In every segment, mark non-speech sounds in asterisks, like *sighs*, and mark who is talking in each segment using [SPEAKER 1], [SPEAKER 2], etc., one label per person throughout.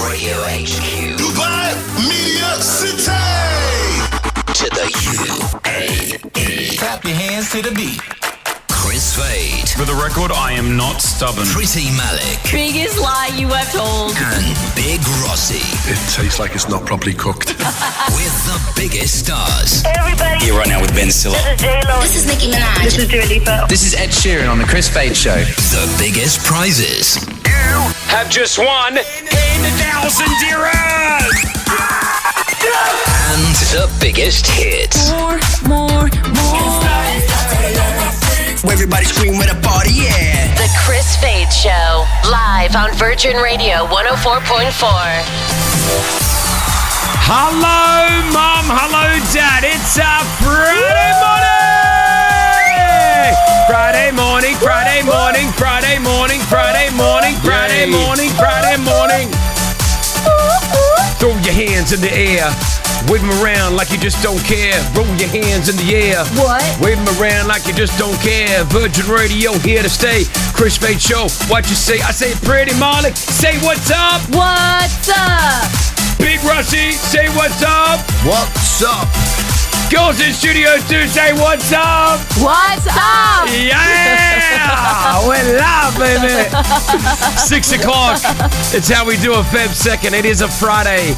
[SPEAKER 1] Radio HQ
[SPEAKER 2] Dubai Media City.
[SPEAKER 1] to the
[SPEAKER 3] E.
[SPEAKER 1] UAE.
[SPEAKER 4] Clap your hands to the beat.
[SPEAKER 1] Chris Fade,
[SPEAKER 5] For the record, I am not stubborn.
[SPEAKER 1] Pretty Malik,
[SPEAKER 6] biggest lie you were told.
[SPEAKER 1] and Big Rossi.
[SPEAKER 2] It tastes like it's not properly cooked.
[SPEAKER 1] With the biggest stars.
[SPEAKER 7] everybody.
[SPEAKER 5] right now with Ben Stiller.
[SPEAKER 7] This is J-Lo.
[SPEAKER 8] This is Nicki Minaj.
[SPEAKER 7] This is Dua Lipa.
[SPEAKER 9] This is Ed Sheeran on the Chris Fade Show.
[SPEAKER 1] The biggest prizes.
[SPEAKER 5] Have just won 10,000 euros!
[SPEAKER 1] And the biggest hits.
[SPEAKER 6] More, more, more.
[SPEAKER 1] Everybody scream with a party, yeah.
[SPEAKER 10] The Chris Fade Show, live on Virgin Radio 104.4.
[SPEAKER 5] Hello, Mum. Hello, Dad. It's a Friday morning! Friday morning, Friday morning, Friday morning, Friday morning, Friday
[SPEAKER 9] Yay.
[SPEAKER 5] morning, Friday morning. Throw your hands in the air. Wave them around like you just don't care. Roll your hands in the air.
[SPEAKER 6] What?
[SPEAKER 5] Wave them around like you just don't care. Virgin Radio here to stay. Chris Fade Show, what you say? I say pretty Molly. Say what's up.
[SPEAKER 6] What's up?
[SPEAKER 5] Big Rushy, say what's up.
[SPEAKER 4] What's up?
[SPEAKER 5] Girls in Studio 2 say what's up?
[SPEAKER 6] What's up?
[SPEAKER 5] Yeah!
[SPEAKER 6] *laughs*
[SPEAKER 5] We're live, baby! *laughs* Six o'clock. It's how we do a Feb 2nd. It is a Friday.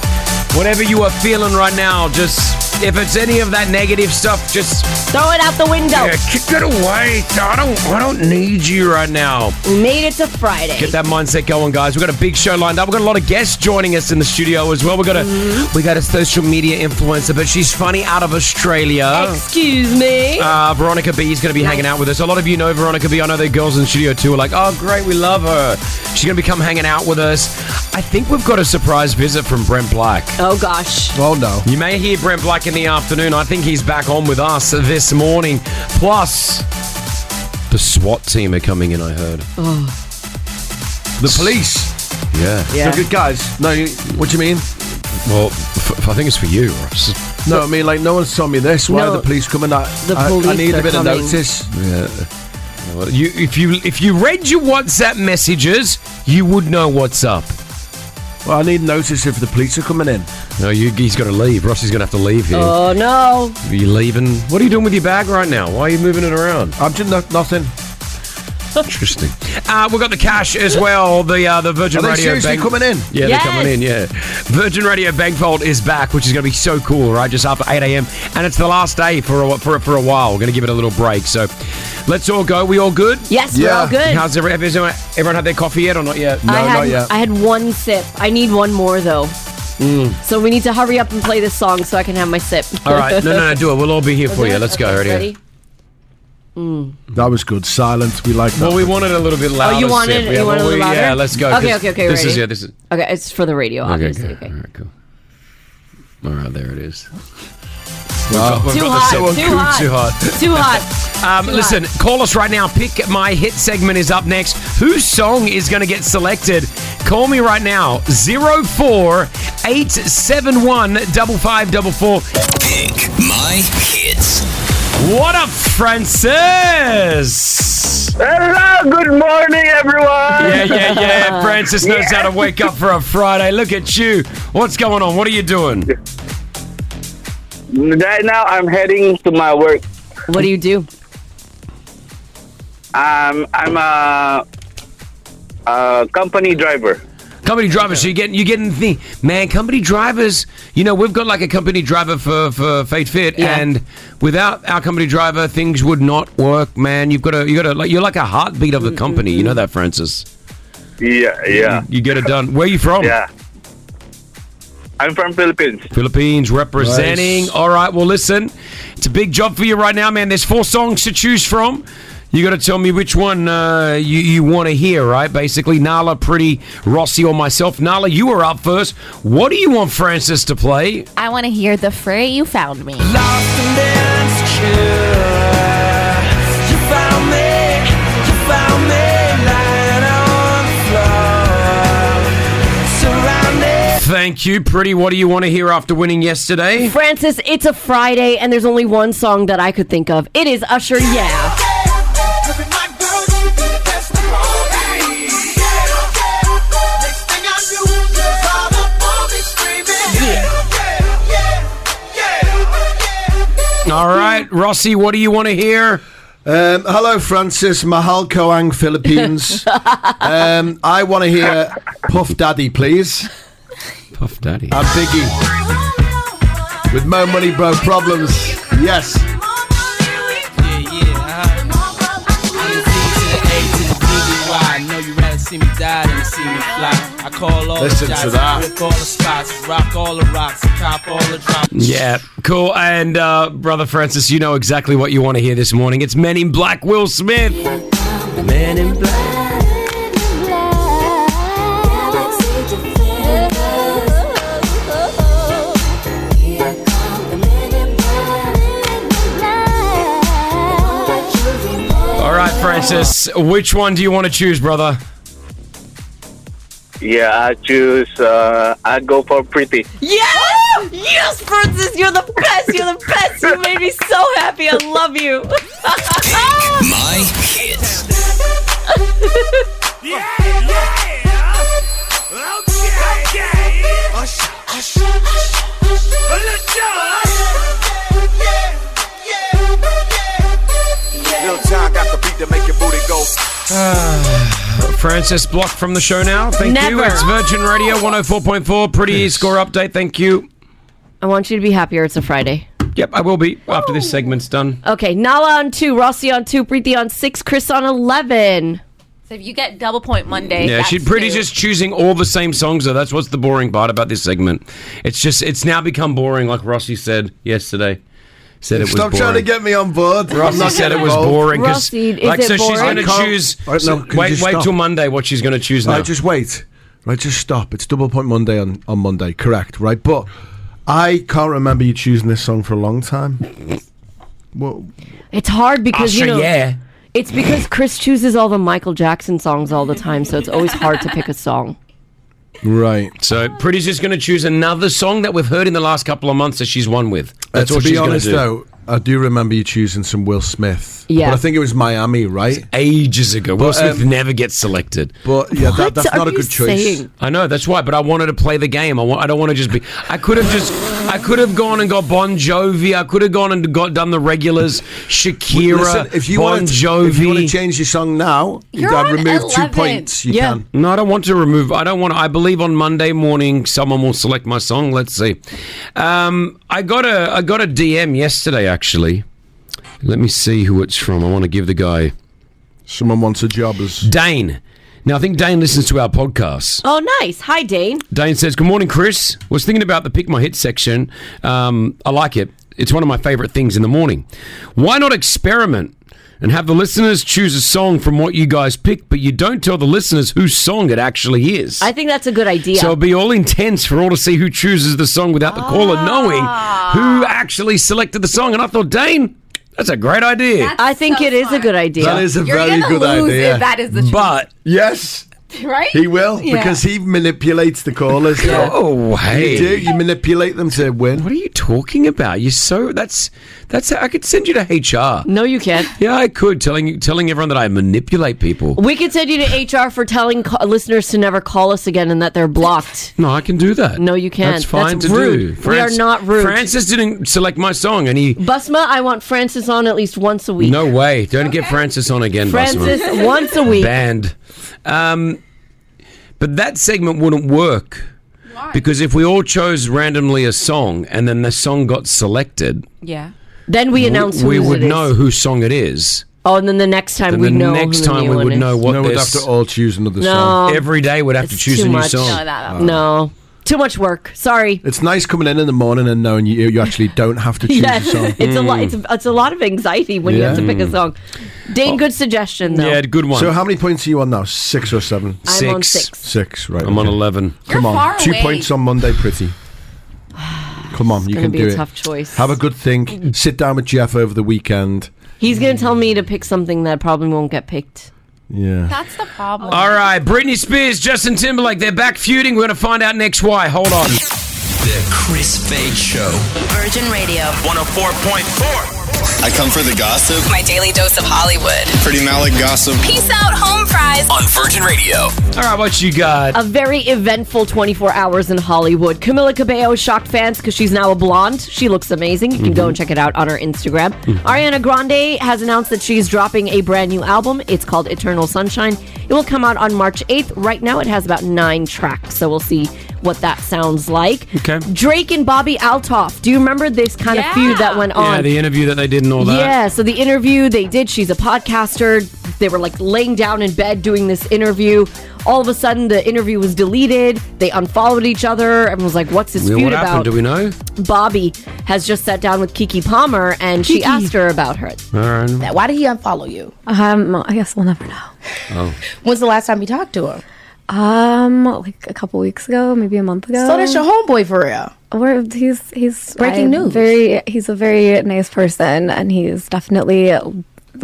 [SPEAKER 5] Whatever you are feeling right now, just if it's any of that negative stuff, just
[SPEAKER 6] Throw it out the window.
[SPEAKER 5] yeah, kick it away. I don't I don't need you right now.
[SPEAKER 6] We made it to Friday.
[SPEAKER 5] Get that mindset going, guys. We've got a big show lined up. We've got a lot of guests joining us in the studio as well. We've got a we got a social media influencer, but she's funny out of Australia.
[SPEAKER 6] Excuse me.
[SPEAKER 5] Uh, Veronica B is going to be hanging out with us. A lot of you know Veronica B. I know the girls in studio too are like, oh, great, we love her. She's going to be come hanging out with us. I think we've got a surprise visit from Brent Black.
[SPEAKER 6] oh gosh.
[SPEAKER 4] Oh no.
[SPEAKER 5] You may hear Brent Black in the afternoon. I think he's back on with us this morning. Plus, the SWAT team are coming in, I heard.
[SPEAKER 4] The police.
[SPEAKER 5] Yeah.
[SPEAKER 6] Yeah.
[SPEAKER 4] They're good guys. No, you, what do you mean?
[SPEAKER 5] Well, f- I think it's for you, Ross.
[SPEAKER 4] No, I mean like no one's told me this. Why
[SPEAKER 6] No.
[SPEAKER 4] are the police coming? I,
[SPEAKER 6] The
[SPEAKER 4] I, I
[SPEAKER 6] police
[SPEAKER 4] need
[SPEAKER 6] are
[SPEAKER 4] a bit
[SPEAKER 6] coming.
[SPEAKER 4] of notice.
[SPEAKER 5] Well, You, if you if you read your WhatsApp messages, you would know what's up.
[SPEAKER 4] Well, I need notice if the police are coming in.
[SPEAKER 5] No, you, he's got to leave. Ross is going to have to leave here.
[SPEAKER 6] Oh no.
[SPEAKER 5] Are you leaving? What are you doing with your bag right now? Why are you moving it around?
[SPEAKER 4] I'm just no, nothing.
[SPEAKER 5] Interesting. Uh, we've got the cash as well. The uh, the Virgin
[SPEAKER 4] Are they
[SPEAKER 5] Radio
[SPEAKER 4] seriously
[SPEAKER 5] Bank.
[SPEAKER 4] coming in?
[SPEAKER 5] Yeah,
[SPEAKER 6] Yes.
[SPEAKER 5] they're coming in. Yeah, Virgin Radio Bankfold is back, which is going to be so cool, right? Just after 8 a.m. and it's the last day for a, for a- for a while. We're going to give it a little break. So, let's all go. We all good?
[SPEAKER 6] Yes, we're
[SPEAKER 4] Yeah.
[SPEAKER 6] all good.
[SPEAKER 5] How's everyone? Has everyone, everyone had their coffee yet or not yet?
[SPEAKER 6] I
[SPEAKER 4] No,
[SPEAKER 6] had,
[SPEAKER 4] not yet.
[SPEAKER 6] I had one sip. I need one more though. So we need to hurry up and play this song so I can have my sip.
[SPEAKER 5] Mm. All right. No,
[SPEAKER 6] *laughs*
[SPEAKER 5] no, no. Do it. We'll all be here for you. Let's go.
[SPEAKER 6] Okay,
[SPEAKER 5] Ready?
[SPEAKER 6] ready?
[SPEAKER 4] That was good. Silent. We like that.
[SPEAKER 5] Well, we wanted a little bit louder.
[SPEAKER 6] Oh, you
[SPEAKER 5] Sip.
[SPEAKER 6] wanted- you
[SPEAKER 5] Yeah,
[SPEAKER 6] wanted
[SPEAKER 5] well,
[SPEAKER 6] a
[SPEAKER 5] we-
[SPEAKER 6] little
[SPEAKER 5] Yeah,
[SPEAKER 6] louder?
[SPEAKER 5] let's go.
[SPEAKER 6] Okay,
[SPEAKER 5] 'cause
[SPEAKER 6] okay, okay,
[SPEAKER 5] This is
[SPEAKER 6] ready?
[SPEAKER 5] yeah. This is.
[SPEAKER 6] Okay, it's for the radio, obviously. Okay,
[SPEAKER 5] All right, cool. All right, there it is.
[SPEAKER 6] Too hot,
[SPEAKER 3] *laughs*
[SPEAKER 6] too hot.
[SPEAKER 5] Too hot.
[SPEAKER 6] Too hot.
[SPEAKER 5] *laughs* Um,
[SPEAKER 6] Too
[SPEAKER 5] listen, call us right now. Pick my hit segment is up next. Whose song is going to get selected? Call me right now. Zero four eight seven one double five double four.
[SPEAKER 1] Pick my hits.
[SPEAKER 5] What up, Francis?
[SPEAKER 7] Hello, good morning, everyone.
[SPEAKER 5] Yeah, yeah,
[SPEAKER 7] *laughs*
[SPEAKER 5] yeah. *laughs* Francis knows how to wake up for a Friday. Look at you. What's going on? What are you doing?
[SPEAKER 7] Right now, I'm heading to my work.
[SPEAKER 6] What do you do?
[SPEAKER 7] Um, I'm a, a company driver.
[SPEAKER 5] Company drivers, so you getting you getting the man. Company drivers, you know, we've got like a company driver for for Fate Fit,
[SPEAKER 6] Yeah.
[SPEAKER 5] and without our company driver, things would not work, man. You've got to you got to like you're like a heartbeat of the company. You know that, Francis.
[SPEAKER 7] Yeah, yeah,
[SPEAKER 5] You get it done. Where are you from?
[SPEAKER 7] yeah. I'm from Philippines.
[SPEAKER 5] Philippines representing.
[SPEAKER 4] Nice.
[SPEAKER 5] All right, well, listen, it's a big job for you right now, man. There's four songs to choose from. You got to tell me which one uh, you, you want to hear, right? Basically, Nala, Pretty, Rossi, or myself. Nala, you are up first. What do you want Francis to play?
[SPEAKER 11] I want to hear the fray you found me.
[SPEAKER 5] Thank you, Pretty. What do you want to hear after winning yesterday?
[SPEAKER 6] Francis, it's a Friday, and there's only one song that I could think of. It is Usher, yeah.
[SPEAKER 12] Next thing I knew, your father
[SPEAKER 5] right, Rossi, what do you want to hear?
[SPEAKER 4] Um, hello, Francis Mahalcoang,
[SPEAKER 5] *laughs*
[SPEAKER 4] Philippines. um, I want to hear Puff Daddy, please.
[SPEAKER 5] Puff Daddy.
[SPEAKER 4] I'm Biggie. With Mo Money Bro Problems. Yes.
[SPEAKER 8] I know you rather see me die than see me fly. I call all
[SPEAKER 4] Listen to
[SPEAKER 8] the shots,
[SPEAKER 4] that.
[SPEAKER 8] rip all the spots, rock all the rocks, cop all the drops.
[SPEAKER 5] Yeah, cool. And uh, brother Francis, you know exactly what you want to hear this morning. It's Men in Black, Will Smith. Men in Black. All right, Francis, which one do you want to choose, brother?
[SPEAKER 7] Yeah, I choose. Uh, I go for pretty.
[SPEAKER 6] Yes! Yes, Francis, you're the best. You're the best.
[SPEAKER 5] *laughs*
[SPEAKER 6] You made me so happy. I love you. *laughs*
[SPEAKER 1] My hits.
[SPEAKER 12] *laughs* Little John got the beat to make your booty go.
[SPEAKER 5] Ah, Francis Block from the show now. Thank you.
[SPEAKER 6] Never.
[SPEAKER 5] It's Virgin Radio 104.4. Pretty score update. Thank you.
[SPEAKER 6] I want you to be happier. It's a Friday.
[SPEAKER 5] Yep, I will be after this segment's done.
[SPEAKER 6] Okay, Nala on two, Rossi on two, Preeti on six, Chris on 11.
[SPEAKER 11] So if you get double point Monday,
[SPEAKER 5] Yeah, she pretty just choosing all the same songs though. That's what's the boring part about this segment. It's just it's now become boring, like Rossi said yesterday. Said it was
[SPEAKER 4] Stop
[SPEAKER 5] boring.
[SPEAKER 4] trying to get me on board. I'm
[SPEAKER 5] Rossi
[SPEAKER 4] not
[SPEAKER 5] said it
[SPEAKER 4] getting
[SPEAKER 5] was
[SPEAKER 4] involved.
[SPEAKER 5] boring because
[SPEAKER 6] Rossi, is
[SPEAKER 5] like
[SPEAKER 6] it
[SPEAKER 5] so she's
[SPEAKER 6] boring?
[SPEAKER 5] going to
[SPEAKER 6] I can't-
[SPEAKER 5] choose.
[SPEAKER 4] All right, no, can you
[SPEAKER 5] wait,
[SPEAKER 4] just
[SPEAKER 5] wait
[SPEAKER 4] stop?
[SPEAKER 5] till Monday. What she's going to choose now?
[SPEAKER 4] Right, just wait. Right, just stop. It's Double Point Monday on, on Monday, correct, right? But I can't remember you choosing this song for a long time. Uh, Well,
[SPEAKER 6] It's hard because, you
[SPEAKER 5] Usher,
[SPEAKER 6] know,
[SPEAKER 5] yeah.
[SPEAKER 6] it's because Chris chooses all the Michael Jackson songs all the time, so it's always hard to pick a song.
[SPEAKER 4] right.
[SPEAKER 5] So Pretty's just going to choose another song that we've heard in the last couple of months that she's won with. That's
[SPEAKER 4] Uh,
[SPEAKER 5] what
[SPEAKER 4] to
[SPEAKER 5] she's
[SPEAKER 4] be
[SPEAKER 5] going
[SPEAKER 4] honest,
[SPEAKER 5] do.
[SPEAKER 4] though, I do remember you choosing some Will Smith.
[SPEAKER 6] Yeah.
[SPEAKER 4] But I think it was Miami, right?
[SPEAKER 5] Ages ago, Will
[SPEAKER 4] But,
[SPEAKER 5] Smith
[SPEAKER 4] um,
[SPEAKER 5] never gets selected.
[SPEAKER 4] But yeah, that,
[SPEAKER 6] What
[SPEAKER 4] that's
[SPEAKER 6] are
[SPEAKER 4] not a
[SPEAKER 6] you
[SPEAKER 4] good choice.
[SPEAKER 6] saying?
[SPEAKER 5] I know that's why, but I wanted to play the game. I, want, I don't want to just be. I could have just. I could have gone and got Bon Jovi. I could have gone and got done the regulars. Shakira,
[SPEAKER 4] Listen, if you
[SPEAKER 5] Bon
[SPEAKER 4] want to,
[SPEAKER 5] Jovi.
[SPEAKER 4] if you want to change your song now,
[SPEAKER 11] You're
[SPEAKER 4] got
[SPEAKER 11] on
[SPEAKER 4] remove two
[SPEAKER 11] 11.
[SPEAKER 4] points. You
[SPEAKER 5] yeah,
[SPEAKER 4] can.
[SPEAKER 5] no, I don't want to remove. I don't want. to I believe on Monday morning someone will select my song. Let's see. Um, I got a. I got a DM yesterday actually. Let me see who it's from. I want to give the guy
[SPEAKER 4] Someone wants a job as
[SPEAKER 5] Dane. Now I think Dane listens to our podcast.
[SPEAKER 6] Oh, nice. Hi, Dane.
[SPEAKER 5] Dane says, "Good morning, Chris. Was thinking about the pick my hit section. Um, I like it. It's one of my favorite things in the morning. Why not experiment and have the listeners choose a song from what you guys pick, but you don't tell the listeners whose song it actually is.
[SPEAKER 11] Uh,
[SPEAKER 6] I think that's a good idea.
[SPEAKER 5] so it'll be all intense for all to see who chooses the song without the caller
[SPEAKER 11] Ah.
[SPEAKER 5] knowing who actually selected the song. And I thought, Dane, that's a great idea.
[SPEAKER 6] I think it is a good idea.
[SPEAKER 4] that is a
[SPEAKER 11] You're
[SPEAKER 4] very
[SPEAKER 11] gonna
[SPEAKER 4] good
[SPEAKER 11] lose
[SPEAKER 4] idea.
[SPEAKER 11] if that is the truth,
[SPEAKER 5] But
[SPEAKER 4] yes,
[SPEAKER 11] *laughs* right?
[SPEAKER 4] he will
[SPEAKER 11] Yeah.
[SPEAKER 4] because he manipulates the callers.
[SPEAKER 11] *laughs*
[SPEAKER 5] oh hey,
[SPEAKER 4] You do. You manipulate them to win.
[SPEAKER 5] what are you talking about? You're so that's that's. I could send you to HR.
[SPEAKER 6] no, you can't.
[SPEAKER 5] Yeah, I could telling telling everyone that I manipulate people.
[SPEAKER 6] We could send you to HR for telling ca- listeners to never call us again and that they're blocked.
[SPEAKER 5] No, I can do that.
[SPEAKER 6] No, you can't.
[SPEAKER 5] That's fine
[SPEAKER 6] That's
[SPEAKER 5] to do.
[SPEAKER 6] rude. We are not rude.
[SPEAKER 5] Francis didn't select my song, and he.
[SPEAKER 6] Busma, I want Francis on at least once a week.
[SPEAKER 5] No way! Don't get Francis on again,
[SPEAKER 6] Francis,
[SPEAKER 5] Busman.
[SPEAKER 6] once a week.
[SPEAKER 5] Banned. Um, but that segment wouldn't work because if we all chose randomly a song and then the song got selected,
[SPEAKER 11] Yeah.
[SPEAKER 6] Then we announce
[SPEAKER 5] we
[SPEAKER 6] whose
[SPEAKER 5] would
[SPEAKER 6] it is.
[SPEAKER 5] know whose song it is.
[SPEAKER 6] Oh, and then the next time
[SPEAKER 5] And
[SPEAKER 6] we
[SPEAKER 5] the
[SPEAKER 6] know.
[SPEAKER 5] next
[SPEAKER 6] who the
[SPEAKER 5] time
[SPEAKER 6] new
[SPEAKER 5] we
[SPEAKER 6] one
[SPEAKER 5] would
[SPEAKER 6] is.
[SPEAKER 5] know what
[SPEAKER 4] No, we'd have
[SPEAKER 5] this.
[SPEAKER 4] to all choose another song.
[SPEAKER 6] No,
[SPEAKER 5] Every day we'd have to
[SPEAKER 6] it's
[SPEAKER 5] choose
[SPEAKER 6] too
[SPEAKER 5] a new
[SPEAKER 6] much.
[SPEAKER 5] song. Uh,
[SPEAKER 11] No, that,
[SPEAKER 6] no, too much work. Sorry.
[SPEAKER 4] Uh, It's nice coming in in the morning and knowing you, you actually don't have to choose
[SPEAKER 6] *laughs* Yeah,
[SPEAKER 4] a song.
[SPEAKER 6] it's a lot. It's, it's a lot of anxiety when you have to
[SPEAKER 4] Yeah.
[SPEAKER 6] pick a song. Dane, good suggestion though.
[SPEAKER 5] Oh. Yeah, good one.
[SPEAKER 4] So how many points are you on now? Six or seven?
[SPEAKER 6] I'm on
[SPEAKER 5] six.
[SPEAKER 6] six.
[SPEAKER 4] Six, right?
[SPEAKER 5] I'm on
[SPEAKER 4] okay.
[SPEAKER 5] eleven.
[SPEAKER 4] Come
[SPEAKER 11] You're
[SPEAKER 4] on,
[SPEAKER 11] far
[SPEAKER 4] two
[SPEAKER 11] away.
[SPEAKER 4] points on Monday,
[SPEAKER 6] *sighs*
[SPEAKER 4] pretty. Come on, you
[SPEAKER 6] It's gonna
[SPEAKER 4] can
[SPEAKER 6] be
[SPEAKER 4] do
[SPEAKER 6] a
[SPEAKER 4] it.
[SPEAKER 6] tough choice.
[SPEAKER 4] Have a good think. Sit down with Jeff over the weekend.
[SPEAKER 6] He's gonna tell me to pick something that probably won't get picked.
[SPEAKER 4] Yeah.
[SPEAKER 11] That's the problem.
[SPEAKER 5] *laughs* All right, Britney Spears, Justin Timberlake, they're back feuding. We're going to find out next why. Hold on.
[SPEAKER 1] The Chris Fade Show.
[SPEAKER 10] Virgin Radio.
[SPEAKER 12] 104.4.
[SPEAKER 13] I come for the gossip.
[SPEAKER 14] My daily dose of Hollywood.
[SPEAKER 13] Pretty Malik gossip.
[SPEAKER 14] Peace out, home fries.
[SPEAKER 13] On Virgin Radio.
[SPEAKER 5] All right, what you got?
[SPEAKER 6] A very eventful 24 hours in Hollywood. Camila Cabello shocked fans because she's now a blonde. She looks amazing. You can go
[SPEAKER 5] Mm-hmm.
[SPEAKER 6] and check it out on her Instagram.
[SPEAKER 15] Mhm.
[SPEAKER 6] Ariana Grande has announced that she's dropping a brand new album. It's called Eternal Sunshine. It will come out on March 8th. Right now, it has about nine tracks, so we'll see what that sounds like.
[SPEAKER 5] Okay.
[SPEAKER 6] Drake and Bobby Altoff. Do you remember this kind of feud that went on?
[SPEAKER 5] Yeah, the interview that they did and all that.
[SPEAKER 6] Yeah, so the interview they did, she's a podcaster. They were like laying down in bed doing this interview. All of a sudden, the interview was deleted. They unfollowed each other. Everyone was like, what's this
[SPEAKER 5] Well, what
[SPEAKER 6] feud about?
[SPEAKER 5] happened? Do we know?
[SPEAKER 6] Bobby has just sat down with Kiki Palmer and she
[SPEAKER 16] Kiki.
[SPEAKER 6] asked her about her.
[SPEAKER 5] All right.
[SPEAKER 16] Why did he unfollow you? Um, I guess we'll never know.
[SPEAKER 5] Oh.
[SPEAKER 16] When's the last time you talked to him? Um, like a couple weeks ago, maybe a month ago. So that's your homeboy for real.
[SPEAKER 15] We're, he's he's
[SPEAKER 16] Breaking
[SPEAKER 15] I'm
[SPEAKER 16] news.
[SPEAKER 15] Very, he's a very nice person, and he's definitely,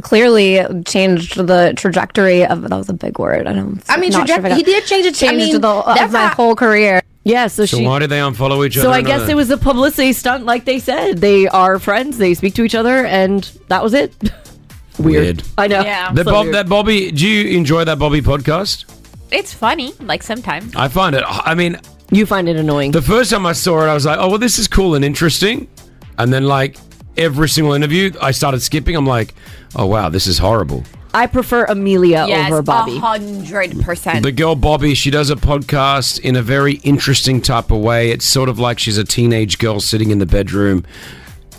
[SPEAKER 15] clearly changed the trajectory of. That was a big word. I don't.
[SPEAKER 16] I mean,
[SPEAKER 15] not sure if I
[SPEAKER 16] traject-
[SPEAKER 15] got-
[SPEAKER 16] he did change it.
[SPEAKER 15] Changed
[SPEAKER 16] I mean,
[SPEAKER 15] the of
[SPEAKER 16] that's
[SPEAKER 15] my
[SPEAKER 16] how-
[SPEAKER 15] whole career.
[SPEAKER 6] Yeah, so,
[SPEAKER 5] So
[SPEAKER 6] she.
[SPEAKER 5] why did they unfollow each other?
[SPEAKER 6] so I
[SPEAKER 5] and uh, all
[SPEAKER 6] guess
[SPEAKER 5] that?
[SPEAKER 6] it was a publicity stunt, like they said. They are friends, they speak to each other, and that was it. *laughs*
[SPEAKER 5] weird.
[SPEAKER 6] I know.
[SPEAKER 5] That,
[SPEAKER 6] So
[SPEAKER 5] Bob,
[SPEAKER 6] weird.
[SPEAKER 5] that Bobby, do you enjoy that Bobby podcast?
[SPEAKER 11] It's funny, like sometimes.
[SPEAKER 5] I find it. I mean,
[SPEAKER 6] you find it annoying.
[SPEAKER 5] The first time I saw it, I was like, "Oh well, this is cool and interesting," and then like every single interview, I started skipping. I'm like, "Oh wow, this is horrible."
[SPEAKER 6] I prefer Amelia over Bobby.
[SPEAKER 11] hundred percent.
[SPEAKER 5] The girl Bobby, she does a podcast in a very interesting type of way. It's sort of like she's a teenage girl sitting in the bedroom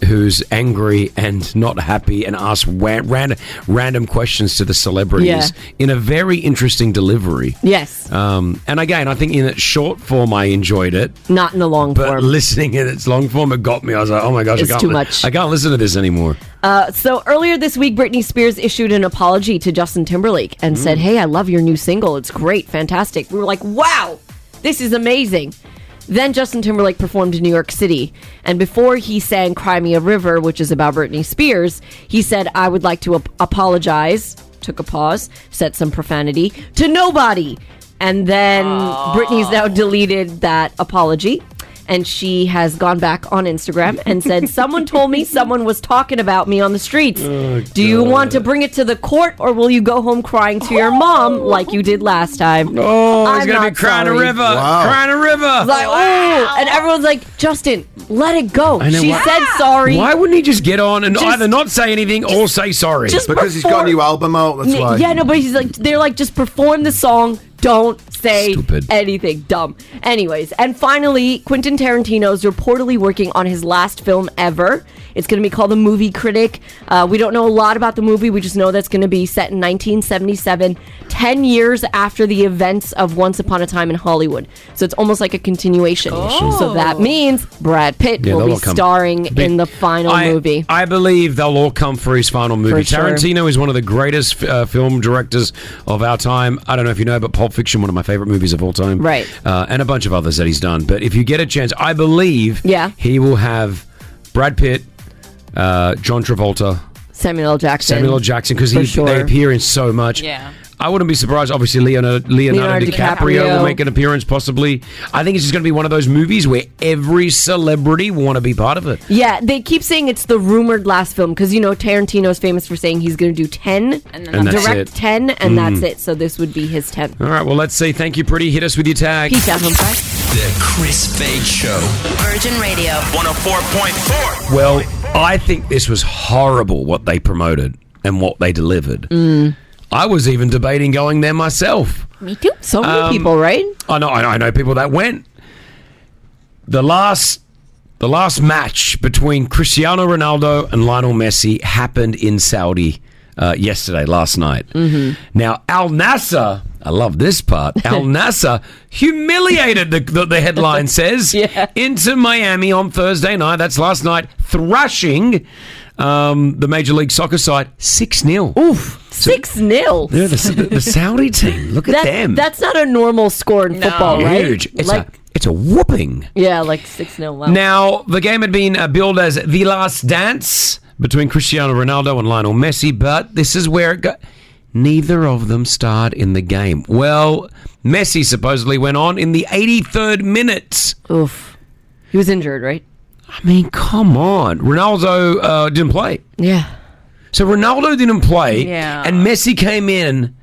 [SPEAKER 5] who's angry and not happy and asks wa- ran- random questions to the celebrities
[SPEAKER 6] Yeah.
[SPEAKER 5] in a very interesting delivery.
[SPEAKER 6] Yes,
[SPEAKER 5] Um, and again, I think in its short form, I enjoyed it.
[SPEAKER 6] not in the long
[SPEAKER 5] But
[SPEAKER 6] form.
[SPEAKER 5] listening in its long form, it got me. I was like, oh my gosh,
[SPEAKER 6] It's
[SPEAKER 5] I can't
[SPEAKER 6] too
[SPEAKER 5] li-
[SPEAKER 6] much.
[SPEAKER 5] I can't listen to this anymore.
[SPEAKER 6] Uh, so earlier this week, Britney Spears issued an apology to Justin Timberlake and said, "Hey, I love your new single. It's great, fantastic." We were like, "Wow, this is amazing." Then Justin Timberlake performed in New York City, and before he sang "Cry Me a River," which is about Britney Spears, he said, "I would like to ap- apologize." Took a pause, said some profanity to nobody, and then Britney's now deleted that apology and she has gone back on Instagram and
[SPEAKER 5] *laughs*
[SPEAKER 6] said, "Someone told me someone was talking about me on the streets.
[SPEAKER 5] Oh,
[SPEAKER 6] Do you want to bring it to the court, or will you go home crying to your mom like you did last time?"
[SPEAKER 5] Oh,
[SPEAKER 6] I'm
[SPEAKER 5] it's gonna be
[SPEAKER 6] not
[SPEAKER 5] crying a
[SPEAKER 6] sorry."
[SPEAKER 5] river, crying a river.
[SPEAKER 6] It's Like, oh, and everyone's like, "Justin, let it go."
[SPEAKER 5] I know,
[SPEAKER 6] Oh, she
[SPEAKER 5] why-
[SPEAKER 6] said sorry.
[SPEAKER 5] Why wouldn't he just get on and
[SPEAKER 6] Just-
[SPEAKER 5] either not say anything or say sorry?
[SPEAKER 6] just Because he's got a perform- new
[SPEAKER 5] album out.
[SPEAKER 6] N- Yeah, no, but he's like, they're like, just perform the song. Don't say anything dumb. Anyways, and finally, Quentin Tarantino's reportedly working on his last film ever. It's going to be called The Movie Critic. Uh, we don't know a lot about the movie. We just know that's going to be set in 1977, 10 years after the events of Once Upon a Time in Hollywood. So it's almost like a continuation. So that means Brad Pitt
[SPEAKER 5] Yeah,
[SPEAKER 6] will
[SPEAKER 5] they'll
[SPEAKER 6] be
[SPEAKER 5] all come.
[SPEAKER 6] starring in the final
[SPEAKER 5] I,
[SPEAKER 6] movie.
[SPEAKER 5] I believe they'll all come for his final movie.
[SPEAKER 6] For sure.
[SPEAKER 5] Tarantino is one of the greatest uh, film directors of our time. I don't know if you know, but Pulp Fiction, one of my favorite movies of all time.
[SPEAKER 6] Right.
[SPEAKER 5] Uh, and a bunch of others that he's done. But if you get a chance, I believe
[SPEAKER 6] Yeah.
[SPEAKER 5] he will have Brad Pitt, uh, John Travolta,
[SPEAKER 6] Samuel L. Jackson.
[SPEAKER 5] Samuel L. Jackson, because
[SPEAKER 6] For
[SPEAKER 5] he
[SPEAKER 6] sure.
[SPEAKER 5] they appear in so much.
[SPEAKER 6] Yeah.
[SPEAKER 5] I wouldn't be surprised. Obviously, Leonardo, Leonardo
[SPEAKER 6] Leonardo
[SPEAKER 5] DiCaprio, will
[SPEAKER 6] DiCaprio.
[SPEAKER 5] make an appearance, possibly. I think it's just going to be one of those movies where every celebrity will want to be part of it.
[SPEAKER 6] Yeah, they keep saying it's the rumored last film because you know Tarantino's famous for saying he's going to do ten, and
[SPEAKER 5] And that's
[SPEAKER 6] direct
[SPEAKER 5] it.
[SPEAKER 6] ten, and
[SPEAKER 5] Mm.
[SPEAKER 6] that's it. So this would be his tenth.
[SPEAKER 5] All right, well, let's say thank you, pretty. Hit us with your tag.
[SPEAKER 6] Peace out, home
[SPEAKER 13] The Chris Fade Show.
[SPEAKER 10] Virgin Radio.
[SPEAKER 13] 104.4.
[SPEAKER 5] Well, I think this was horrible what they promoted and what they delivered. I was even debating going there myself.
[SPEAKER 6] Me too. So many
[SPEAKER 5] Um,
[SPEAKER 6] people, right?
[SPEAKER 5] I know, I know, I know people that went. The last, the last match between Cristiano Ronaldo and Lionel Messi happened in Saudi uh, yesterday, last night.
[SPEAKER 6] Mm-hmm.
[SPEAKER 5] Now, Al Nasser, I love this
[SPEAKER 6] *laughs*
[SPEAKER 5] part. Al Nasser humiliated, the, the, the
[SPEAKER 6] *laughs*
[SPEAKER 5] headline says, into Miami on Thursday night. That's last night, thrashing um, the Major League Soccer side 6 0.
[SPEAKER 6] Oof. 6 0.
[SPEAKER 5] Yeah, the, the, the Saudi team. Look at
[SPEAKER 6] That-
[SPEAKER 5] them.
[SPEAKER 6] That's not a normal score in football, right?
[SPEAKER 5] Huge. It's,
[SPEAKER 6] like,
[SPEAKER 5] a, it's a whooping.
[SPEAKER 6] yeah, like six 0 wow.
[SPEAKER 5] Now, the game had been uh, billed as the last dance between Cristiano Ronaldo and Lionel Messi, but this is where it got. Neither of them starred in the game. Well, Messi supposedly went on in the 83rd minute.
[SPEAKER 6] Oof. He was injured, right?
[SPEAKER 5] I mean, come on. Ronaldo uh, didn't play.
[SPEAKER 6] Yeah.
[SPEAKER 5] So Ronaldo didn't play.
[SPEAKER 6] Yeah.
[SPEAKER 5] And Messi came in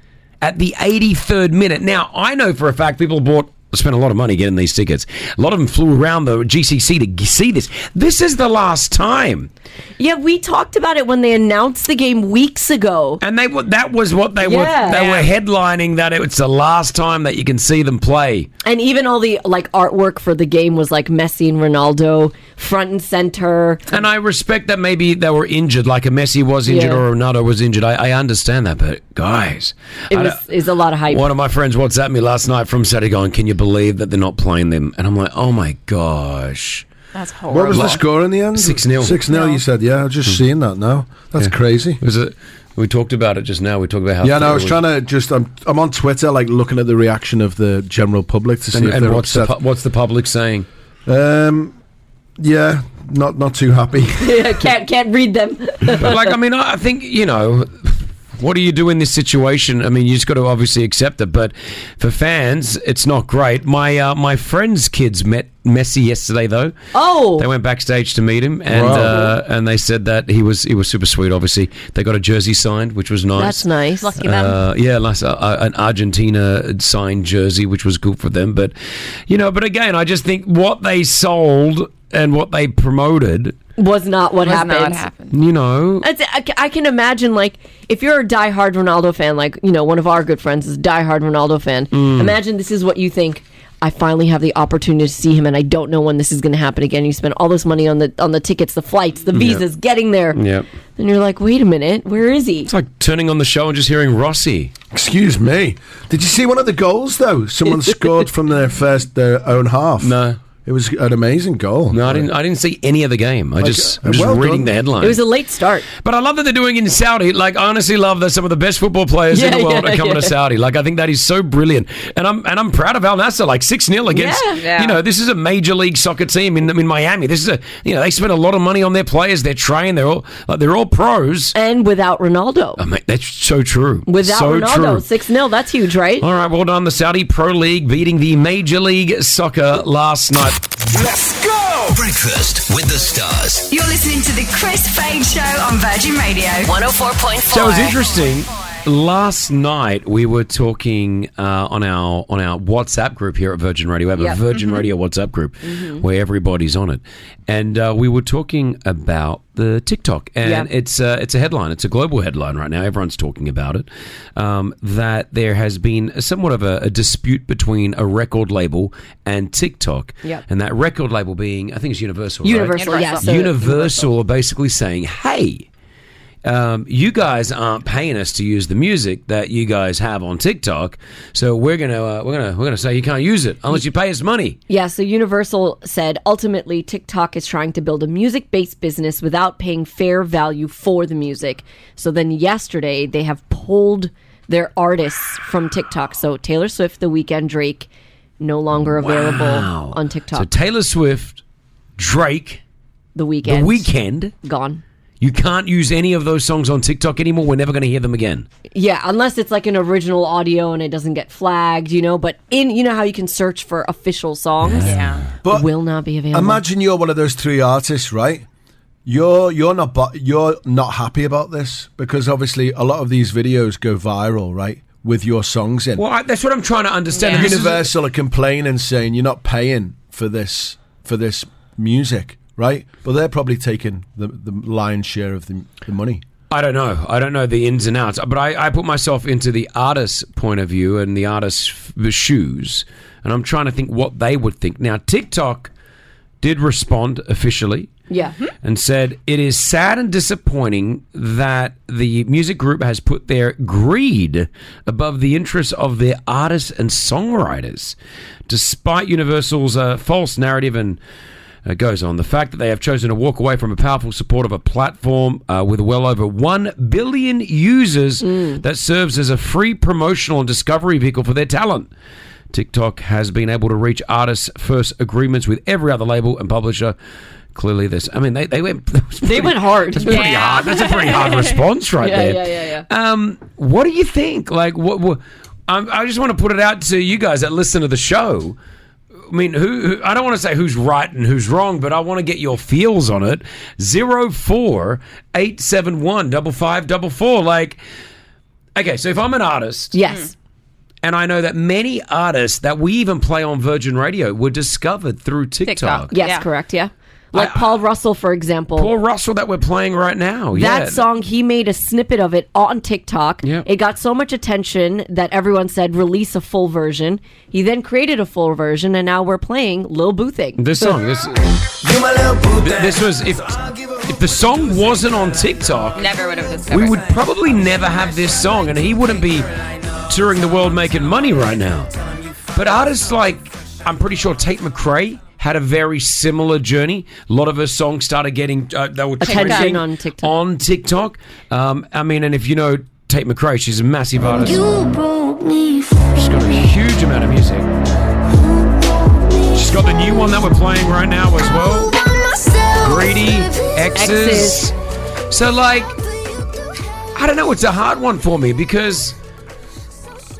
[SPEAKER 5] at the 83rd minute. Now, I know for a fact people bought. Spent a lot of money getting these tickets. A lot of them flew around the GCC to g- see this. This is the last time,
[SPEAKER 6] Yeah, we talked about it when they announced the game weeks ago.
[SPEAKER 5] and they were- that was what they
[SPEAKER 6] Yeah.
[SPEAKER 5] were. They were headlining that it's the last time that you can see them play.
[SPEAKER 6] And even all the like artwork for the game was like Messi and Ronaldo front and center.
[SPEAKER 5] And I respect that maybe they were injured, like a Messi was injured
[SPEAKER 6] Yeah.
[SPEAKER 5] or a Ronaldo was injured. I, I understand that, but guys,
[SPEAKER 6] It
[SPEAKER 5] I
[SPEAKER 6] was is a lot of hype.
[SPEAKER 5] One of my friends WhatsApped me last night from Saturday going, Can you believe that they're not playing them? And I'm like, Oh my gosh.
[SPEAKER 11] That's
[SPEAKER 7] Oh,
[SPEAKER 4] What was the score in the end?
[SPEAKER 5] 6 0.
[SPEAKER 4] 6 0, you said. Yeah, I've just seen that now. That's crazy.
[SPEAKER 5] Was Hmm. it? We talked about it just now. We talked about how.
[SPEAKER 4] yeah, no, I
[SPEAKER 5] it
[SPEAKER 4] was trying to just. I'm, I'm on Twitter, like looking at the reaction of the general public to see
[SPEAKER 5] And,
[SPEAKER 4] if
[SPEAKER 5] and
[SPEAKER 4] they're
[SPEAKER 5] what's, the,
[SPEAKER 4] upset.
[SPEAKER 5] pu- what's the public saying?
[SPEAKER 4] um, yeah, not not too
[SPEAKER 6] *laughs*
[SPEAKER 4] happy.
[SPEAKER 6] can't can't read them.
[SPEAKER 5] but like, I mean, I I think you know, what do you do in this situation? I mean, you just got to obviously accept it. But for fans, it's not great. My uh, my friend's kids met Messi yesterday, though.
[SPEAKER 6] Oh.
[SPEAKER 5] they went backstage to meet him, and
[SPEAKER 6] Wow.
[SPEAKER 5] uh, and they said that he was he was super sweet. Obviously, they got a jersey signed, which was nice.
[SPEAKER 6] That's nice. Lucky them.
[SPEAKER 5] Uh, yeah, last, uh, uh, an Argentina signed jersey, which was good for them. But you know, but again, I just think what they sold and what they promoted.
[SPEAKER 6] was not what
[SPEAKER 11] Was not
[SPEAKER 6] happened.
[SPEAKER 11] what happened.
[SPEAKER 5] You know,
[SPEAKER 6] It's, I, ca- I can imagine, like, if you're a diehard Ronaldo fan, like, you know, one of our good friends is a diehard Ronaldo fan.
[SPEAKER 5] Mm.
[SPEAKER 6] Imagine this is what you think. I finally have the opportunity to see him, and I don't know when this is going to happen again. You spend all this money on the on the tickets, the flights, the
[SPEAKER 5] Yeah.
[SPEAKER 6] visas, getting there.
[SPEAKER 5] yeah.
[SPEAKER 6] Then you're like, wait a minute, where is he?
[SPEAKER 5] It's like turning on the show and just hearing Rossi.
[SPEAKER 4] Excuse me. Did you see one of the goals though? Someone scored from their first their own half. No, it was an amazing goal.
[SPEAKER 5] No, I didn't. I didn't see any of the game. I
[SPEAKER 4] Like,
[SPEAKER 5] just
[SPEAKER 4] uh,
[SPEAKER 5] I'm just
[SPEAKER 4] well done.
[SPEAKER 5] reading the headline.
[SPEAKER 6] It was a late start.
[SPEAKER 5] but I love that they're doing it in Saudi. Like, I honestly love that some of the best football players in
[SPEAKER 6] Yeah,
[SPEAKER 5] the world
[SPEAKER 6] yeah,
[SPEAKER 5] are coming to
[SPEAKER 6] yeah.
[SPEAKER 5] Saudi. Like, I think that is so brilliant, and I'm and I'm proud of Al Nasser. Like six 0 against
[SPEAKER 6] Yeah. Yeah.
[SPEAKER 5] you know this is a major league soccer team in in Miami. This is a you know they spend a lot of money on their players. They're trained. They're all like, they're all pros.
[SPEAKER 6] And without Ronaldo,
[SPEAKER 5] I mean, that's so true.
[SPEAKER 6] without
[SPEAKER 5] so
[SPEAKER 6] Ronaldo,
[SPEAKER 5] true.
[SPEAKER 6] six 0 That's huge, right?
[SPEAKER 5] All right, well done. The Saudi Pro League beating the Major League Soccer last night.
[SPEAKER 14] Let's go!
[SPEAKER 13] Breakfast with the stars.
[SPEAKER 14] You're listening to the Chris Fade Show on Virgin Radio 104.4.
[SPEAKER 5] So it was interesting. Last night we were talking uh, on our on our WhatsApp group here at Virgin Radio. We have
[SPEAKER 13] Yep. Mm-hmm.
[SPEAKER 5] a Virgin
[SPEAKER 13] Mhm.
[SPEAKER 5] Radio WhatsApp group where everybody's on it, and uh, we were talking about the TikTok, and
[SPEAKER 13] Yeah.
[SPEAKER 5] it's uh, it's a headline. It's a global headline right now. Everyone's talking about it. Um, that there has been somewhat of a, a dispute between a record label and TikTok,
[SPEAKER 13] Yep.
[SPEAKER 5] and that record label being I think it's Universal. right?
[SPEAKER 6] Universal, Universal. yeah, so-
[SPEAKER 5] Universal are basically saying, hey um, you guys aren't paying us to use the music that you guys have on TikTok, so we're gonna uh, we're gonna we're gonna say you can't use it unless you pay us money.
[SPEAKER 6] Yeah, so Universal said ultimately TikTok is trying to build a music based business without paying fair value for the music. So then yesterday they have pulled their artists from TikTok. So Taylor Swift, The Weeknd, Drake, no longer available
[SPEAKER 5] Wow.
[SPEAKER 6] on
[SPEAKER 5] So
[SPEAKER 6] TikTok.
[SPEAKER 5] Taylor Swift, Drake, The
[SPEAKER 6] the Weeknd.
[SPEAKER 5] Weekend,
[SPEAKER 6] gone.
[SPEAKER 5] You can't use any of those songs on TikTok anymore. We're never gonna hear them again.
[SPEAKER 6] Yeah, unless it's like an original audio and it doesn't get flagged, you know. But in you know how you can search for official songs, yeah,
[SPEAKER 4] But
[SPEAKER 6] will not be available.
[SPEAKER 4] Imagine you're one of those three artists, right? You're you're not bo- you're not happy about this because obviously a lot of these videos go viral, right? With your songs in.
[SPEAKER 5] Well, I, that's what I'm trying to understand. And this is-
[SPEAKER 4] Universal are complaining, saying you're not paying for this for this music, right? But they're probably taking the, the lion's share of the, the money.
[SPEAKER 5] I don't know. I don't know the ins and outs, but I, I put myself into the artist's point of view and the artist's f- shoes, and I'm trying to think what they would think. Now, TikTok did respond officially
[SPEAKER 6] yeah.
[SPEAKER 5] and said, It is sad and disappointing that the music group has put their greed above the interests of their artists and songwriters. Despite Universal's uh, false narrative and it goes on. The fact that they have chosen to walk away from a powerful support of a platform uh, with well over 1 billion users that serves as a free promotional and discovery vehicle for their talent. TikTok has been able to reach artists' first agreements with every other label and publisher. Clearly, this. I mean, they, they went. *laughs*
[SPEAKER 6] They went hard.
[SPEAKER 5] That's pretty
[SPEAKER 6] Yeah.
[SPEAKER 5] hard. That's a pretty hard response right
[SPEAKER 6] Yeah,
[SPEAKER 5] there.
[SPEAKER 6] yeah, yeah,
[SPEAKER 5] Um, what do you think? Like, what? what um, I just want to put it out to you guys that listen to the show. I mean, who, who I don't want to say who's right and who's wrong, but I want to get your feels on it. Zero four eight seven one double five double four. Like, okay, so if I'm an artist,
[SPEAKER 6] yes,
[SPEAKER 5] and I know that many artists that we even play on Virgin Radio were discovered through TikTok.
[SPEAKER 6] Yes, correct. Yeah. Like Paul Russell, for example.
[SPEAKER 5] Paul Russell that we're playing right now. yeah.
[SPEAKER 6] That song, he made a snippet of it on TikTok.
[SPEAKER 5] Yeah.
[SPEAKER 6] It got so much attention that everyone said, release a full version. He then created a full version, and now we're playing Lil Boo Thing.
[SPEAKER 5] This song, this, Th- this was if if the song wasn't on TikTok,
[SPEAKER 11] Never would have discovered.
[SPEAKER 5] we would probably never have this song, and he wouldn't be touring the world making money right now. But artists like I'm pretty sure Tate McRae had a very similar journey. A lot of her songs started getting uh, they were
[SPEAKER 6] Attention
[SPEAKER 5] trending
[SPEAKER 6] on TikTok.
[SPEAKER 5] On TikTok, um, I mean, and if you know Tate McRae, she's a massive artist. She's got a huge amount of music. She's got the new one that we're playing right now as well. Greedy X's. So like, I don't know. It's a hard one for me because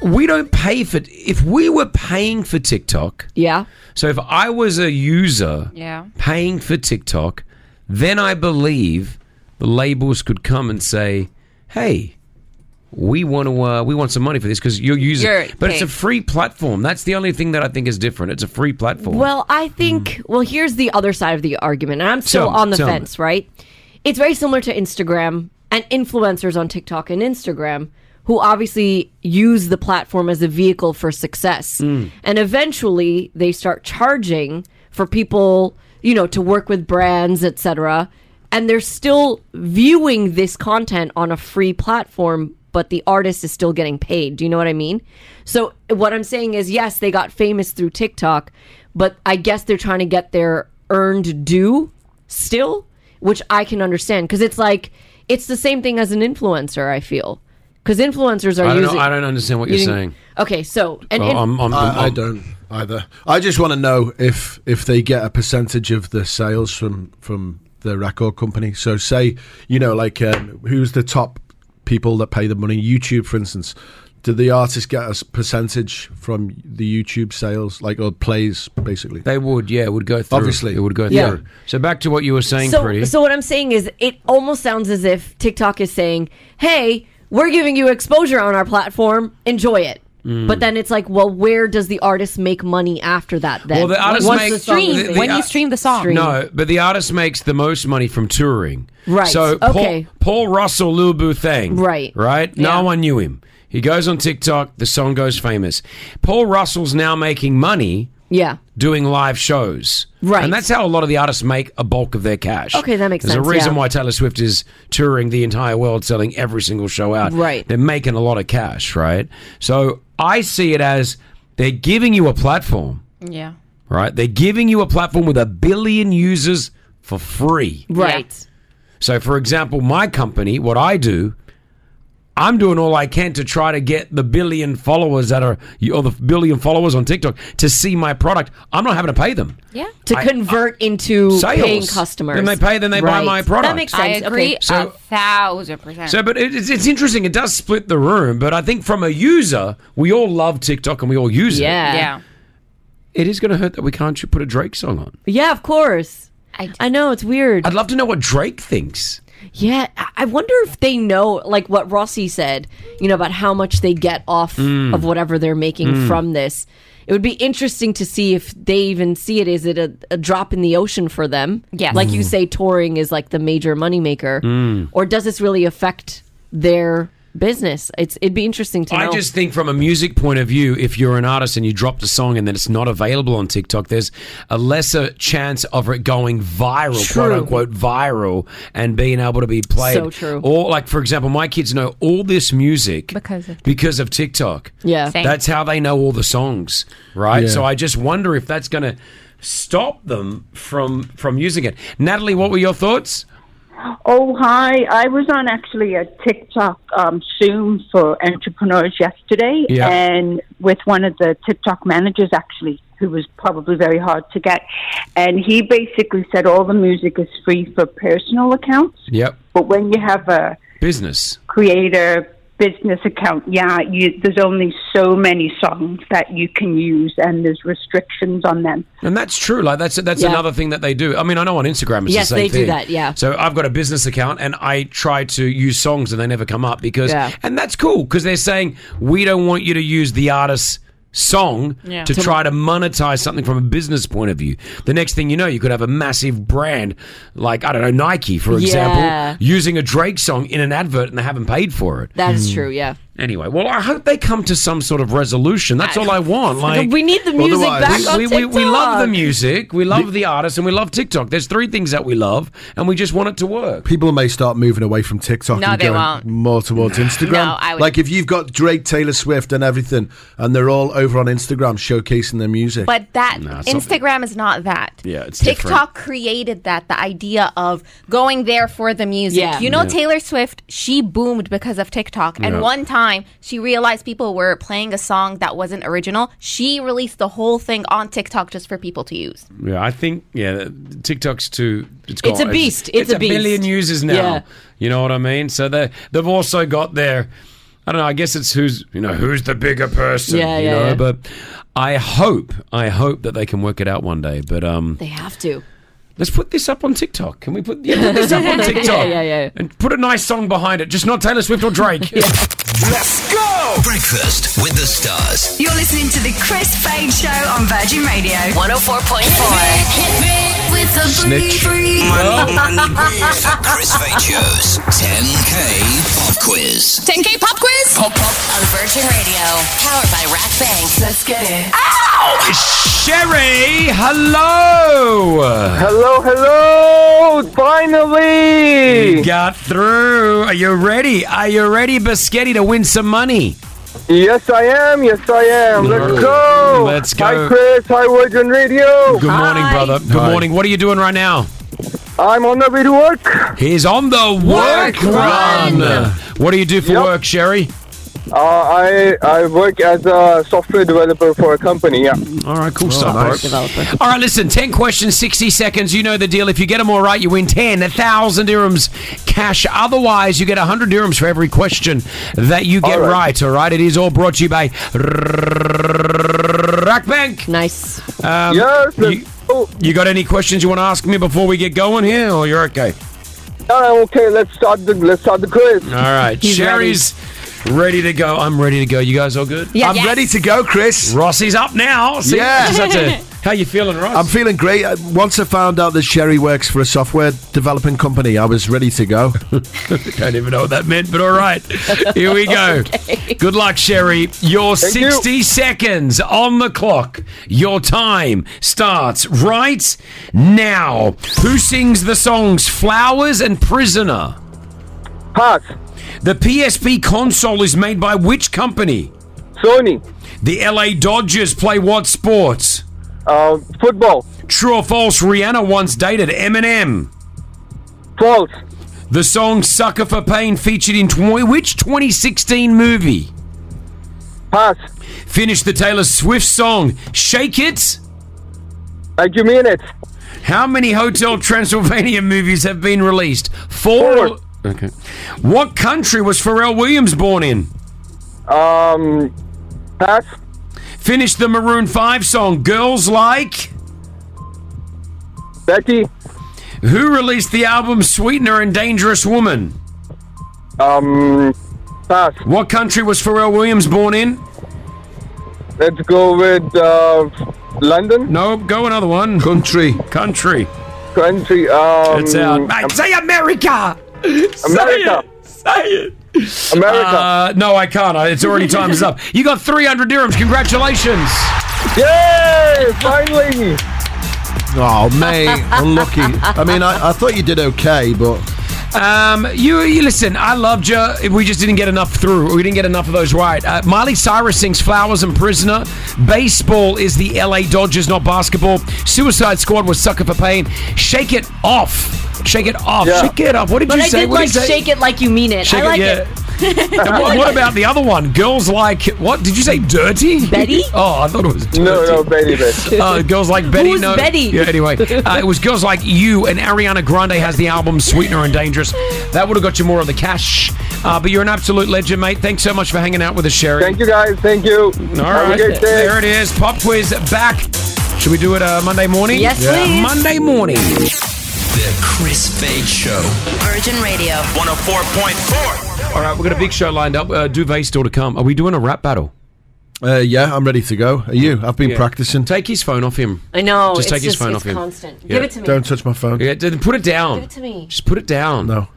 [SPEAKER 5] we don't pay for. If we were paying for TikTok,
[SPEAKER 6] yeah.
[SPEAKER 5] So if I was a user,
[SPEAKER 11] Yeah.
[SPEAKER 5] paying for TikTok, then I believe the labels could come and say, "Hey, we want to, uh, we want some money for this because you're using."
[SPEAKER 6] You're
[SPEAKER 5] but it's a
[SPEAKER 6] paying.
[SPEAKER 5] free platform. That's the only thing that I think is different. It's a free platform.
[SPEAKER 6] *laughs* Well, I think, well, here's the other side of the argument. And I'm still
[SPEAKER 5] Tell me,
[SPEAKER 6] on the
[SPEAKER 5] tell me.
[SPEAKER 6] fence, right? It's very similar to Instagram and influencers on TikTok and Instagram who obviously use the platform as a vehicle for success.
[SPEAKER 17] Mm.
[SPEAKER 6] And eventually they start charging for people, you know, to work with brands, etc. And they're still viewing this content on a free platform, but the artist is still getting paid. Do you know what I mean? So what I'm saying is yes, they got famous through TikTok, but I guess they're trying to get their earned due still, which I can understand because it's like it's the same thing as an influencer, I feel. Cuz influencers are
[SPEAKER 5] I don't
[SPEAKER 6] using
[SPEAKER 5] know. I don't understand what you're
[SPEAKER 6] using-
[SPEAKER 5] saying.
[SPEAKER 6] Okay, so and in-
[SPEAKER 18] Uh,
[SPEAKER 4] I, I don't either. I just want to know if if they get a percentage of the sales from from the record company. So say you know like um, who's the top people that pay the money? YouTube, for instance. Did the artist get a s- percentage from the YouTube sales, like or plays, basically?
[SPEAKER 5] They would, yeah, it would go through.
[SPEAKER 4] Obviously,
[SPEAKER 5] it would go
[SPEAKER 4] Yeah.
[SPEAKER 5] through. So back to what you were saying,
[SPEAKER 6] so,
[SPEAKER 5] pretty.
[SPEAKER 6] So what I'm saying is, it almost sounds as if TikTok is saying, "Hey, we're giving you exposure on our platform. Enjoy it."
[SPEAKER 5] Mm.
[SPEAKER 6] But then it's like, well, where does the artist make money after that? Then
[SPEAKER 5] Well, the artist
[SPEAKER 6] Once
[SPEAKER 5] make-
[SPEAKER 6] the song
[SPEAKER 5] Stream,
[SPEAKER 6] is-
[SPEAKER 5] the- the When you ar-
[SPEAKER 11] stream the song.
[SPEAKER 5] No, but the artist makes the most money from touring.
[SPEAKER 6] Right,
[SPEAKER 5] So
[SPEAKER 6] okay.
[SPEAKER 5] Paul, Paul Russell, Lil Boo Thang.
[SPEAKER 6] Right.
[SPEAKER 5] Right. No one knew him. He goes on TikTok. The song goes famous. Paul Russell's now making money
[SPEAKER 6] yeah.
[SPEAKER 5] doing live shows.
[SPEAKER 6] Right.
[SPEAKER 5] And that's how a lot of the artists make a bulk of their cash.
[SPEAKER 6] Okay, that makes
[SPEAKER 5] There's
[SPEAKER 6] sense,
[SPEAKER 5] a reason
[SPEAKER 6] yeah.
[SPEAKER 5] why Taylor Swift is touring the entire world, selling every single show out.
[SPEAKER 6] Right.
[SPEAKER 5] They're making a lot of cash, right? So I see it as they're giving you a platform,
[SPEAKER 11] Yeah.
[SPEAKER 5] right? They're giving you a platform with a billion users for free.
[SPEAKER 6] Right.
[SPEAKER 5] So, for example, my company, what I do, I'm doing all I can to try to get the billion followers that are, or the billion followers on TikTok to see my product. I'm not having to pay them.
[SPEAKER 11] Yeah.
[SPEAKER 6] To
[SPEAKER 5] I-
[SPEAKER 6] convert into
[SPEAKER 5] Sales.
[SPEAKER 6] paying customers.
[SPEAKER 5] Then they pay, then they buy my product.
[SPEAKER 6] That makes
[SPEAKER 11] I
[SPEAKER 6] sense.
[SPEAKER 11] agree
[SPEAKER 6] Okay. Uh,
[SPEAKER 11] a thousand percent.
[SPEAKER 5] So, but it- it's, it's interesting. It does split the room, but I think from a user, we all love TikTok and we all use
[SPEAKER 6] Yeah.
[SPEAKER 5] it.
[SPEAKER 6] Yeah.
[SPEAKER 5] It is going to hurt that we can't put a Drake song on.
[SPEAKER 6] yeah, of course. I, know Oh, it's weird.
[SPEAKER 5] I'd love to know what Drake thinks.
[SPEAKER 6] Yeah, I- I wonder if they know, like what Rossi said, you know, about how much they get off
[SPEAKER 17] Mm.
[SPEAKER 6] of whatever they're making
[SPEAKER 17] Mm.
[SPEAKER 6] from this. It would be interesting to see if they even see it. Is it a, a drop in the ocean for them?
[SPEAKER 17] Yes.
[SPEAKER 6] Like you
[SPEAKER 17] Mm.
[SPEAKER 6] say, touring is like the major moneymaker.
[SPEAKER 5] Mm.
[SPEAKER 6] Or does this really affect their business? It's It'd be interesting to know.
[SPEAKER 5] I just think from a music point of view, if you're an artist and you dropped a song and then it's not available on TikTok, there's a lesser chance of it going viral, quote
[SPEAKER 3] True.
[SPEAKER 5] unquote viral, and being able to be played.
[SPEAKER 3] So true.
[SPEAKER 5] Or like for example, my kids know all this music
[SPEAKER 3] Because of
[SPEAKER 5] because of TikTok.
[SPEAKER 3] Yeah. Same.
[SPEAKER 5] That's how they know all the songs, right?
[SPEAKER 3] Yeah.
[SPEAKER 5] So I just wonder if that's going to stop them from from using it. Natalie, what were your thoughts?
[SPEAKER 19] Oh, hi. I was on actually a TikTok um, Zoom for entrepreneurs yesterday
[SPEAKER 5] Yeah.
[SPEAKER 19] and with one of the TikTok managers, actually, who was probably very hard to get. And he basically said all the music is free for personal accounts,
[SPEAKER 5] Yep.
[SPEAKER 19] but when you have a
[SPEAKER 5] Business.
[SPEAKER 19] creator business account, yeah, you, there's only so many songs that you can use, and there's restrictions on them.
[SPEAKER 5] And that's true. Like that's that's
[SPEAKER 19] Yeah.
[SPEAKER 5] another thing that they do. I mean, I know on Instagram it's
[SPEAKER 19] Yes,
[SPEAKER 5] the same
[SPEAKER 19] they do
[SPEAKER 5] thing.
[SPEAKER 19] that, yeah.
[SPEAKER 5] So I've got a business account and I try to use songs and they never come up because,
[SPEAKER 6] Yeah.
[SPEAKER 5] and that's cool because they're saying we don't want you to use the artist's song
[SPEAKER 6] Yeah.
[SPEAKER 5] to
[SPEAKER 6] To-
[SPEAKER 5] try to monetize something from a business point of view. The next thing you know, you could have a massive brand like I don't know Nike, for example,
[SPEAKER 6] Yeah.
[SPEAKER 5] using a Drake song in an advert and they haven't paid for it.
[SPEAKER 6] That is true, yeah.
[SPEAKER 5] Anyway, well, I hope they come to some sort of resolution. That's all I want. Like
[SPEAKER 6] We need the music Otherwise- back on
[SPEAKER 5] We, we, we love the
[SPEAKER 6] TikTok.
[SPEAKER 5] music, we love the artists, and we love TikTok. There's three things that we love, and we just want it to work.
[SPEAKER 4] People may start moving away from TikTok
[SPEAKER 11] No,
[SPEAKER 4] and
[SPEAKER 11] they
[SPEAKER 4] going
[SPEAKER 11] won't.
[SPEAKER 4] more towards Instagram.
[SPEAKER 11] No, I would-
[SPEAKER 4] Like if you've got Drake, Taylor Swift, and everything, and they're all over on Instagram showcasing their music.
[SPEAKER 17] But that
[SPEAKER 4] Nah, it's not-
[SPEAKER 17] Instagram is not that.
[SPEAKER 4] Yeah, it's different.
[SPEAKER 17] TikTok created that the idea of going there for the music.
[SPEAKER 6] Yeah.
[SPEAKER 17] You know
[SPEAKER 6] Yeah.
[SPEAKER 17] Taylor Swift, she boomed because of TikTok. And
[SPEAKER 6] Yeah.
[SPEAKER 17] one time she realized people were playing a song that wasn't original. She released the whole thing on TikTok just for people to use.
[SPEAKER 5] Yeah, I think yeah, TikTok's too. It's,
[SPEAKER 17] It's
[SPEAKER 5] gone.
[SPEAKER 17] a beast.
[SPEAKER 5] It's,
[SPEAKER 17] It's a beast.
[SPEAKER 5] billion users now.
[SPEAKER 17] Yeah.
[SPEAKER 5] You know what I mean? So they they've also got their. I don't know. I guess it's who's you know who's the bigger person.
[SPEAKER 6] Yeah,
[SPEAKER 5] you
[SPEAKER 6] yeah,
[SPEAKER 5] know,
[SPEAKER 6] yeah.
[SPEAKER 5] But I hope I hope that they can work it out one day. But um,
[SPEAKER 6] They have to.
[SPEAKER 5] let's put this up on TikTok. Can we put, *laughs* yeah, put this up on TikTok?
[SPEAKER 6] *laughs* Yeah, yeah, yeah.
[SPEAKER 5] And put a nice song behind it, just not Taylor Swift or
[SPEAKER 6] *laughs*
[SPEAKER 5] Drake.
[SPEAKER 14] Let's go!
[SPEAKER 13] Breakfast with the stars.
[SPEAKER 14] You're listening to the Chris Fade Show on Virgin Radio.
[SPEAKER 10] 104.4.
[SPEAKER 14] With the
[SPEAKER 13] Snitch. Money, money, breeze. Chris Fade Show's 10K Pop Quiz.
[SPEAKER 10] 10K pop quiz? Pop, pop. On Virgin Radio. Powered by Rack Bank. Let's get it. Ow!
[SPEAKER 5] Sherry, hello.
[SPEAKER 3] Hello, hello! Finally!
[SPEAKER 5] You got through. Are you ready? Are you ready, Biscotti, to win some money?
[SPEAKER 3] Yes, I am. Yes, I am. Let's go.
[SPEAKER 5] Let's go.
[SPEAKER 3] Hi, Chris. Hi, Virgin Radio.
[SPEAKER 5] Good morning, brother. Good morning. What are you doing right now?
[SPEAKER 3] I'm on the way to work.
[SPEAKER 5] He's on the work, run. What do you do for work, Sherry?
[SPEAKER 3] Uh, I I work as a software developer for a company. Yeah.
[SPEAKER 5] All right. Cool stuff, bro. All right, listen, 10 questions, 60 seconds. You know the deal. If you get them all right, you win 10, 1,000 dirhams cash. Otherwise, you get 100 dirhams for every question that you get right. All right, it is all brought to you by Rack Bank.
[SPEAKER 6] Nice.
[SPEAKER 5] Um, you, you got any questions you want to ask me before we get going here, or you're okay?
[SPEAKER 3] All right. Okay. Let's start the let's start the quiz.
[SPEAKER 5] All right,
[SPEAKER 3] He's
[SPEAKER 5] Sherry's ready. to go. I'm ready to go. You guys all good?
[SPEAKER 4] Yeah. I'm Yes. ready to go, Chris.
[SPEAKER 5] Rossi's up now. Oh, See,
[SPEAKER 4] Yeah.
[SPEAKER 5] just had
[SPEAKER 11] *laughs*
[SPEAKER 5] to- how you feeling, Ross?
[SPEAKER 4] I'm feeling great. Uh, Once I found out that Sherry works for a software developing company, I was ready to
[SPEAKER 5] *laughs*
[SPEAKER 4] go. *laughs*
[SPEAKER 5] Don't even know what that meant, but all right. Here we
[SPEAKER 3] *laughs*
[SPEAKER 5] go. Good luck, Sherry. Your
[SPEAKER 4] Thank
[SPEAKER 5] 60 seconds on the clock. Your time starts right now. Who sings the songs Flowers and Prisoner?
[SPEAKER 3] Pass.
[SPEAKER 5] The PSP console is made by which company?
[SPEAKER 3] Sony.
[SPEAKER 5] The LA Dodgers play what sports?
[SPEAKER 3] Uh, football.
[SPEAKER 5] True or false, Rihanna once dated Eminem?
[SPEAKER 3] False.
[SPEAKER 5] The song Sucker for Pain featured in tw- which 2016 movie?
[SPEAKER 3] Pass.
[SPEAKER 5] Finish the Taylor Swift song Shake It.
[SPEAKER 3] Like you mean it.
[SPEAKER 5] How many Hotel Transylvania movies have been released? Four. Okay. What country was Pharrell Williams born in?
[SPEAKER 3] Um, pass.
[SPEAKER 5] Finish the Maroon 5 song Girls Like.
[SPEAKER 3] Betty.
[SPEAKER 5] Who released the album Sweetener and Dangerous Woman?
[SPEAKER 3] Um, pass.
[SPEAKER 5] What country was Pharrell Williams born in?
[SPEAKER 3] Let's go with uh, London.
[SPEAKER 5] Nope. Go another one.
[SPEAKER 4] Country.
[SPEAKER 5] Country.
[SPEAKER 3] Country. Um,
[SPEAKER 5] It's out. Mate,
[SPEAKER 3] Am-
[SPEAKER 5] say America.
[SPEAKER 3] *laughs* America.
[SPEAKER 5] Say it. Say it.
[SPEAKER 3] America.
[SPEAKER 5] Uh, no, I can't. I- It's already time's up. You got 300 dirhams. Congratulations.
[SPEAKER 3] Yay! Finally.
[SPEAKER 4] Oh, mate, unlucky. I mean, I, I thought you did okay, but
[SPEAKER 5] Um, you, you listen. I loved you. We just didn't get enough through. We didn't get enough of those right. Uh, Miley Cyrus sings "Flowers and Prisoner." Baseball is the LA Dodgers, not basketball. Suicide Squad was "Sucker for Pain." Shake it off. Shake it off. Shake it off. What did
[SPEAKER 6] but
[SPEAKER 5] you
[SPEAKER 6] I
[SPEAKER 5] say?
[SPEAKER 6] did
[SPEAKER 5] What
[SPEAKER 6] like
[SPEAKER 5] did you say?
[SPEAKER 6] shake it like you mean it.
[SPEAKER 5] Shake
[SPEAKER 6] I like
[SPEAKER 5] yeah.
[SPEAKER 6] it. *laughs*
[SPEAKER 5] And what, what about the other one? Girls like what? Did you say dirty? Betty? *laughs* Oh, I thought it was dirty.
[SPEAKER 3] No, no,
[SPEAKER 5] *laughs*
[SPEAKER 3] Betty, Betty.
[SPEAKER 5] Uh, girls like Betty.
[SPEAKER 3] Who's
[SPEAKER 5] no.
[SPEAKER 3] Betty?
[SPEAKER 5] Yeah. Anyway, uh, it was girls like you and Ariana Grande has the album Sweetener and Dangerous. That would have got you more of the cash. Uh, but you're an absolute legend, mate. Thanks so much for hanging out with us, Sherry.
[SPEAKER 3] Thank you guys. Thank you.
[SPEAKER 5] All right, there it is. Pop quiz back. Should we do it uh, Monday morning?
[SPEAKER 10] Yes, Yeah. please.
[SPEAKER 5] Monday morning.
[SPEAKER 13] The Chris Fade Show.
[SPEAKER 10] Virgin Radio.
[SPEAKER 13] 104.4.
[SPEAKER 5] All right, we've got a big show lined up. Uh, Duvet still to come. Are we doing a rap battle?
[SPEAKER 4] Uh, yeah, I'm ready to go. Are you? I've been
[SPEAKER 5] Yeah.
[SPEAKER 4] practicing.
[SPEAKER 5] Take his phone off him.
[SPEAKER 6] I know.
[SPEAKER 5] Just
[SPEAKER 6] it's
[SPEAKER 5] take his phone
[SPEAKER 6] it's
[SPEAKER 5] off him.
[SPEAKER 6] constant.
[SPEAKER 5] Yeah.
[SPEAKER 6] Give it to me.
[SPEAKER 4] Don't touch my phone.
[SPEAKER 5] Yeah, d- put it down.
[SPEAKER 6] Give it to me.
[SPEAKER 5] Just put it down. No.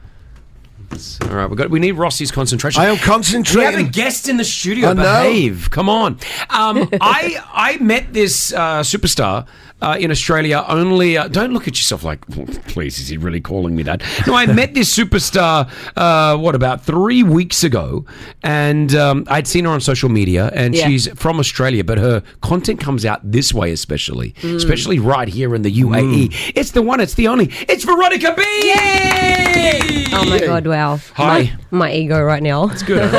[SPEAKER 5] All right, we got. We need Rossi's concentration.
[SPEAKER 4] I am concentrating.
[SPEAKER 5] We have a guest in the studio.
[SPEAKER 4] I know.
[SPEAKER 5] Behave. Come on.
[SPEAKER 4] *laughs*
[SPEAKER 5] Um, I I met this uh, superstar uh, in Australia. Only uh, don't look at yourself like, "Oh, please, is he really calling me that? No, I met this superstar. Uh, what about three weeks ago? And um, I'd seen her on social media, and
[SPEAKER 20] Yeah.
[SPEAKER 5] she's from Australia, but her content comes out this way, especially,
[SPEAKER 20] Mm.
[SPEAKER 5] especially right here in the UAE. It's the one. It's the only. It's Veronica B. Yay!
[SPEAKER 20] Oh my god! Wow.
[SPEAKER 5] Hi.
[SPEAKER 20] My, my ego right now. It's
[SPEAKER 5] good.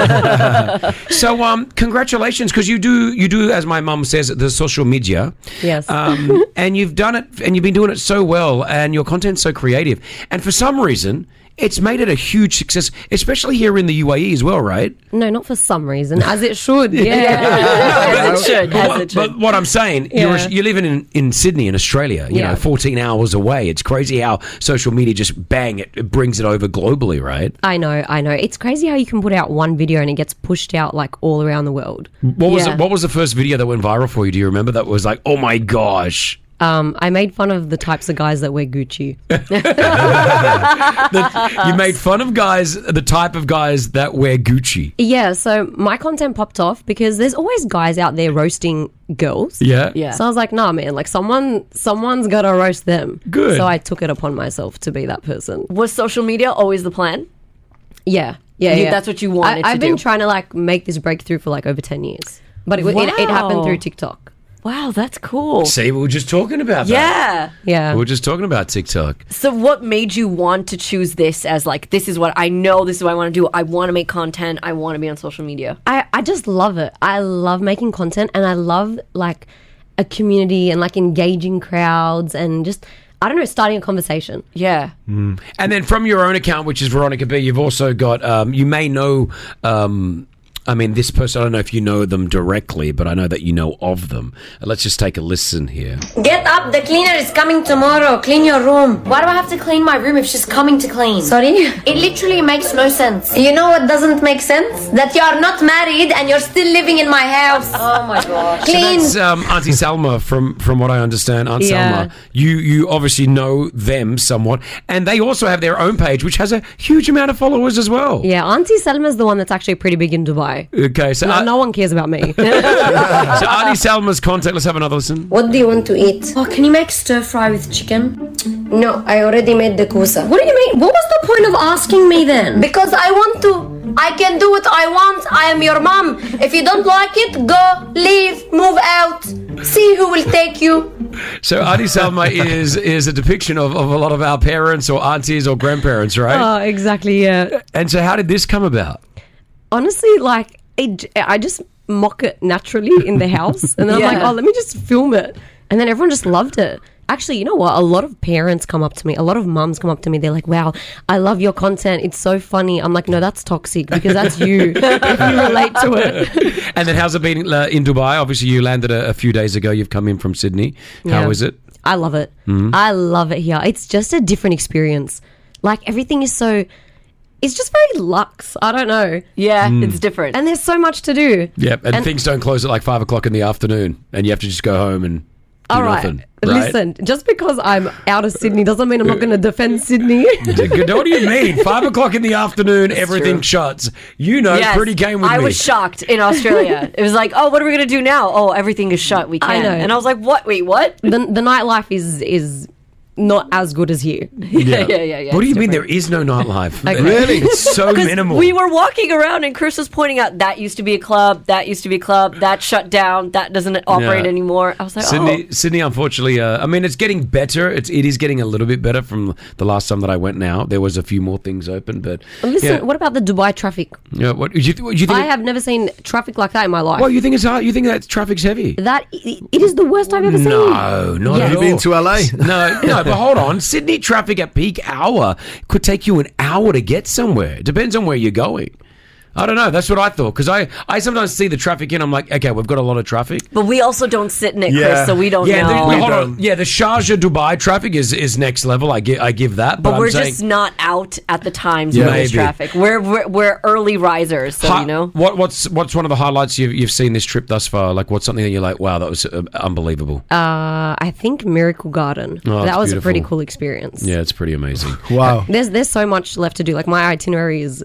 [SPEAKER 5] so um congratulations because you do you do as my mum says the social media
[SPEAKER 20] *laughs* Yes.
[SPEAKER 5] um and you've done it and you've been doing it so well and your content's so creative and for some reason it's made it a huge success especially here in the UAE as well right
[SPEAKER 20] no, not for some reason, as it should. *laughs* Yeah.
[SPEAKER 5] No,
[SPEAKER 20] as it should.
[SPEAKER 5] But,
[SPEAKER 20] As
[SPEAKER 5] what-
[SPEAKER 20] it should.
[SPEAKER 5] but what I'm saying, you're,
[SPEAKER 20] Yeah.
[SPEAKER 5] you're living in, in Sydney, in Australia, you
[SPEAKER 20] Yeah.
[SPEAKER 5] know, 14 hours away. It's crazy how social media just bang, it, it brings it over globally, right?
[SPEAKER 20] I know, I know. It's crazy how you can put out one video and it gets pushed out like all around the world.
[SPEAKER 5] What was
[SPEAKER 20] Yeah.
[SPEAKER 5] it, what was the first video that went viral for you? Do you remember that was like, oh my gosh,
[SPEAKER 20] Um, I made fun of the types of guys that wear *laughs* Gucci. Uh-huh.
[SPEAKER 5] you made fun of guys, the type of guys that wear Gucci.
[SPEAKER 20] Yeah, so my content popped off because there's always guys out there roasting girls.
[SPEAKER 5] Yeah. Yeah.
[SPEAKER 20] So I was like, nah, man, like someone, someone's got to roast them.
[SPEAKER 5] Good.
[SPEAKER 20] So I took it upon myself to be that person.
[SPEAKER 6] Was social media always the plan?
[SPEAKER 20] Yeah, yeah,
[SPEAKER 6] You-
[SPEAKER 20] yeah.
[SPEAKER 6] that's what you wanted
[SPEAKER 20] I, I've
[SPEAKER 6] to
[SPEAKER 20] been
[SPEAKER 6] do.
[SPEAKER 20] trying to like make this breakthrough for like over ten years, but it, it, it happened
[SPEAKER 6] Wow.
[SPEAKER 20] through TikTok.
[SPEAKER 6] Wow, that's cool.
[SPEAKER 5] See, we were just talking about that.
[SPEAKER 6] Yeah.
[SPEAKER 20] Yeah.
[SPEAKER 5] We were just talking about TikTok.
[SPEAKER 6] So, what made you want to choose this as like this is what I know, this is what I want to do. I want to make content. I want to be on social media.
[SPEAKER 20] I, I just love it. I love making content and I love like a community and like engaging crowds and just I don't know starting a conversation.
[SPEAKER 6] Yeah.
[SPEAKER 5] And then from your own account, which is Veronica B, you've also got, um, you may know, um, I mean, this person, I don't know if you know them directly, but I know that you know of them. Uh, Let's just take a listen here.
[SPEAKER 21] Get up, the cleaner is coming tomorrow. Clean your room. Why do I have to clean my room if she's coming to clean? Sorry? It literally makes no sense. You know what doesn't make sense? That you are not married and you're still living in my house. Oh my gosh. Clean.
[SPEAKER 5] So that's um, Auntie Salma, from from what I understand, Aunt
[SPEAKER 21] Yeah.
[SPEAKER 5] Salma. You you obviously know them somewhat, and they also have their own page, which has a huge amount of followers as well.
[SPEAKER 20] Yeah, Auntie Selma's the one that's actually pretty big in Dubai.
[SPEAKER 5] Okay, so
[SPEAKER 20] no,
[SPEAKER 5] uh,
[SPEAKER 20] no one cares about me.
[SPEAKER 5] *laughs* so Auntie Salma's contact. Let's have another listen.
[SPEAKER 21] *laughs* What do you want to eat? Oh, can you make stir fry with chicken? No, I already made the kusa. What do you mean? What was the point of asking me then? Because I want to. I can do what I want. I am your mom. If you don't like it, go, leave, move out. See who will take you.
[SPEAKER 5] So Auntie Salma is is a depiction of, of a lot of our parents or aunties or grandparents, right?
[SPEAKER 20] Oh, exactly. Yeah.
[SPEAKER 5] and so, how did this come about?
[SPEAKER 20] Honestly, like it, I just mock it naturally in the house, and then I'm like,
[SPEAKER 6] Yeah.
[SPEAKER 20] oh, let me just film it, and then everyone just loved it. Actually, you know what? A lot of parents come up to me. A lot of mums come up to me. They're like, "Wow, I love your content. It's so funny." I'm like, "No, that's toxic because that's
[SPEAKER 6] *laughs*
[SPEAKER 20] you. if you relate to it."
[SPEAKER 5] and then, how's it been uh, in Dubai? Obviously, you landed a, a few days ago. You've come in from Sydney.
[SPEAKER 20] Yeah. Uh,
[SPEAKER 5] How is it?
[SPEAKER 20] I love it.
[SPEAKER 6] Mm-hmm.
[SPEAKER 5] Mhm.
[SPEAKER 20] I love it here. It's just a different experience. Like everything is so. It's just very luxe. I don't know.
[SPEAKER 6] Yeah,
[SPEAKER 5] Mm.
[SPEAKER 6] it's different.
[SPEAKER 20] And there's so much to do.
[SPEAKER 5] Yep, and,
[SPEAKER 20] And-
[SPEAKER 5] things don't close at like five o'clock in the afternoon, and you have to just go home and do
[SPEAKER 20] All right.
[SPEAKER 5] nothing. Right?
[SPEAKER 20] Listen, just because I'm out of Sydney doesn't mean I'm not going to
[SPEAKER 5] *laughs*
[SPEAKER 20] defend Sydney.
[SPEAKER 5] what do you mean? Five o'clock in the afternoon, everything shuts. You know,
[SPEAKER 20] *laughs*
[SPEAKER 6] Yes,
[SPEAKER 5] pretty game with
[SPEAKER 6] I
[SPEAKER 5] me.
[SPEAKER 6] was shocked in Australia. it was like, oh, what are we gonna do now? Oh, everything is shut. We
[SPEAKER 20] I
[SPEAKER 6] can't.
[SPEAKER 20] know.
[SPEAKER 6] And I was like, what? Wait, what?
[SPEAKER 20] The, the nightlife is is not as good as
[SPEAKER 6] *laughs*
[SPEAKER 20] here.
[SPEAKER 5] What do you mean there is no nightlife?
[SPEAKER 20] Okay.
[SPEAKER 5] It's so
[SPEAKER 6] 'Cause
[SPEAKER 5] minimal.
[SPEAKER 6] We were walking around and Chris was pointing out that used to be a club, that used to be a club, that shut down, that doesn't operate
[SPEAKER 5] Yeah.
[SPEAKER 6] anymore. I was like, "Oh."
[SPEAKER 20] oh.
[SPEAKER 5] Sydney, Sydney, unfortunately, uh, I mean, it's getting better. It's, it is getting a little bit better from the last time that I went. Now there was a few more things open, but
[SPEAKER 20] Listen,
[SPEAKER 5] yeah,
[SPEAKER 20] what about the Dubai traffic?
[SPEAKER 5] yeah, what you, th- you think?
[SPEAKER 20] I
[SPEAKER 5] it-
[SPEAKER 20] have never seen traffic like that in my life.
[SPEAKER 5] Well, you think it's hard? You think that traffic's heavy?
[SPEAKER 20] that it is the worst I've ever seen.
[SPEAKER 5] No, not
[SPEAKER 20] Yeah.
[SPEAKER 5] at
[SPEAKER 20] Have you
[SPEAKER 5] all.
[SPEAKER 20] been
[SPEAKER 5] to LA? No, no.
[SPEAKER 20] *laughs*
[SPEAKER 5] But hold on, Sydney traffic at peak hour could take you an hour to get somewhere. It depends on where you're going. I don't know. That's what I thought because I, I sometimes see the traffic and I'm like, okay, we've got a lot of traffic.
[SPEAKER 6] But we also don't sit in it, Chris, so we don't
[SPEAKER 5] yeah,
[SPEAKER 6] know.
[SPEAKER 5] The, hold on. yeah, the Sharjah Dubai traffic is, is next level. I give I give that, but,
[SPEAKER 6] But, we're
[SPEAKER 5] I'm saying,
[SPEAKER 6] just not out at the times
[SPEAKER 5] Yeah.
[SPEAKER 6] when there's
[SPEAKER 5] Maybe.
[SPEAKER 6] traffic. We're, we're we're early risers, so
[SPEAKER 5] Hi-
[SPEAKER 6] you know.
[SPEAKER 5] what what's what's one of the highlights you've you've seen this trip thus far? Like, what's something that you're like, wow, that was uh, unbelievable.
[SPEAKER 20] Uh, I think Miracle Garden.
[SPEAKER 5] Oh,
[SPEAKER 20] that
[SPEAKER 5] it's
[SPEAKER 20] was a pretty
[SPEAKER 5] beautiful.
[SPEAKER 20] cool experience.
[SPEAKER 5] Yeah, it's pretty amazing. wow,
[SPEAKER 20] There's there's so much left to do. Like my itinerary is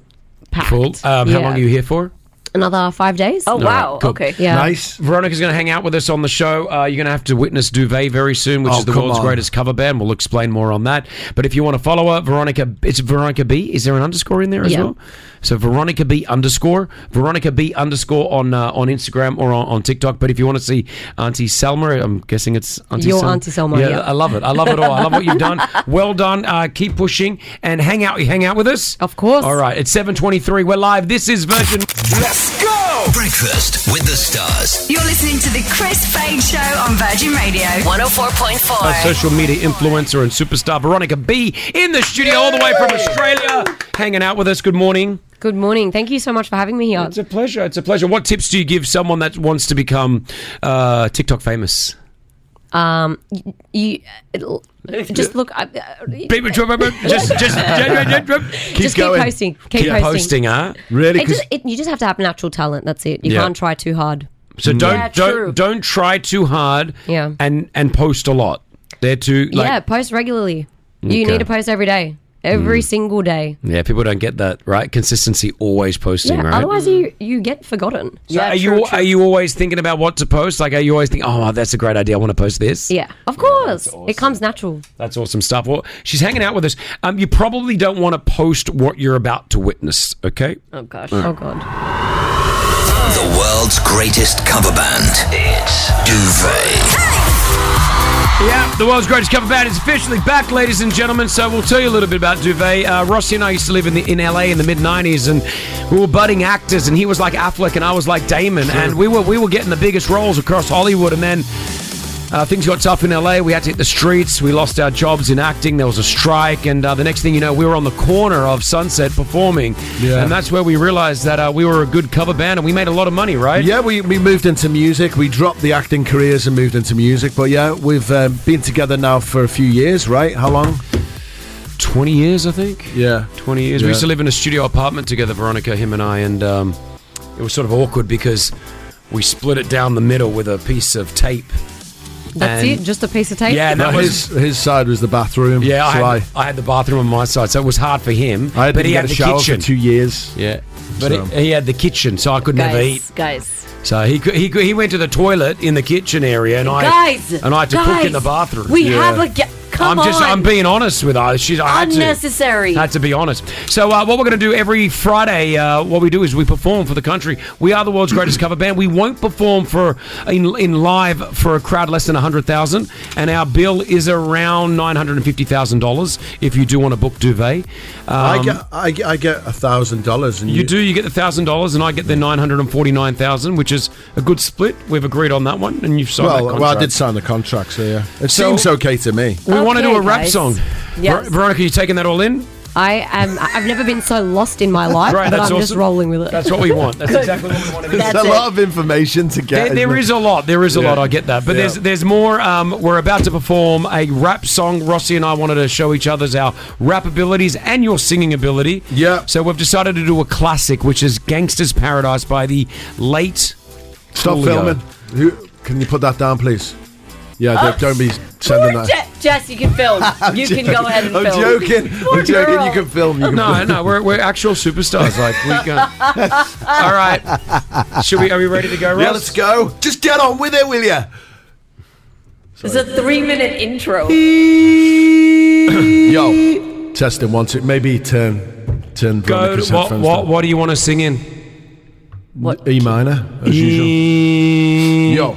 [SPEAKER 5] cool. Um, How
[SPEAKER 20] Yeah.
[SPEAKER 5] long are you here for?
[SPEAKER 20] another five days.
[SPEAKER 5] All right, cool.
[SPEAKER 20] Yeah.
[SPEAKER 5] Veronica's going to hang out with us on the show. Uh, you're going to have to witness Duvet very soon, which
[SPEAKER 4] Oh,
[SPEAKER 5] is the
[SPEAKER 4] come
[SPEAKER 5] world's
[SPEAKER 4] on.
[SPEAKER 5] greatest cover band. We'll explain more on that. But if you want to follow her, Veronica, it's Veronica B. Is there an underscore in there as
[SPEAKER 20] Yeah.
[SPEAKER 5] well? So Veronica B underscore, Veronica B underscore on uh, on Instagram or on, on TikTok. But if you want to see Auntie Selma, I'm guessing it's Auntie
[SPEAKER 20] Your
[SPEAKER 5] Selma.
[SPEAKER 20] Auntie Selma, yeah.
[SPEAKER 5] I love it. I love it all. I love what you've
[SPEAKER 20] *laughs*
[SPEAKER 5] done. Well done. Uh, keep pushing and hang out. You hang out with us, of
[SPEAKER 20] course.
[SPEAKER 5] All right, it's 7:23. We're live. This is Virgin.
[SPEAKER 13] Let's go! Breakfast with the stars.
[SPEAKER 14] You're listening to the Chris Fade Show on Virgin Radio.
[SPEAKER 10] 104.4.
[SPEAKER 5] Our social media influencer and superstar Veronica B in the studio all the way from Australia, hanging out with us. Good morning.
[SPEAKER 20] Good morning. Thank you so much for having me here. It's
[SPEAKER 5] a pleasure. It's a pleasure. What tips do you give someone that wants to become uh, TikTok famous?
[SPEAKER 20] Um, y- you it'll- just look. I-
[SPEAKER 5] People, just, just,
[SPEAKER 20] *laughs*
[SPEAKER 5] keep
[SPEAKER 20] Just keep
[SPEAKER 5] going.
[SPEAKER 20] posting. Keep
[SPEAKER 5] Keep
[SPEAKER 20] posting.
[SPEAKER 5] posting, huh? Really?
[SPEAKER 20] It just, it, you just have to have natural talent. That's it. You
[SPEAKER 5] Yeah.
[SPEAKER 20] can't try too hard.
[SPEAKER 5] So don't
[SPEAKER 20] Yeah, true.
[SPEAKER 5] don't don't try too hard.
[SPEAKER 20] Yeah.
[SPEAKER 5] And and post a lot. They're too like
[SPEAKER 20] yeah, post regularly. You
[SPEAKER 5] Okay. Mm.
[SPEAKER 20] need to post every day, every single day.
[SPEAKER 5] yeah, people don't get that right. Consistency always posting,
[SPEAKER 20] Yeah,
[SPEAKER 5] right?
[SPEAKER 20] otherwise you you get forgotten.
[SPEAKER 5] So are you are you always thinking about what to post? Like, are you always thinking, oh, that's a great idea. I want to post this.
[SPEAKER 20] Yeah, of course. It comes natural.
[SPEAKER 5] That's awesome stuff. Well, she's hanging out with us. Um, you probably don't want to post what you're about to witness. Okay.
[SPEAKER 6] Oh gosh.
[SPEAKER 5] All right.
[SPEAKER 20] Oh god.
[SPEAKER 13] The world's greatest cover band. It's Duvet.
[SPEAKER 5] Yeah, the world's greatest cover band is officially back, ladies and gentlemen. So we'll tell you a little bit about Duvet. Uh, Rossi and I used to live in the, in LA in the mid '90s, and we were budding actors. And he was like Affleck, and I was like Damon, and we were we were getting the biggest roles across Hollywood. And then uh, things got tough in LA. We had to hit the streets. We lost our jobs in acting. There was a strike, and uh, the next thing you know, we were on the corner of Sunset performing.
[SPEAKER 4] Yeah.
[SPEAKER 5] And that's where we realized that uh, we were a good cover band, and we made a lot of money, right?
[SPEAKER 4] Yeah, we, we moved into music. We dropped the acting careers and moved into music. But yeah, we've um, been together now for a few years, right? How long?
[SPEAKER 5] 20 years, I think.
[SPEAKER 4] Yeah.
[SPEAKER 5] 20 years. We
[SPEAKER 4] Yeah.
[SPEAKER 5] used to live in a studio apartment together, Veronica, him and I, and um, it was sort of awkward because we split it down the middle with a piece of tape.
[SPEAKER 20] That's
[SPEAKER 5] And-
[SPEAKER 20] it. Just a piece of tape.
[SPEAKER 5] Yeah, that
[SPEAKER 4] No, his,
[SPEAKER 5] was-
[SPEAKER 4] his side was the bathroom.
[SPEAKER 5] Yeah, I
[SPEAKER 4] so
[SPEAKER 5] had, I had the bathroom on my side, so it was hard for him.
[SPEAKER 4] I, I had
[SPEAKER 5] but he
[SPEAKER 4] get
[SPEAKER 5] had
[SPEAKER 4] a
[SPEAKER 5] the
[SPEAKER 4] shower
[SPEAKER 5] kitchen.
[SPEAKER 4] for two years.
[SPEAKER 5] Yeah, but
[SPEAKER 4] So-
[SPEAKER 5] he, he had the kitchen, so I could never eat.
[SPEAKER 6] Guys, guys.
[SPEAKER 5] So he could, he could, he went to the toilet in the kitchen area, and I
[SPEAKER 6] guys.
[SPEAKER 5] and I had to cook in
[SPEAKER 6] guys,
[SPEAKER 5] the bathroom.
[SPEAKER 6] We have a ge- come
[SPEAKER 5] I'm just
[SPEAKER 6] on.
[SPEAKER 5] I'm being honest with her. She's I had to-
[SPEAKER 6] Unnecessary.
[SPEAKER 5] had to be honest. So uh, what we're going to do every Friday, uh, what we do is we perform for the country. We are the world's greatest cover band. We won't perform for in in live for a crowd less than hundred thousand, and our bill is around nine hundred and fifty thousand dollars. If you do want to book duvet,
[SPEAKER 4] I
[SPEAKER 5] Um,
[SPEAKER 4] get I, get- I get a thousand dollars, and
[SPEAKER 5] you do. You get the thousand dollars, and I get the nine hundred and forty nine thousand, which is a good split. We've agreed on that one, and you've signed.
[SPEAKER 4] Well,
[SPEAKER 5] that
[SPEAKER 4] well, I
[SPEAKER 5] contract.
[SPEAKER 4] did sign the contract, so yeah, it
[SPEAKER 5] So-
[SPEAKER 4] seems okay to me.
[SPEAKER 5] We want to do
[SPEAKER 20] Okay,
[SPEAKER 5] a rap
[SPEAKER 20] guys.
[SPEAKER 5] song.
[SPEAKER 20] Yes.
[SPEAKER 5] Ver- Veronica, you taking that all in?
[SPEAKER 20] I am. I've never been so
[SPEAKER 5] *laughs*
[SPEAKER 20] lost in my life,
[SPEAKER 5] Right,
[SPEAKER 20] but I'm
[SPEAKER 5] that's
[SPEAKER 20] just
[SPEAKER 5] awesome.
[SPEAKER 20] rolling with it.
[SPEAKER 5] That's what we want.
[SPEAKER 20] *laughs*
[SPEAKER 5] That's exactly what we want.
[SPEAKER 4] There's a lot of information to get.
[SPEAKER 5] There, there
[SPEAKER 4] isn't
[SPEAKER 5] is a lot. There is a
[SPEAKER 4] Yeah.
[SPEAKER 5] lot. I get that, but
[SPEAKER 4] Yeah.
[SPEAKER 5] there's there's more. Um, we're about to perform a rap song. Rossi and I wanted to show each other's our rap abilities and your singing ability. Yeah. So we've decided to do a classic, which is "Gangsters Paradise" by the late.
[SPEAKER 4] Stop
[SPEAKER 5] Coolio.
[SPEAKER 4] filming. Who, can you put that down, please? Yeah, don't, don't be sending
[SPEAKER 6] Poor
[SPEAKER 4] that.
[SPEAKER 6] Je- Jess, you can
[SPEAKER 5] *laughs*
[SPEAKER 6] film.
[SPEAKER 4] I'm
[SPEAKER 6] You can go ahead and
[SPEAKER 4] I'm
[SPEAKER 6] film.
[SPEAKER 4] joking.
[SPEAKER 6] Poor
[SPEAKER 4] I'm joking.
[SPEAKER 6] girl.
[SPEAKER 4] You can film. You can
[SPEAKER 5] No,
[SPEAKER 4] film.
[SPEAKER 5] no, we're, we're actual superstars. Like we can.
[SPEAKER 6] *laughs*
[SPEAKER 5] All right. Should we? Are we ready to go? Ross?
[SPEAKER 4] Yeah, let's go. Just get on with it, will you?
[SPEAKER 5] *laughs*
[SPEAKER 6] It's a three-minute intro.
[SPEAKER 5] Easy.
[SPEAKER 4] Yo, testing one, two. Maybe turn, turn
[SPEAKER 5] Go.
[SPEAKER 4] Veronica's
[SPEAKER 5] what,
[SPEAKER 4] headphones
[SPEAKER 5] what, what do you want to sing in?
[SPEAKER 4] What? E minor, as
[SPEAKER 5] E usual.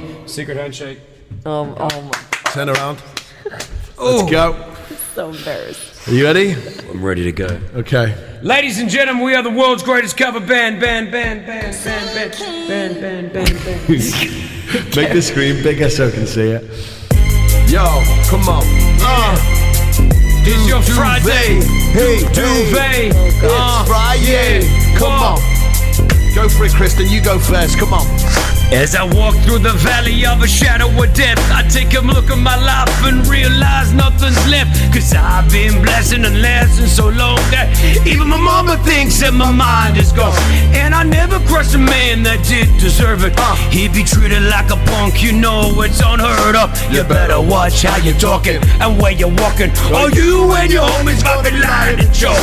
[SPEAKER 4] Yo.
[SPEAKER 5] E Secret handshake.
[SPEAKER 6] Um, um.
[SPEAKER 4] Turn around. Let's go.
[SPEAKER 6] so embarrassed.
[SPEAKER 4] Are you ready?
[SPEAKER 5] I'm ready to go.
[SPEAKER 4] Okay. *laughs*
[SPEAKER 5] Ladies and gentlemen, we are the world's greatest cover band, band, band, band, band, band, band, band, band, band. *laughs*
[SPEAKER 4] Make the screen bigger so I can see it.
[SPEAKER 5] *gasps*
[SPEAKER 4] Yo, come on. Uh,
[SPEAKER 5] it's your Friday.
[SPEAKER 4] Hey,
[SPEAKER 5] Duvet. Uh,
[SPEAKER 4] It's Friday. Come on. Go for it, Kristen. You go first. Come on.
[SPEAKER 5] As I walk through the valley of a shadow of death, I take a look at my life and realize nothing's left. Cause I've been blessing and lasting so long that even my mama thinks that my mind is gone. And I never crushed a man that did deserve it. Uh, he be treated like a punk, you know it's unheard of. You better Oh, watch how you're talking and where you're walking. Or you and your homies might be lying and joke.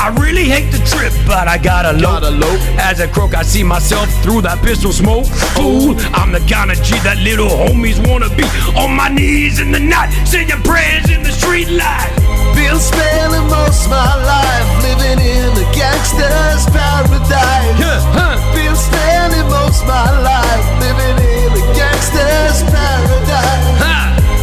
[SPEAKER 5] I really hate the trip, but I gotta load. As I croak, I see myself through that pistol smoke. Fool, I'm the kind of G that little homies wanna be. On my knees in the night, singing prayers in the street light.
[SPEAKER 18] Been spending most my life living in a gangster's paradise. Been spending most my life living in a gangster's paradise.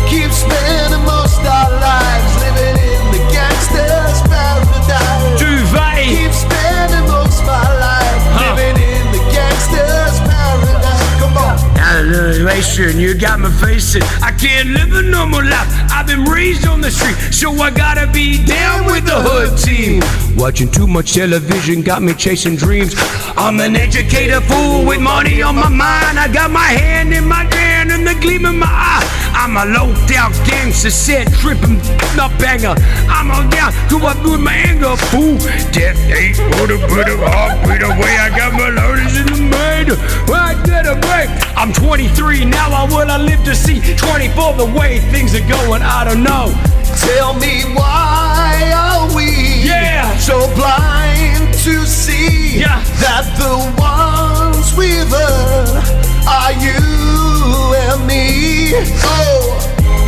[SPEAKER 18] Keep spending most our lives living in the gangster's paradise.
[SPEAKER 5] Duvet.
[SPEAKER 18] Keep spending most my life living in the gangster's paradise. Come on.
[SPEAKER 5] Alliteration, you got me facing. I can't live a normal life. I've been raised on the street, so I gotta be down with the hood team. Watching too much television got me chasing dreams. I'm an educator fool with money on my mind. I got my hand in my hand and the gleam in my eye. I'm a low down gangster, set tripping, not banger. I'm on down to up with my anger, fool. Death ain't gonna put a heart beat away. I got my loaders in the mind. Right there to break. I'm 23 now. I will I live to see 24 the way things are going. I don't know.
[SPEAKER 18] Tell me why are we
[SPEAKER 5] Yeah.
[SPEAKER 18] so blind to see
[SPEAKER 5] Yeah.
[SPEAKER 18] that the ones with us are you and me? Oh,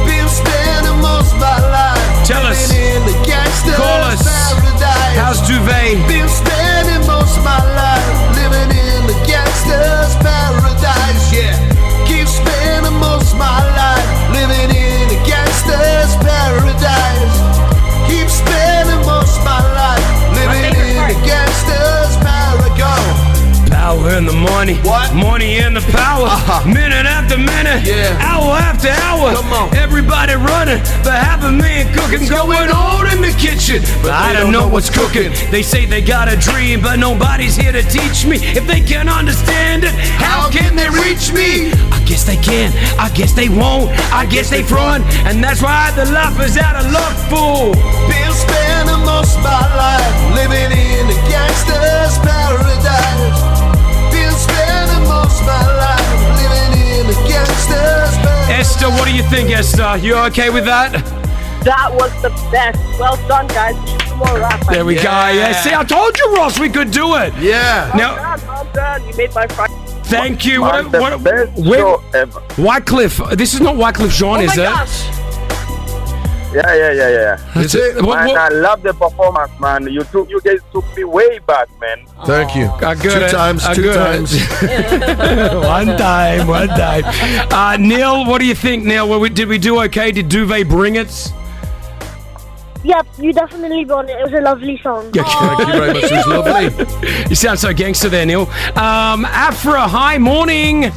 [SPEAKER 18] been spending most of my life
[SPEAKER 5] Tell us.
[SPEAKER 18] living in the gangster's
[SPEAKER 5] Call us.
[SPEAKER 18] paradise.
[SPEAKER 5] How's duvet?
[SPEAKER 18] Been spending most of my life living in the gangster's paradise. Yeah, keep spending most of my life living in the gangster's paradise. Keep spending most of my life living in the gangster's paragon.
[SPEAKER 5] Power in the money. What? Money in the power.
[SPEAKER 4] Uh-huh.
[SPEAKER 5] Minute after minute. Yeah. Hour after hour. Come on. Everybody running. The half a million cooking going on in the kitchen. But I don't know what's cooking. They say they got a dream, but nobody's here to teach me. If they can't understand it, how, can they reach me? I guess they can. I guess they won't. I guess they front. And that's why the life is out of luck, fool.
[SPEAKER 18] Been spending most of my life living in a gangster's paradise. Been spending most of my life living in a gangster's paradise.
[SPEAKER 5] Esther, what do you think, Esther? You okay with that?
[SPEAKER 22] That was the best. Well done, guys. Some more rap.
[SPEAKER 5] There we go. Yeah. See, I told *laughs* you, Ross, we could do it. Yeah.
[SPEAKER 22] Well
[SPEAKER 5] Now,
[SPEAKER 22] done, well done. You made my Friday.
[SPEAKER 5] Thank you. What, a- what, a- where- Wycliffe. This is not Wycliffe Jean,
[SPEAKER 22] Oh
[SPEAKER 5] is
[SPEAKER 22] my
[SPEAKER 5] it?
[SPEAKER 22] gosh. Yeah, yeah, yeah, yeah.
[SPEAKER 5] That's
[SPEAKER 22] yeah.
[SPEAKER 5] it. What-
[SPEAKER 22] Man,
[SPEAKER 5] what-
[SPEAKER 22] I love the performance, man. You took, you guys took me way back, man.
[SPEAKER 4] Thank you.
[SPEAKER 5] I got
[SPEAKER 4] two
[SPEAKER 5] it.
[SPEAKER 4] times,
[SPEAKER 5] I
[SPEAKER 4] two
[SPEAKER 5] got
[SPEAKER 4] times.
[SPEAKER 5] it. *laughs* one time, one time. Uh, Neil, what do you think, Neil? Were we, did we do okay? Did Duvet bring it?
[SPEAKER 23] Yep, you definitely got it. It was a lovely
[SPEAKER 5] *laughs*
[SPEAKER 23] song.
[SPEAKER 5] Thank you very much. It was lovely. you sound so gangster there, Neil. Um, Afra, hi, morning.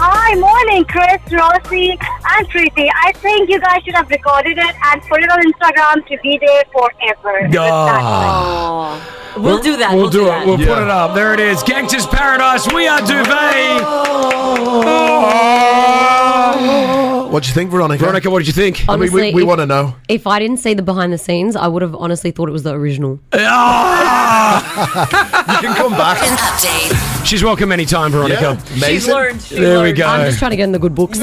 [SPEAKER 23] Hi, morning, Chris, Rossi, and Preeti. I think you guys should have recorded it and put it on Instagram to be there forever.
[SPEAKER 5] Ah.
[SPEAKER 23] We'll do that,
[SPEAKER 5] We'll,
[SPEAKER 23] we'll
[SPEAKER 5] do,
[SPEAKER 23] do
[SPEAKER 5] it.
[SPEAKER 23] that.
[SPEAKER 5] We'll put
[SPEAKER 23] Yeah.
[SPEAKER 5] it up. There it is. Gangsters Paradise. We are Duvet. Oh.
[SPEAKER 4] What do you think, Veronica?
[SPEAKER 5] Veronica, what did you think?
[SPEAKER 4] I mean, we, we
[SPEAKER 20] if-
[SPEAKER 4] want to know.
[SPEAKER 20] If I didn't see the behind the scenes, I would have honestly thought it was the original.
[SPEAKER 4] you can come back.
[SPEAKER 5] She's welcome anytime, Veronica.
[SPEAKER 20] Yeah, amazing. She's learned. She's
[SPEAKER 5] there we
[SPEAKER 20] learned.
[SPEAKER 5] go.
[SPEAKER 20] I'm just trying to get in the good books.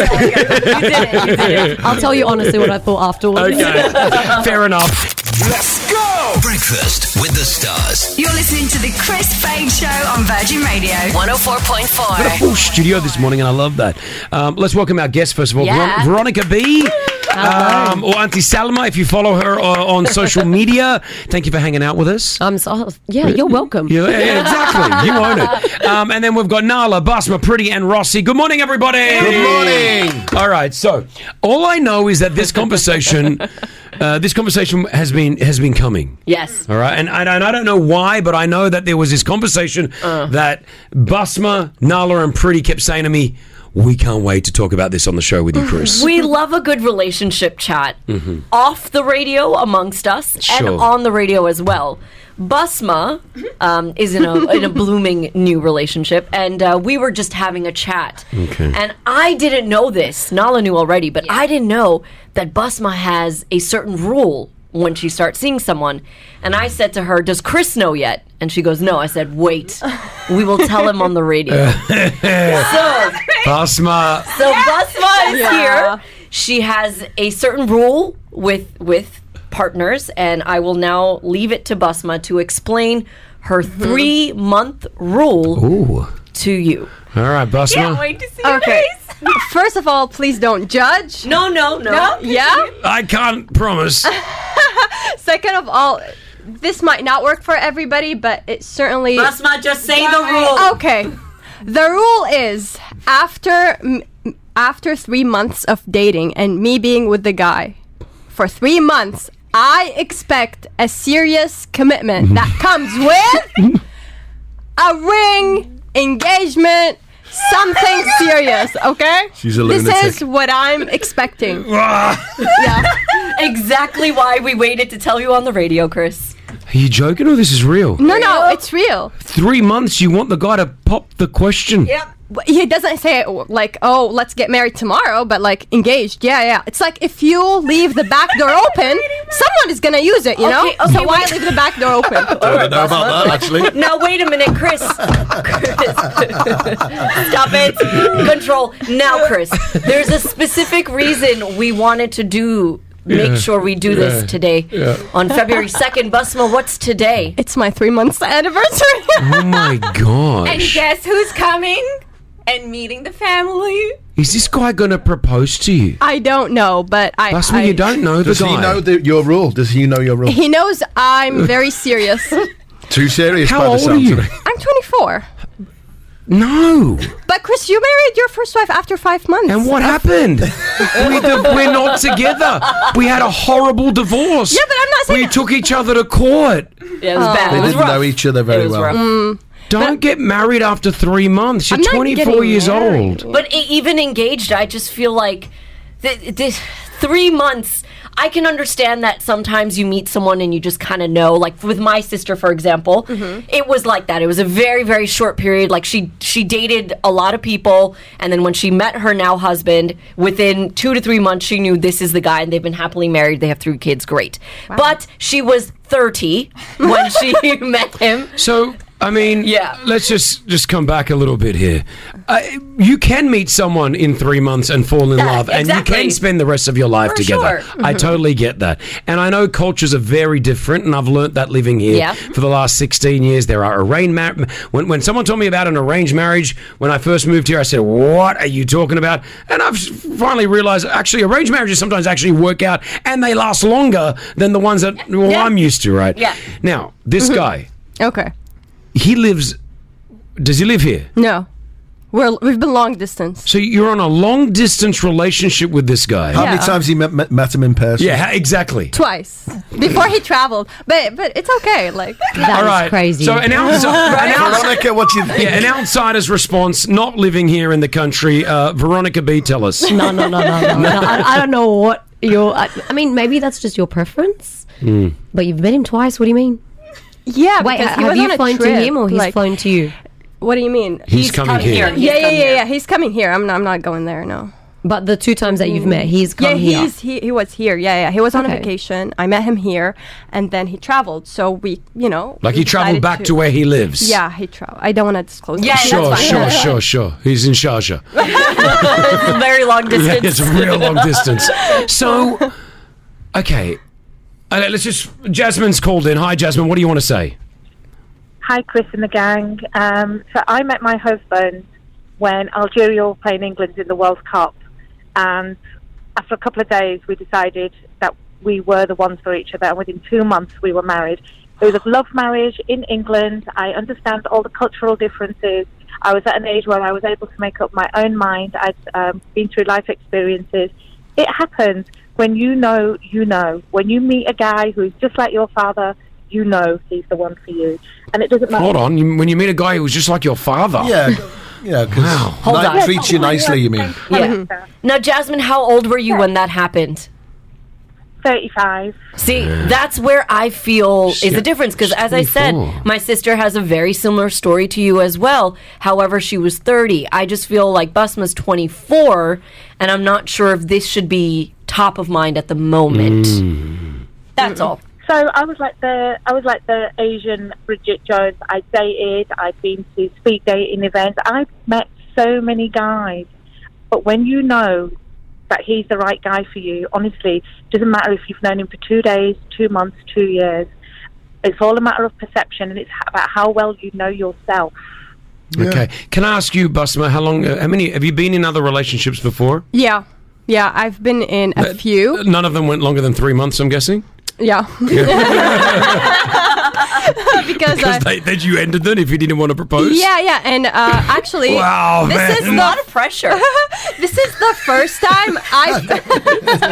[SPEAKER 20] I'll tell you honestly what I thought afterwards. *laughs*
[SPEAKER 5] Okay. Fair enough.
[SPEAKER 13] Let's go! Breakfast with the stars.
[SPEAKER 14] You're listening to the Chris Fade Show on Virgin Radio 104.4.
[SPEAKER 5] What a full studio this morning, and I love that. Um, let's welcome our guest first of all,
[SPEAKER 14] Yeah.
[SPEAKER 5] Veron- Veronica B. um, or Auntie Salma if you follow her uh,
[SPEAKER 20] *laughs*
[SPEAKER 5] on social media. Thank you for hanging out with us.
[SPEAKER 20] I'm so, yeah, you're welcome.
[SPEAKER 5] Yeah, yeah, yeah, exactly. You own it. Um, and then we've got Nala, Basma, Pretty, and Rossi. Good morning, everybody.
[SPEAKER 4] Good morning.
[SPEAKER 5] All right. So, all I know is that this conversation, uh, this conversation has been has been coming.
[SPEAKER 6] Yes.
[SPEAKER 5] All right, and I, and I don't know why, but I know that there was this conversation
[SPEAKER 8] Uh.
[SPEAKER 5] that Basma, Nala, and Pretty kept saying to me, "We can't wait to talk about this on the show with you, Chris."
[SPEAKER 6] We love a good relationship chat
[SPEAKER 5] Mhm.
[SPEAKER 6] off the radio amongst us and
[SPEAKER 5] Sure.
[SPEAKER 6] on the radio as well. Busma um, is
[SPEAKER 5] *laughs*
[SPEAKER 6] in a, in a blooming new relationship, and uh, we were just having a chat.
[SPEAKER 5] Hmm.
[SPEAKER 2] Okay.
[SPEAKER 6] And I didn't know this. Nala knew already, but I didn't know that Busma has a certain rule when she starts seeing someone. And I said to her, Does Chris know yet? And she goes, No. I said, Wait, we will tell him on
[SPEAKER 5] *laughs*
[SPEAKER 6] the radio. Oh, so
[SPEAKER 5] Basma.
[SPEAKER 6] so Basma is
[SPEAKER 8] Yeah.
[SPEAKER 6] here. She has a certain rule with with partners, and I will now leave it to Basma to explain her three month rule
[SPEAKER 5] Ooh.
[SPEAKER 6] to you.
[SPEAKER 5] All right, Basma.
[SPEAKER 8] to see okay. *laughs* First of all, please don't judge.
[SPEAKER 6] No, no, no. *laughs*
[SPEAKER 8] Yeah.
[SPEAKER 5] I can't promise.
[SPEAKER 8] Second of all, this might not work for everybody, but it certainly.
[SPEAKER 6] Basma, just say the rule.
[SPEAKER 8] Okay. The rule is after m- after three months of dating and me being with the guy for three months, I expect a serious commitment that comes with a ring, engagement, something serious. Okay.
[SPEAKER 4] She's a
[SPEAKER 8] This
[SPEAKER 4] lunatic.
[SPEAKER 8] is what I'm
[SPEAKER 4] *laughs*
[SPEAKER 8] expecting.
[SPEAKER 6] exactly why we waited to tell you on the radio, Chris.
[SPEAKER 5] Are you joking or this is real?
[SPEAKER 8] No, no, it's real.
[SPEAKER 5] Three months, you want the guy to pop the question.
[SPEAKER 8] Yeah. He doesn't say it like, oh, let's get married tomorrow, but like engaged. Yeah, yeah. It's like if you leave the back door open, someone is going to use it, you know?
[SPEAKER 6] Okay, okay,
[SPEAKER 8] so why
[SPEAKER 6] wait.
[SPEAKER 8] leave the back door open?
[SPEAKER 4] I don't know about that *laughs* actually.
[SPEAKER 6] Now wait a minute,
[SPEAKER 4] *laughs*
[SPEAKER 6] Chris. Chris. Stop it. Control. Now, Chris. There's a specific reason we wanted to do make
[SPEAKER 8] Yeah.
[SPEAKER 6] sure we do
[SPEAKER 8] Yeah.
[SPEAKER 6] this today.
[SPEAKER 8] Yeah.
[SPEAKER 6] On February 2nd, Busma, what's today?
[SPEAKER 8] It's my three months anniversary.
[SPEAKER 5] Oh
[SPEAKER 8] *laughs*
[SPEAKER 5] my
[SPEAKER 11] And
[SPEAKER 5] gosh.
[SPEAKER 11] guess who's coming and meeting the family?
[SPEAKER 5] Is this guy going to propose to you?
[SPEAKER 8] I don't know, but I.
[SPEAKER 5] That's when
[SPEAKER 8] I-
[SPEAKER 5] you don't know the
[SPEAKER 4] Does
[SPEAKER 5] guy.
[SPEAKER 4] he know the, your rule? Does he know your rule?
[SPEAKER 8] *laughs* He knows I'm very
[SPEAKER 5] *laughs*
[SPEAKER 8] serious.
[SPEAKER 4] Too serious
[SPEAKER 8] How
[SPEAKER 4] by the
[SPEAKER 8] old are
[SPEAKER 4] sounds
[SPEAKER 8] you?
[SPEAKER 4] of it.
[SPEAKER 8] I'm 24.
[SPEAKER 5] No.
[SPEAKER 8] But Chris, you married your first wife after five months.
[SPEAKER 5] And what happened? *laughs* we are not together. We had a horrible divorce. Yeah, but I'm not saying We took each other to court.
[SPEAKER 6] Yeah,
[SPEAKER 23] Oh.
[SPEAKER 8] it was bad.
[SPEAKER 4] They didn't know each other very well.
[SPEAKER 8] Mm.
[SPEAKER 5] Don't get married after three months. You're
[SPEAKER 6] I'm not
[SPEAKER 5] 24
[SPEAKER 6] getting
[SPEAKER 5] years
[SPEAKER 6] married.
[SPEAKER 5] old.
[SPEAKER 6] But e- even engaged, I just feel like th- this three months. I can understand that sometimes you meet someone and you just kind of know. Like with my sister, for example, it was like that. It was a very very short period. Like she she dated a lot of people, and then when she met her now husband, within two to three months, she knew this is the guy, and they've been happily married. They have three kids. Great, but she was thirty when she *laughs* met him.
[SPEAKER 5] So I mean, yeah. Let's just just come back a little bit here. Uh, you can meet someone in three months and fall in love, and you
[SPEAKER 6] exactly.
[SPEAKER 5] can spend the rest of your life
[SPEAKER 6] For
[SPEAKER 5] together.
[SPEAKER 6] sure.
[SPEAKER 5] I
[SPEAKER 6] Mhm.
[SPEAKER 5] totally get that, and I know cultures are very different, and I've learnt that living here
[SPEAKER 6] Yeah.
[SPEAKER 5] for the last sixteen years. There are arranged mar- when when someone told me about an arranged marriage when I first moved here, I said, "What are you talking about?" And I've finally realised actually arranged marriages sometimes actually work out, and they last longer than the ones that well, I'm used to, right?
[SPEAKER 8] Yeah.
[SPEAKER 5] Now this
[SPEAKER 6] Mm-hmm.
[SPEAKER 8] Mhm.
[SPEAKER 5] guy
[SPEAKER 8] Okay.
[SPEAKER 5] he lives. Does he live here?
[SPEAKER 8] No. We're, we've been long distance.
[SPEAKER 5] So you're on a long distance relationship with this guy.
[SPEAKER 8] How many Yeah. times
[SPEAKER 5] he met, met, him in person? Yeah, ha- exactly.
[SPEAKER 8] Twice. Before he traveled. But but it's okay. Like
[SPEAKER 5] All right. So an, outs-
[SPEAKER 20] *laughs*
[SPEAKER 5] an, outs-
[SPEAKER 4] Veronica, what do you think?
[SPEAKER 5] yeah, an outsider's response, not living here in the country. Uh, Veronica B, tell us.
[SPEAKER 20] No, no, no, no,
[SPEAKER 5] *laughs*
[SPEAKER 20] no. no. I, I don't know what your. I, I mean, maybe that's just your preference.
[SPEAKER 5] Mm.
[SPEAKER 20] But you've met him twice. What do you mean?
[SPEAKER 8] Yeah.
[SPEAKER 20] Wait,
[SPEAKER 8] because he
[SPEAKER 20] have
[SPEAKER 8] was on
[SPEAKER 20] you
[SPEAKER 8] a
[SPEAKER 20] flown to
[SPEAKER 8] trip,
[SPEAKER 20] him or he's
[SPEAKER 8] like-
[SPEAKER 20] flown to you?
[SPEAKER 8] What do you mean?
[SPEAKER 5] He's He's coming come here. here.
[SPEAKER 8] Yeah,
[SPEAKER 20] He's
[SPEAKER 8] yeah,
[SPEAKER 20] come
[SPEAKER 8] yeah, yeah. He's coming here. I'm not, I'm not going there. No. Mm.
[SPEAKER 20] But the two times that you've met, he's come
[SPEAKER 8] yeah,
[SPEAKER 20] here.
[SPEAKER 8] he's he, he was here. Yeah, yeah. He was on a
[SPEAKER 20] Okay.
[SPEAKER 8] vacation. I met him here, and then he traveled. So we, you know,
[SPEAKER 5] Like
[SPEAKER 8] we
[SPEAKER 5] he traveled
[SPEAKER 8] decided
[SPEAKER 5] back to where he lives.
[SPEAKER 8] Yeah, he traveled. I don't want to disclose. that.
[SPEAKER 5] sure, sure, sure, sure. He's in
[SPEAKER 20] *laughs*
[SPEAKER 5] Sharjah.
[SPEAKER 6] it's a very long distance.
[SPEAKER 5] *laughs* Yeah, it's a real long distance.
[SPEAKER 20] *laughs*
[SPEAKER 5] So, okay. Uh, let's just. Jasmine's called in. Hi, Jasmine. What do you want to say?
[SPEAKER 9] Hi, Chris and the gang. Um, so I met my husband when Algeria were playing England in the World Cup, and I after a couple of days, we decided that we were the ones for each other, and within two months, we were married. It was a love marriage in England. I understand all the cultural differences. I was at an age where I was able to make up my own mind. I'd um, been through life experiences. It happens when you know, you know. When you meet a guy who's just like your father, you know he's the one for you. And it doesn't matter.
[SPEAKER 5] Hold on. You, when you meet a guy who was just like your father.
[SPEAKER 4] Yeah. Yeah, because
[SPEAKER 6] Hold on.
[SPEAKER 4] treats you nicely, you mean?
[SPEAKER 6] Yeah. Now, Jasmine, how old were you when that happened?
[SPEAKER 9] 35.
[SPEAKER 6] See, that's where I feel is the difference because, as I said,
[SPEAKER 9] 24.
[SPEAKER 6] my sister has a very similar story to you as well. However, she was 30. I just feel like Busma's 24, and I'm not sure if this should be top of mind at the moment. Mm. That's all.
[SPEAKER 9] So I was like the I was like the Asian Bridget Jones. I dated. I've been to speed dating events. I've met so many guys, but when you know that he's the right guy for you, honestly, doesn't matter if you've known him for two days, two months, two years. It's all a matter of perception, and it's h- about how well you know yourself.
[SPEAKER 5] Okay. Can I ask you, Busma, how long, uh, how many, have you been in other relationships before?
[SPEAKER 8] Yeah. Yeah, I've been in a
[SPEAKER 5] *laughs*
[SPEAKER 8] few.
[SPEAKER 5] None of them went longer than three months, I'm guessing?
[SPEAKER 8] Yeah. *laughs* because
[SPEAKER 5] Because
[SPEAKER 8] I,
[SPEAKER 5] they, that you ended them if you didn't want to propose?
[SPEAKER 8] Yeah, yeah, and uh,
[SPEAKER 5] *laughs*
[SPEAKER 8] actually,
[SPEAKER 5] Wow,
[SPEAKER 8] this
[SPEAKER 5] man.
[SPEAKER 8] is
[SPEAKER 5] A lot
[SPEAKER 8] of pressure. *laughs* this is the first time I.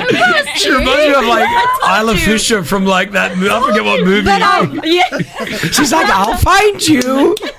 [SPEAKER 5] *laughs* She reminds me of
[SPEAKER 8] *laughs*
[SPEAKER 5] like *laughs* Isla Fisher from like that, mo- I forget what movie.
[SPEAKER 8] But um, yeah,
[SPEAKER 5] *laughs* She's like,
[SPEAKER 6] *laughs*
[SPEAKER 5] I'll find you. *laughs*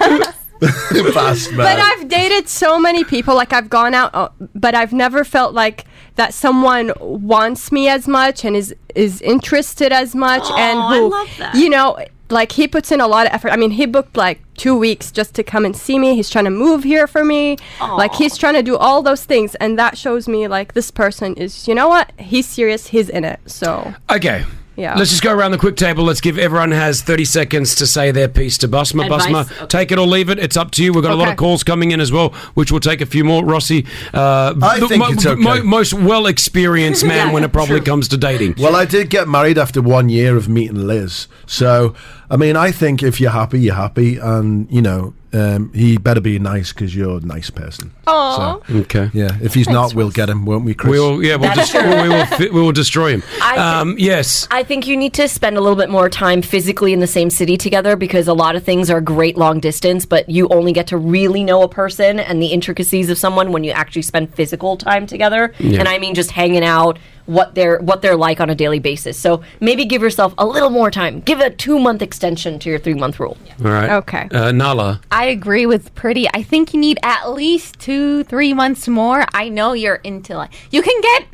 [SPEAKER 4] Fast man.
[SPEAKER 8] But I've dated so many people. Like I've gone out, uh, but I've never felt like that someone wants me as much and is is interested as much. and
[SPEAKER 1] Aw, I
[SPEAKER 8] who,
[SPEAKER 1] love that.
[SPEAKER 8] you know, like he puts in a lot of effort. I mean, he booked like two weeks just to come and see me. He's trying to move here for me. Like he's trying to do all those things, and that shows me like this person is. You know what? He's serious. He's in it. So
[SPEAKER 5] Okay.
[SPEAKER 8] Yeah.
[SPEAKER 5] Let's just go around the quick table. Let's give everyone has 30 seconds to say their piece to Busma.
[SPEAKER 8] Advice?
[SPEAKER 5] Busma, take it or leave it. It's up to you. We've got a lot of
[SPEAKER 8] Okay.
[SPEAKER 5] calls coming in as well, which will take a few more. Rossi, uh,
[SPEAKER 4] I
[SPEAKER 5] the
[SPEAKER 4] think it's okay.
[SPEAKER 5] most well experienced man
[SPEAKER 4] Yeah,
[SPEAKER 5] when it probably
[SPEAKER 4] true.
[SPEAKER 5] comes to dating.
[SPEAKER 4] Well, I did get married after one year of meeting Liz. So, I mean, I think if you're happy, you're happy. And, you know, um, he better be nice because you're a nice person.
[SPEAKER 8] Aw.
[SPEAKER 4] So,
[SPEAKER 5] okay.
[SPEAKER 4] Yeah. If he's not, we'll get him, won't we, Chris?
[SPEAKER 5] We'll, yeah, we'll, just,
[SPEAKER 6] That's true.
[SPEAKER 5] we, will, fi- we will destroy him.
[SPEAKER 6] I thi-
[SPEAKER 5] Um, yes.
[SPEAKER 6] I think you need to spend a little bit more time physically in the same city together because a lot of things are great long distance, but you only get to really know a person and the intricacies of someone when you actually spend physical time together.
[SPEAKER 1] Yeah.
[SPEAKER 6] And I mean just hanging out, what they're what they're like on a daily basis. So maybe give yourself a little more time. Give a two month extension to your three month rule.
[SPEAKER 5] All right.
[SPEAKER 17] Okay.
[SPEAKER 5] Uh, Nala.
[SPEAKER 17] I agree with Pretty. I think you need at least two, three months more. I know you're into like you can get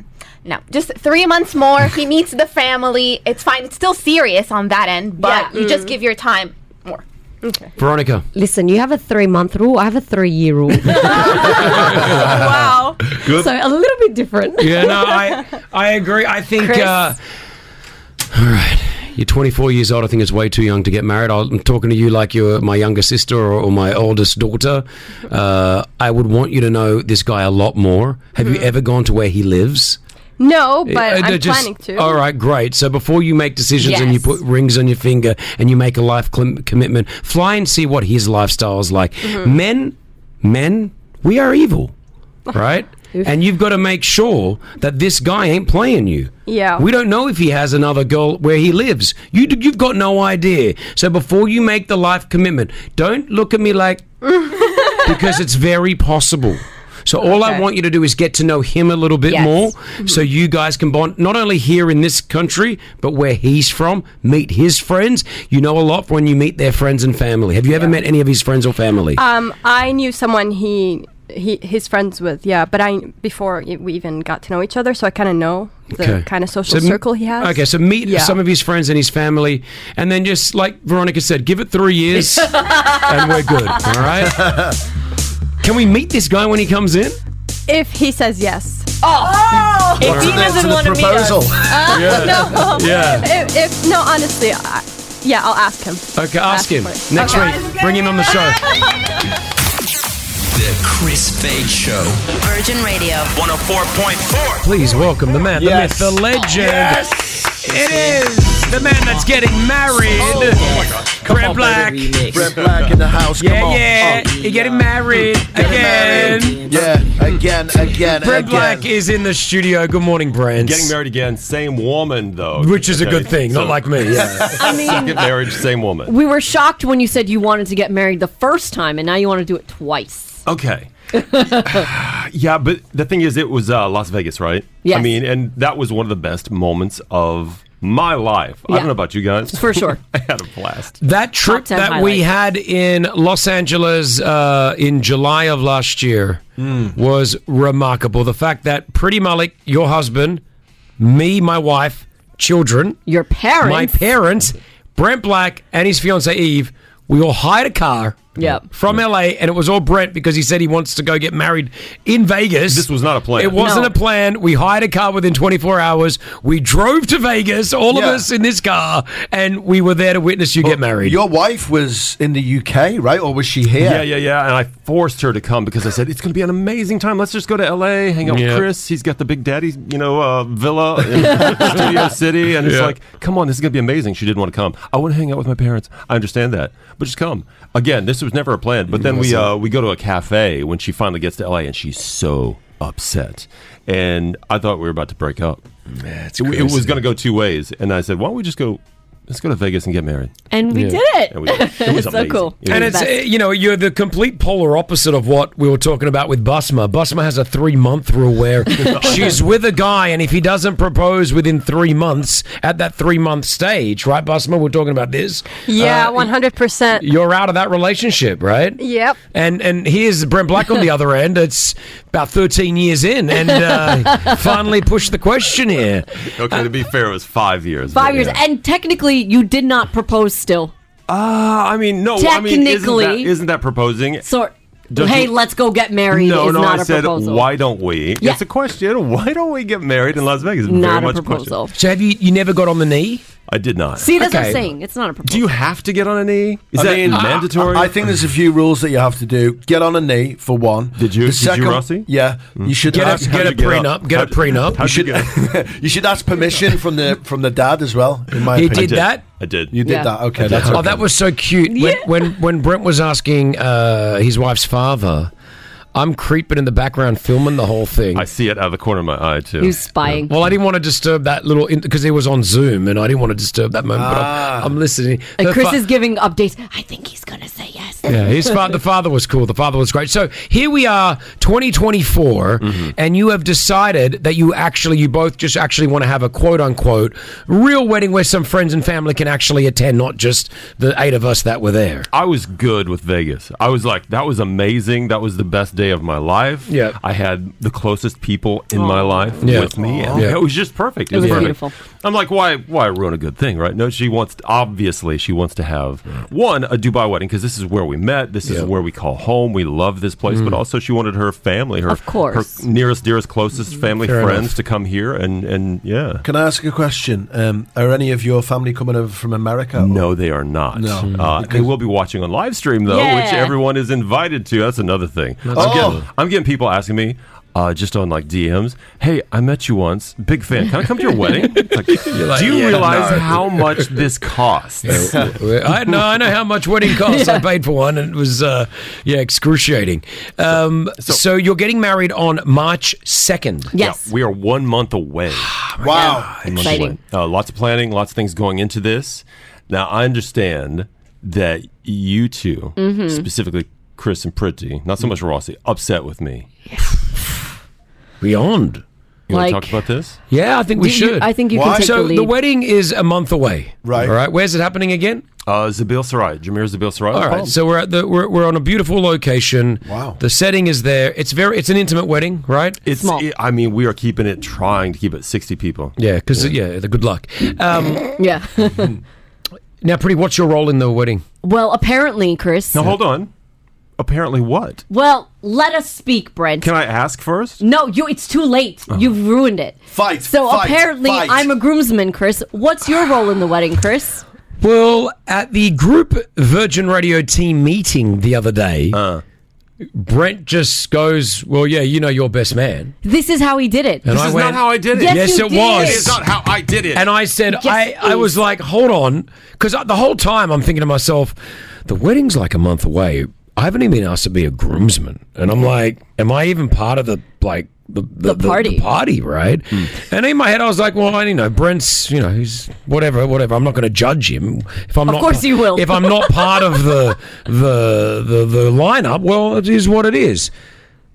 [SPEAKER 17] no, just three months more. he needs the family. It's fine. It's still serious on that end, but you just give your time more. Okay.
[SPEAKER 5] Veronica.
[SPEAKER 20] Listen, you have a three month rule. I have a three year rule.
[SPEAKER 5] wow. Good.
[SPEAKER 20] *laughs* So a little bit different.
[SPEAKER 5] yeah, no, I, I agree. I think.
[SPEAKER 20] Chris?
[SPEAKER 5] Uh, all right. You're 24 years old. I think it's way too young to get married. I'll- I'm talking to you like you're my younger sister or, or my oldest daughter. Uh, I would want you to know this guy a lot more. Have you ever gone to where he lives?
[SPEAKER 8] no, but
[SPEAKER 5] Uh,
[SPEAKER 8] I'm
[SPEAKER 5] no, just-
[SPEAKER 8] planning to.
[SPEAKER 5] All right, great. So before you make decisions and you
[SPEAKER 8] Yes.
[SPEAKER 5] put rings on your finger and you make a life clim- commitment, fly and see what his lifestyle is like.
[SPEAKER 1] Mhm.
[SPEAKER 8] Mm-hmm.
[SPEAKER 5] Men, men, we are evil, right? and you've got to make sure that this guy ain't playing you.
[SPEAKER 1] Yeah.
[SPEAKER 5] We don't know if he has another girl where he lives. You d- you've got no idea. So before you make the life commitment, don't look at me
[SPEAKER 8] *laughs*
[SPEAKER 5] like because it's very possible. So all I want you to do is get to know him a little bit
[SPEAKER 1] Yes.
[SPEAKER 5] more,
[SPEAKER 8] Mm-hmm.
[SPEAKER 5] so you guys can bond not only here in this country, but where he's from. Meet his friends. You know a lot when you meet their friends and family. Have you ever met any of his friends or family?
[SPEAKER 8] *laughs* Um, I knew someone he he he's friends with, yeah. But I before we even got to know each other, so I kind of know the kind of social
[SPEAKER 5] So m-
[SPEAKER 8] circle he has.
[SPEAKER 5] Okay, so meet
[SPEAKER 8] Yeah.
[SPEAKER 5] some of his friends and his family, and then just like Veronica said, give it three
[SPEAKER 8] *laughs*
[SPEAKER 5] years, and we're good. All
[SPEAKER 4] *laughs*
[SPEAKER 5] right. Can we meet this guy when he comes in?
[SPEAKER 8] If he says yes.
[SPEAKER 6] Oh,
[SPEAKER 5] If he To the- doesn't to the wanna meet us. proposal.
[SPEAKER 8] Uh,
[SPEAKER 5] Yeah.
[SPEAKER 8] No.
[SPEAKER 5] Yeah.
[SPEAKER 8] If, if no, honestly, I, yeah, I'll ask him.
[SPEAKER 5] Okay, ask him
[SPEAKER 8] for it.
[SPEAKER 5] next
[SPEAKER 8] Okay.
[SPEAKER 5] week. Bring him on the show.
[SPEAKER 13] The Chris Fade Show.
[SPEAKER 10] *laughs* Virgin Radio.
[SPEAKER 13] 104.4.
[SPEAKER 5] Please welcome the man, the myth, the legend,
[SPEAKER 13] Yes.
[SPEAKER 5] It is the man that's getting married. Oh my God. Brett Black.
[SPEAKER 4] Brett Black in the house.
[SPEAKER 5] Yeah,
[SPEAKER 4] Come on.
[SPEAKER 5] yeah.
[SPEAKER 4] Oh,
[SPEAKER 5] You're getting married again.
[SPEAKER 4] Yeah, again, again,
[SPEAKER 5] Brett
[SPEAKER 4] again.
[SPEAKER 5] Black is in the studio. Good morning, Brent.
[SPEAKER 1] Getting married again, same woman though,
[SPEAKER 5] Which is a good thing, not like
[SPEAKER 1] *laughs*
[SPEAKER 5] me, yeah.
[SPEAKER 6] I mean-
[SPEAKER 1] second marriage, same woman.
[SPEAKER 6] We were shocked when you said you wanted to get married the first time, and now you want to do it twice.
[SPEAKER 1] Okay. *sighs* yeah, but the thing is, it was uh, Las Vegas, right?
[SPEAKER 6] Yes.
[SPEAKER 1] I mean, and that was one of the best moments of my life. I
[SPEAKER 5] Yeah.
[SPEAKER 1] don't know about you guys.
[SPEAKER 6] For sure.
[SPEAKER 1] *laughs* I had a blast.
[SPEAKER 5] That trip
[SPEAKER 1] ten
[SPEAKER 5] that we
[SPEAKER 1] highlights.
[SPEAKER 5] had in Los Angeles uh, in July of last year
[SPEAKER 1] Hmm.
[SPEAKER 5] was remarkable. The fact that Pretty Malik, your husband, me, my wife, children,
[SPEAKER 6] your parents,
[SPEAKER 5] my parents, Brent Black, and his fiance Eve, we all hired a car.
[SPEAKER 6] Yep.
[SPEAKER 5] From LA, and it was all Brent because he said he wants to go get married in Vegas. This
[SPEAKER 1] was not a plan.
[SPEAKER 5] It wasn't
[SPEAKER 1] No.
[SPEAKER 5] a plan. We hired a car within 24 hours. We drove to Vegas, all of
[SPEAKER 4] Yeah.
[SPEAKER 5] us in this car, and we were there to witness you get married.
[SPEAKER 4] Your wife was in the UK, right? Or was she here?
[SPEAKER 1] Yeah, yeah, yeah. And I forced her to come because I said it's going to be an amazing time. Let's just go to LA, hang out
[SPEAKER 5] Yeah.
[SPEAKER 1] with Chris. He's got the big daddy, you know, uh, villa
[SPEAKER 5] *laughs*
[SPEAKER 1] in Studio City, and it's
[SPEAKER 5] Yeah.
[SPEAKER 1] like, come on, this is going to be amazing. She didn't want to come. I want to hang out with my parents. I understand that, but just come. Again, this was never a plan. But then we uh, we go to a cafe when she finally gets to LA, and she's so upset. And I thought we were about to break up. it, it was
[SPEAKER 5] crazy.
[SPEAKER 1] going to go two ways, and I said, why don't we just go? Let's go to Vegas and get married.
[SPEAKER 6] And we
[SPEAKER 1] Yeah.
[SPEAKER 6] did it.
[SPEAKER 1] And we did. It was
[SPEAKER 6] *laughs* so
[SPEAKER 1] amazing.
[SPEAKER 6] cool.
[SPEAKER 1] It
[SPEAKER 5] And
[SPEAKER 1] was
[SPEAKER 5] it's
[SPEAKER 1] the
[SPEAKER 5] uh, you know you're the complete polar opposite of what we were talking about with Busma. Busma has a three month rule
[SPEAKER 1] *laughs*
[SPEAKER 5] where she's with a guy, and if he doesn't propose within three months at that three month stage, right, Busma? We're talking about this.
[SPEAKER 8] Yeah,
[SPEAKER 5] Uh,
[SPEAKER 8] one hundred percent.
[SPEAKER 5] you're out of that relationship, right?
[SPEAKER 8] Yep.
[SPEAKER 5] And and here's Brent Black on the
[SPEAKER 6] *laughs*
[SPEAKER 5] other end. It's about 13 years in, and
[SPEAKER 6] *laughs*
[SPEAKER 5] uh, finally pushed the question here.
[SPEAKER 1] Okay, to be fair, it was five years.
[SPEAKER 6] Five years, and technically, you did not propose still.
[SPEAKER 1] Ah, I mean, no, I mean, isn't
[SPEAKER 6] technically,
[SPEAKER 1] that, isn't that proposing?
[SPEAKER 6] sort.
[SPEAKER 1] Don't
[SPEAKER 6] hey,
[SPEAKER 1] you-
[SPEAKER 6] let's go get married.
[SPEAKER 1] no,
[SPEAKER 6] is
[SPEAKER 1] no,
[SPEAKER 6] not
[SPEAKER 1] I
[SPEAKER 6] a
[SPEAKER 1] said,
[SPEAKER 6] proposal.
[SPEAKER 1] why don't we? It's a question. Why don't we get married in Las Vegas?
[SPEAKER 6] Not a
[SPEAKER 1] Very much
[SPEAKER 6] proposal.
[SPEAKER 1] Question.
[SPEAKER 5] So have you you never got on the knee?
[SPEAKER 1] I did not.
[SPEAKER 6] See, that's what I'm saying. It's not a proposal.
[SPEAKER 1] Do you have to get on a knee? Is that mandatory?
[SPEAKER 4] I think there's a few rules that you have to do. Get on a knee for one. Did
[SPEAKER 1] you-
[SPEAKER 4] The
[SPEAKER 1] did you, Rossi?
[SPEAKER 4] Yeah, you should
[SPEAKER 5] Get a-
[SPEAKER 4] ask,
[SPEAKER 5] get a How'd you get up? prenup, get a How'd- prenup.
[SPEAKER 4] You
[SPEAKER 5] how'd you
[SPEAKER 4] should, *laughs* you should ask permission from the from the dad as well. In my
[SPEAKER 5] He
[SPEAKER 4] opinion.
[SPEAKER 5] did that?
[SPEAKER 1] I did.
[SPEAKER 4] You did
[SPEAKER 5] Yeah.
[SPEAKER 4] that. Uh, Okay, that's
[SPEAKER 5] oh,
[SPEAKER 4] okay.
[SPEAKER 5] that was so cute. When when, when Brent was asking uh, his wife's father, I'm creeping in the background filming the whole thing.
[SPEAKER 1] I see it out of the corner of my eye, too.
[SPEAKER 6] spying.
[SPEAKER 5] Well, I didn't want to disturb that little because he was on Zoom, and I didn't want to disturb that moment. But
[SPEAKER 4] Ah.
[SPEAKER 5] I'm, I'm listening.
[SPEAKER 6] And
[SPEAKER 5] Her
[SPEAKER 6] Chris
[SPEAKER 5] fa-
[SPEAKER 6] is giving updates. I think he's gonna say yes.
[SPEAKER 5] yeah, his father. The father was cool. The father was great. So here we are, 2024,
[SPEAKER 1] Mm-hmm.
[SPEAKER 5] and you have decided that you actually, you both just actually want to have a quote unquote real wedding where some friends and family can actually attend, not just the eight of us that were there.
[SPEAKER 1] I was good with Vegas. I was like, that was amazing. That was the best day of my life.
[SPEAKER 5] Yeah.
[SPEAKER 1] I had the closest people in my life
[SPEAKER 5] Yeah.
[SPEAKER 1] with me. And
[SPEAKER 5] Yeah.
[SPEAKER 1] It was just perfect.
[SPEAKER 5] It was
[SPEAKER 1] perfect.
[SPEAKER 5] beautiful.
[SPEAKER 1] I'm like, why why ruin a good thing, right? No, she wants obviously she wants to have one, a Dubai wedding, because this is where we met, this is where we call home. We love this place, but
[SPEAKER 5] Mm.
[SPEAKER 1] also she wanted her family, her
[SPEAKER 6] Of course.
[SPEAKER 1] her nearest, dearest,
[SPEAKER 5] Mm-hmm.
[SPEAKER 1] closest family,
[SPEAKER 4] Fair
[SPEAKER 1] friends
[SPEAKER 4] enough.
[SPEAKER 1] to come here and and yeah.
[SPEAKER 4] Can I ask a question? Um, are any of your family coming over from America?
[SPEAKER 1] No, they are not.
[SPEAKER 4] No.
[SPEAKER 5] Mm.
[SPEAKER 1] Uh, they will be watching on live stream though, which
[SPEAKER 4] Yeah.
[SPEAKER 1] everyone is invited to. That's another thing.
[SPEAKER 4] That's
[SPEAKER 1] I'm,
[SPEAKER 4] cool.
[SPEAKER 1] getting, I'm getting people asking me uh, just on like DMs. Hey, I met you once. Big fan. Can I come to your
[SPEAKER 5] *laughs*
[SPEAKER 1] wedding? It's like,
[SPEAKER 5] like,
[SPEAKER 1] do you
[SPEAKER 5] yeah,
[SPEAKER 1] realize
[SPEAKER 5] no."
[SPEAKER 1] how
[SPEAKER 5] *laughs*
[SPEAKER 1] much this costs?
[SPEAKER 5] I know, I know how much
[SPEAKER 1] *laughs*
[SPEAKER 5] wedding costs. I paid for one, and it was uh, yeah excruciating. Um, so, you're getting married on March second.
[SPEAKER 1] Yeah, we are one month
[SPEAKER 5] *sighs*
[SPEAKER 1] away.
[SPEAKER 4] wow.
[SPEAKER 1] One month away.
[SPEAKER 5] Exciting.
[SPEAKER 1] Uh, lots of planning, lots of things going into this. Now, I understand that you 2
[SPEAKER 5] Mhm.
[SPEAKER 1] specifically Chris and Pretty, not so much Rossi, upset with me.
[SPEAKER 5] Beyond.
[SPEAKER 1] You
[SPEAKER 5] Like-
[SPEAKER 1] want to talk about this?
[SPEAKER 5] Yeah, I think we
[SPEAKER 1] Do you-
[SPEAKER 5] should.
[SPEAKER 1] I think you can Why? take
[SPEAKER 5] so
[SPEAKER 1] the lead.
[SPEAKER 5] wedding is a month away.
[SPEAKER 1] Right.
[SPEAKER 5] All right. Where's it happening again?
[SPEAKER 1] Uh, Zabil Sarai, Jameer Zabil Sarai.
[SPEAKER 5] All right. So we're at the we're, we're on a beautiful location.
[SPEAKER 1] Wow.
[SPEAKER 5] The setting is there. It's very it's an intimate wedding, right?
[SPEAKER 1] It's. it- I mean, we are keeping it, trying to keep it sixty people.
[SPEAKER 5] Yeah, because yeah, the good luck. Um,
[SPEAKER 6] *laughs* yeah. *laughs*
[SPEAKER 5] now, pretty. What's your role in the wedding?
[SPEAKER 6] Well, apparently, Chris.
[SPEAKER 1] Now hold on. Apparently, what?
[SPEAKER 6] Well, let us speak, Brent.
[SPEAKER 1] Can I ask first? Oh.
[SPEAKER 6] No, you. It's too late. You've ruined it.
[SPEAKER 4] Fight.
[SPEAKER 6] So
[SPEAKER 4] fight,
[SPEAKER 6] apparently,
[SPEAKER 4] fight.
[SPEAKER 6] I'm a groomsman, Chris. What's your role in the wedding, Chris?
[SPEAKER 1] Uh.
[SPEAKER 5] Well, at the group Virgin Radio team meeting the other day, Brent just goes, "Well, yeah, you know, your best man."
[SPEAKER 6] This is how he did it.
[SPEAKER 5] And I went,
[SPEAKER 6] Yes,
[SPEAKER 5] Yes,
[SPEAKER 6] you
[SPEAKER 5] it
[SPEAKER 6] did.
[SPEAKER 5] was.
[SPEAKER 1] how I did it.
[SPEAKER 5] And I said, I, I was like, hold on. Because the whole time I'm thinking to myself, the wedding's like a month away. I haven't even been asked to be a groomsman. And I'm like, am I even part of the, like, the, the,
[SPEAKER 6] party.
[SPEAKER 5] party, right?
[SPEAKER 1] Hmm.
[SPEAKER 5] And in my head, I was like, well, I you know, Brent's, you know, he's whatever, whatever. I'm not going to judge him. If I'm
[SPEAKER 6] Of
[SPEAKER 5] not,
[SPEAKER 6] course you will.
[SPEAKER 5] If I'm not part of the, the, the, the lineup, well, it is what it is.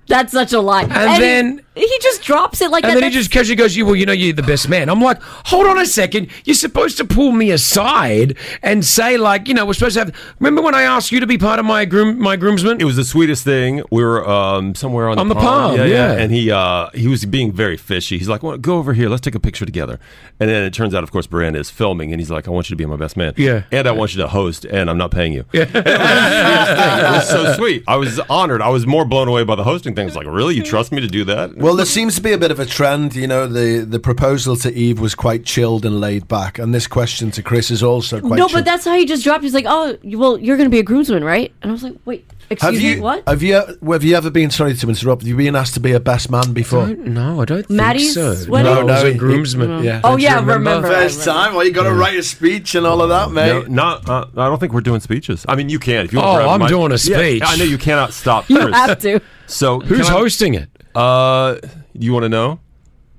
[SPEAKER 6] That's such a lie. And,
[SPEAKER 5] then-
[SPEAKER 6] he, he just drops it like
[SPEAKER 5] and
[SPEAKER 6] that.
[SPEAKER 5] then he just casually goes, "You well, you know, you're the best man." I'm like, "Hold on a second. You're supposed to pull me aside and say, like, you know, we're supposed to have." Remember when I asked you to be part of my groom, my groomsman?
[SPEAKER 1] It was the sweetest thing. We were um, somewhere on,
[SPEAKER 5] On the palm, yeah.
[SPEAKER 1] And he uh, he was being very fishy. He's like, well, "Go over here. Let's take a picture together." And then it turns out, of course, Brand is filming, and he's like, "I want you to be my best man."
[SPEAKER 5] Yeah.
[SPEAKER 1] And I want you to host, and I'm not paying you. *laughs*
[SPEAKER 5] Yeah.
[SPEAKER 1] It was so sweet. I was honored. I was more blown away by the hosting thing. I was like, "Really? You trust me to do that?"
[SPEAKER 4] *laughs* Well, there seems to be a bit of a trend. You know, the, the proposal to Eve was quite chilled and laid back, and this question to Chris is also quite.
[SPEAKER 6] no,
[SPEAKER 4] chilled.
[SPEAKER 6] but that's how he just dropped. He's like, "Oh, you- well, you're going to be a groomsman, right?" And I was like, "Wait, excuse
[SPEAKER 4] have you uh,
[SPEAKER 6] me, what?"
[SPEAKER 4] have you e-, have you ever been sorry to interrupt? Have you been asked to be a best man before?
[SPEAKER 5] no, I don't
[SPEAKER 6] think Maddie's so. wedding?
[SPEAKER 4] No, no,
[SPEAKER 5] I was a
[SPEAKER 4] he-
[SPEAKER 5] groomsman.
[SPEAKER 4] Yeah.
[SPEAKER 6] Oh, yeah, remember,
[SPEAKER 4] first time. Well, you got to write a speech and all of that, mate.
[SPEAKER 1] No, not, uh, I don't think we're doing speeches. I mean, you can if you.
[SPEAKER 5] Oh,
[SPEAKER 1] want to grab
[SPEAKER 5] I'm
[SPEAKER 1] mic-
[SPEAKER 5] doing a
[SPEAKER 1] Yeah,
[SPEAKER 5] speech.
[SPEAKER 1] I know you cannot stop.
[SPEAKER 5] You
[SPEAKER 1] Chris.
[SPEAKER 5] have to.
[SPEAKER 1] So
[SPEAKER 5] Who's
[SPEAKER 1] can I-
[SPEAKER 5] hosting it?
[SPEAKER 1] Uh, you want to know?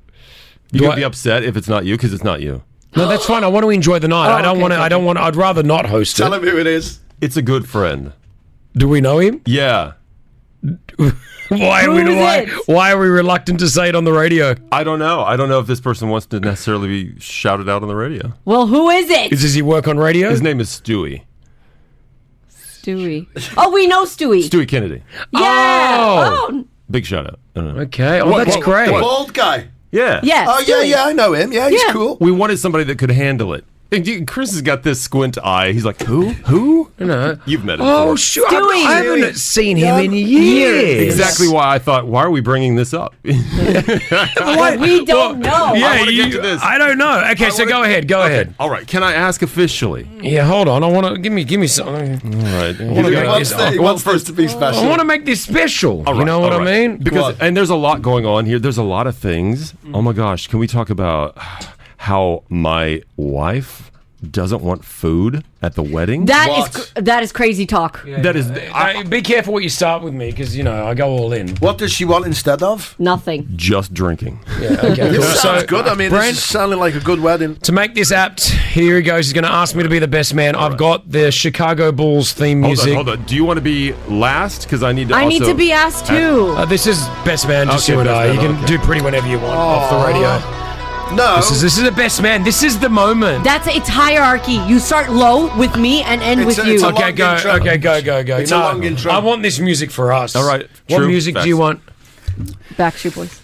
[SPEAKER 5] Do
[SPEAKER 1] You'll
[SPEAKER 5] I-
[SPEAKER 1] be upset if it's not you because it's not you.
[SPEAKER 5] No, that's fine. I want to enjoy the night.
[SPEAKER 1] Oh,
[SPEAKER 5] I don't
[SPEAKER 1] okay,
[SPEAKER 5] want to.
[SPEAKER 1] okay,
[SPEAKER 5] I don't want. I'd rather not host it.
[SPEAKER 4] who it is.
[SPEAKER 1] It's a good friend.
[SPEAKER 5] Do we know him?
[SPEAKER 1] Yeah.
[SPEAKER 5] Why are we?
[SPEAKER 1] Who's
[SPEAKER 5] Why,
[SPEAKER 1] it?
[SPEAKER 5] why are we reluctant to say it on the radio?
[SPEAKER 1] I don't know. I don't know if this person wants to necessarily be shouted out on the radio.
[SPEAKER 6] Well, who is it?
[SPEAKER 5] Is, does he work on radio?
[SPEAKER 1] His name is Stewie.
[SPEAKER 6] Stewie. Oh, we know Stewie.
[SPEAKER 1] Stewie Kennedy.
[SPEAKER 6] Yeah.
[SPEAKER 1] Oh.
[SPEAKER 6] Oh.
[SPEAKER 1] Big shout out.
[SPEAKER 5] Okay. Oh, that's great.
[SPEAKER 4] guy.
[SPEAKER 1] Yeah.
[SPEAKER 6] Yeah,
[SPEAKER 4] Oh yeah,
[SPEAKER 6] Stewie.
[SPEAKER 4] yeah, I know him. Yeah, he's
[SPEAKER 6] Yeah.
[SPEAKER 4] cool.
[SPEAKER 1] We wanted somebody that could handle it. And you- Chris has got this squint eye. He's like, who? Who?
[SPEAKER 5] No.
[SPEAKER 1] You've met him.
[SPEAKER 5] Oh,
[SPEAKER 1] before.
[SPEAKER 5] sure. I'm- I haven't seen him in years.
[SPEAKER 1] years. Exactly
[SPEAKER 6] *laughs*
[SPEAKER 1] why I thought, why are we bringing this up? *laughs*
[SPEAKER 5] What?
[SPEAKER 6] We don't know.
[SPEAKER 5] Yeah,
[SPEAKER 1] I wanna
[SPEAKER 5] you,
[SPEAKER 1] get to this.
[SPEAKER 5] I don't know. Okay, so go ahead. Go ahead.
[SPEAKER 1] All right. Can I ask officially?
[SPEAKER 5] Yeah, hold on. I want to give me give me something.
[SPEAKER 1] All right.
[SPEAKER 5] wanna make this- I want-
[SPEAKER 4] to be special.
[SPEAKER 5] I want to make this special.
[SPEAKER 1] All
[SPEAKER 5] you
[SPEAKER 1] right,
[SPEAKER 5] know what
[SPEAKER 1] all right.
[SPEAKER 5] I mean?
[SPEAKER 1] Because and there's a lot going on here. There's a lot of things. Oh my gosh, can we talk about how my wife doesn't want food at the wedding?
[SPEAKER 6] That is cr- that is crazy talk.
[SPEAKER 1] that is
[SPEAKER 5] I, be careful what you start with me because you know I go all in.
[SPEAKER 4] What does she want instead of?
[SPEAKER 6] Nothing.
[SPEAKER 1] just drinking.
[SPEAKER 5] Yeah,
[SPEAKER 1] *laughs*
[SPEAKER 5] okay.
[SPEAKER 4] This
[SPEAKER 5] cool.
[SPEAKER 4] sounds
[SPEAKER 5] So,
[SPEAKER 4] good. I mean,
[SPEAKER 5] Brent-
[SPEAKER 4] this is sounding like a good wedding.
[SPEAKER 5] To make this apt, here he goes. He's going to ask me to be the best man. I've got the Chicago Bulls theme
[SPEAKER 1] Hold
[SPEAKER 5] music.
[SPEAKER 1] on, hold on. Do you want to be last? Because I need to.
[SPEAKER 6] I need
[SPEAKER 1] also-
[SPEAKER 6] to be asked too.
[SPEAKER 5] Uh, this is best man. Just
[SPEAKER 1] Okay,
[SPEAKER 5] you and
[SPEAKER 1] best
[SPEAKER 5] I.
[SPEAKER 1] man,
[SPEAKER 5] You can
[SPEAKER 1] okay.
[SPEAKER 5] do pretty whenever you want off the radio.
[SPEAKER 4] No,
[SPEAKER 5] This is this is the best man. This is the moment.
[SPEAKER 6] That's it's hierarchy. You start low with me and end
[SPEAKER 4] It's
[SPEAKER 6] with
[SPEAKER 4] a-
[SPEAKER 6] you.
[SPEAKER 4] it's a
[SPEAKER 5] okay,
[SPEAKER 4] long
[SPEAKER 5] go.
[SPEAKER 4] intro.
[SPEAKER 5] Okay, go, go, go.
[SPEAKER 4] It's a long intro.
[SPEAKER 5] I want this music for us.
[SPEAKER 1] All right,
[SPEAKER 5] What
[SPEAKER 1] true,
[SPEAKER 5] music do
[SPEAKER 1] facts.
[SPEAKER 5] *laughs* you want?
[SPEAKER 6] Backstreet Boys.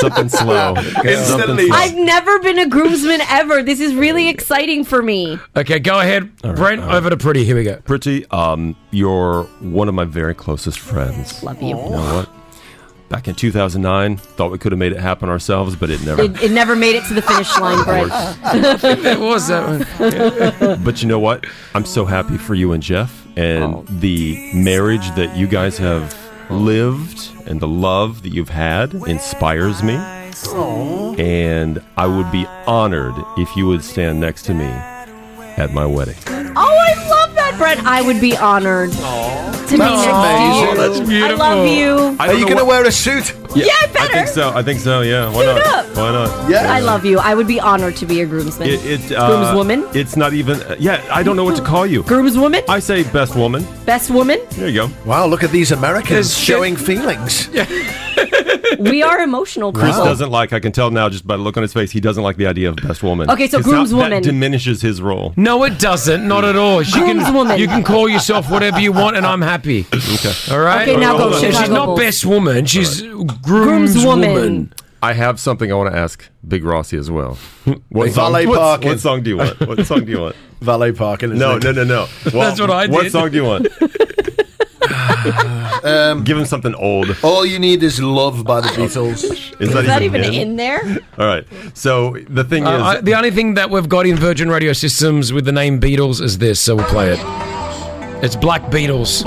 [SPEAKER 1] something
[SPEAKER 5] *laughs*
[SPEAKER 1] slow.
[SPEAKER 4] Instantly.
[SPEAKER 6] I've never been a groomsman ever. This is really exciting for me.
[SPEAKER 5] Okay, go ahead, Brent. Over to Pretty. Here we go.
[SPEAKER 1] Uh, Pretty, um, you're one of my very closest friends. Love you. You know what? Back in 2009, thought we could have made it happen ourselves, but it never.
[SPEAKER 6] It, it never made it to the finish line, Brett. *laughs*
[SPEAKER 5] It was that
[SPEAKER 1] *laughs*
[SPEAKER 5] one.
[SPEAKER 1] But you know what? I'm so happy for you and Jeff and the marriage that you guys have lived and the love that you've had inspires me. And I would be honored if you would stand next to me at my wedding.
[SPEAKER 6] Oh, I love that, Brett. I would be honored to be next
[SPEAKER 4] amazing.
[SPEAKER 6] to you.
[SPEAKER 4] That's
[SPEAKER 6] I love Oh. you.
[SPEAKER 4] Are
[SPEAKER 1] I don't
[SPEAKER 4] you
[SPEAKER 1] know
[SPEAKER 4] going to
[SPEAKER 1] what-
[SPEAKER 4] wear a suit?
[SPEAKER 1] Yeah,
[SPEAKER 6] I
[SPEAKER 1] I think
[SPEAKER 6] better.
[SPEAKER 1] so. I think so. Yeah. Why
[SPEAKER 6] Suit
[SPEAKER 1] not?
[SPEAKER 6] up.
[SPEAKER 1] Why not?
[SPEAKER 4] Yeah.
[SPEAKER 6] I love you. I would be honored to be a groomsman.
[SPEAKER 1] It, it, uh,
[SPEAKER 6] groomswoman,
[SPEAKER 1] It's not even. uh, yeah, I don't know what to call you.
[SPEAKER 6] groomswoman,
[SPEAKER 1] I say best woman.
[SPEAKER 6] best woman.
[SPEAKER 1] There you go.
[SPEAKER 4] Wow, look at these Americans
[SPEAKER 5] There's-
[SPEAKER 4] showing feelings.
[SPEAKER 1] *laughs*
[SPEAKER 6] We are emotional people.
[SPEAKER 1] Chris doesn't like. I can tell now just by the look on his face. He doesn't like the idea of best woman.
[SPEAKER 6] Okay, so
[SPEAKER 1] 'Cause that-
[SPEAKER 6] groomswoman.
[SPEAKER 1] that diminishes his role.
[SPEAKER 5] No, it doesn't. Not at all. She can,
[SPEAKER 6] Groomswoman.
[SPEAKER 5] You can call yourself whatever you want, and I'm happy.
[SPEAKER 1] Okay.
[SPEAKER 5] All right.
[SPEAKER 6] Okay, now
[SPEAKER 1] go,
[SPEAKER 5] So she's
[SPEAKER 6] Chicago
[SPEAKER 5] not
[SPEAKER 6] Bulls.
[SPEAKER 5] best woman. She's groomswoman.
[SPEAKER 6] Groomswoman.
[SPEAKER 1] I have something I want to ask Big Rossi as well. What
[SPEAKER 4] Valet
[SPEAKER 1] what-
[SPEAKER 4] parking.
[SPEAKER 1] What song do you want? What song do you want?
[SPEAKER 4] Valet parking.
[SPEAKER 1] No, no, no, no. Well,
[SPEAKER 5] *laughs* That's what I
[SPEAKER 1] What
[SPEAKER 5] did.
[SPEAKER 1] song do you want?
[SPEAKER 4] *laughs* Um,
[SPEAKER 1] Give him something old. Oh.
[SPEAKER 4] all you need is love by the Beatles.
[SPEAKER 1] *laughs* Is,
[SPEAKER 6] Is that even in there?
[SPEAKER 1] All right. So the thing
[SPEAKER 5] Uh,
[SPEAKER 1] is,
[SPEAKER 5] I- the only thing that we've got in Virgin Radio Systems with the name Beatles is this, so we'll play it. It's Black
[SPEAKER 6] *laughs*
[SPEAKER 5] Beatles.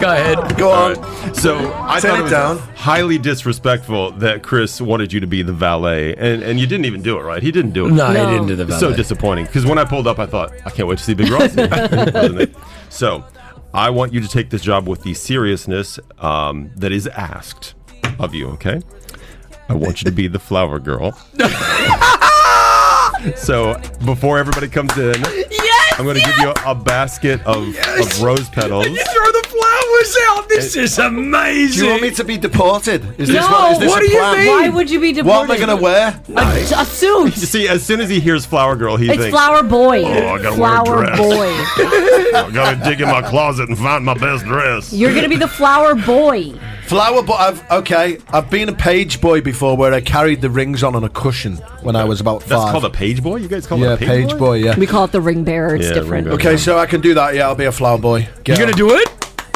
[SPEAKER 5] Go ahead.
[SPEAKER 1] Go on. So I
[SPEAKER 5] Turn
[SPEAKER 1] thought
[SPEAKER 5] it
[SPEAKER 1] it was
[SPEAKER 5] down.
[SPEAKER 1] highly disrespectful that Chris wanted you to be the valet, and, and you didn't even do it right. He didn't do it.
[SPEAKER 5] No, he No. didn't do the
[SPEAKER 1] It's So
[SPEAKER 5] valet.
[SPEAKER 1] disappointing. Because when I pulled up, I thought I can't wait to see Big Rossi.
[SPEAKER 5] *laughs*
[SPEAKER 1] Wasn't it? so I want you to take this job with the seriousness um, that is asked of you. Okay. I want you to be the flower girl. *laughs* so before everybody comes in,
[SPEAKER 5] Yes,
[SPEAKER 1] I'm going to give you a, a basket of, of rose *laughs* petals.
[SPEAKER 5] You throw the flowers out. This is amazing.
[SPEAKER 4] Do you want me to be deported? Is
[SPEAKER 1] No,
[SPEAKER 4] this what, is this
[SPEAKER 1] what
[SPEAKER 4] a
[SPEAKER 1] do you
[SPEAKER 4] plan?
[SPEAKER 1] mean? Why would
[SPEAKER 6] you be
[SPEAKER 4] What am I
[SPEAKER 6] deported?
[SPEAKER 4] going to wear?
[SPEAKER 6] A suit.
[SPEAKER 1] *laughs* You see, as soon as he hears Flower Girl, he
[SPEAKER 6] It's
[SPEAKER 1] thinks,
[SPEAKER 6] flower boy.
[SPEAKER 1] Oh, I gotta
[SPEAKER 6] flower
[SPEAKER 1] wear a dress.
[SPEAKER 6] boy.
[SPEAKER 1] *laughs* I gotta dig in my closet and find my best dress.
[SPEAKER 6] You're gonna be the flower boy.
[SPEAKER 4] *laughs* Flower boy. I've, okay, I've been a page boy before, where I carried the rings on on a cushion when I was about five.
[SPEAKER 1] That's called a page boy. You guys call
[SPEAKER 4] yeah,
[SPEAKER 1] it a page,
[SPEAKER 4] boy? yeah.
[SPEAKER 6] We call it the ring bearer. It's different.
[SPEAKER 4] Okay, so I can do that. Yeah, I'll be a flower boy.
[SPEAKER 5] You're gonna do it?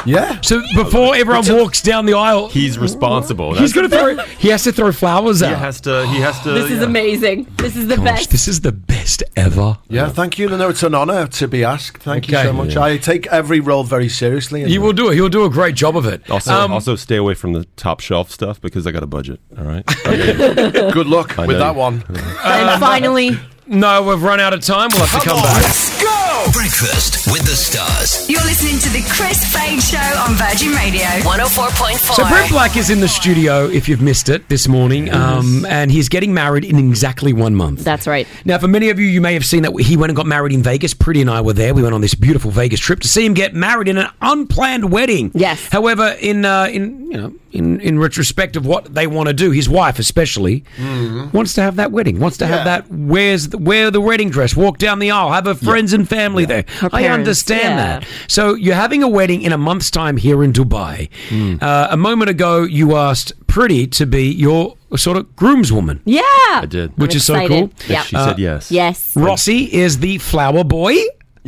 [SPEAKER 4] Yeah.
[SPEAKER 5] So before everyone walks down the aisle,
[SPEAKER 1] he's responsible.
[SPEAKER 5] He's gonna throw. He has to throw flowers
[SPEAKER 1] He
[SPEAKER 5] out.
[SPEAKER 1] has to. He has to.
[SPEAKER 6] This is
[SPEAKER 1] yeah.
[SPEAKER 6] amazing. This is the
[SPEAKER 5] Gosh,
[SPEAKER 6] best.
[SPEAKER 5] this is the best ever.
[SPEAKER 4] Yeah, thank you. No, it's an honour to be asked. Thank you
[SPEAKER 5] Okay.
[SPEAKER 4] so much.
[SPEAKER 5] Yeah.
[SPEAKER 4] I take every role very seriously. and-
[SPEAKER 5] You will do it. He'll do a great job of it.
[SPEAKER 1] Also,
[SPEAKER 5] Um,
[SPEAKER 1] also stay away from the top shelf stuff because I got a budget.
[SPEAKER 4] *laughs*
[SPEAKER 1] All right.
[SPEAKER 4] Good luck
[SPEAKER 1] I
[SPEAKER 4] with
[SPEAKER 1] know
[SPEAKER 4] that
[SPEAKER 1] you.
[SPEAKER 4] one.
[SPEAKER 1] *laughs*
[SPEAKER 5] And
[SPEAKER 6] finally,
[SPEAKER 5] Uh, no, we've run out of time. We'll have to come back.
[SPEAKER 14] Go!
[SPEAKER 13] Breakfast with the stars.
[SPEAKER 14] You're listening to the Chris Fade Show on Virgin Radio.
[SPEAKER 13] 104.4.
[SPEAKER 14] point.
[SPEAKER 5] So Brett Black is in the studio, if you've missed it, this morning, um, and he's getting married in exactly one month.
[SPEAKER 6] That's right.
[SPEAKER 5] Now, for many of you, you may have seen that he went and got married in Vegas. Pretty and I were there. We went on this beautiful Vegas trip to see him get married in an unplanned wedding. Yes. However, in uh, in you know in in retrospect of what they want to do, his wife especially
[SPEAKER 1] Mm-hmm.
[SPEAKER 5] wants to have that wedding. Wants to have that wears the, wear the wedding dress, walk down the aisle, have her friends and family there. I
[SPEAKER 6] parents,
[SPEAKER 5] understand
[SPEAKER 6] yeah.
[SPEAKER 5] that. So you're having a wedding in a month's time here in Dubai.
[SPEAKER 1] Hmm.
[SPEAKER 5] Uh, a moment ago, you asked Pretty to be your sort of groomswoman.
[SPEAKER 6] Yeah. I
[SPEAKER 1] did.
[SPEAKER 5] Which
[SPEAKER 6] I'm
[SPEAKER 5] is so
[SPEAKER 6] excited.
[SPEAKER 5] cool. Uh,
[SPEAKER 6] Yep.
[SPEAKER 1] She said yes.
[SPEAKER 6] Yes.
[SPEAKER 5] Rossi is the flower boy.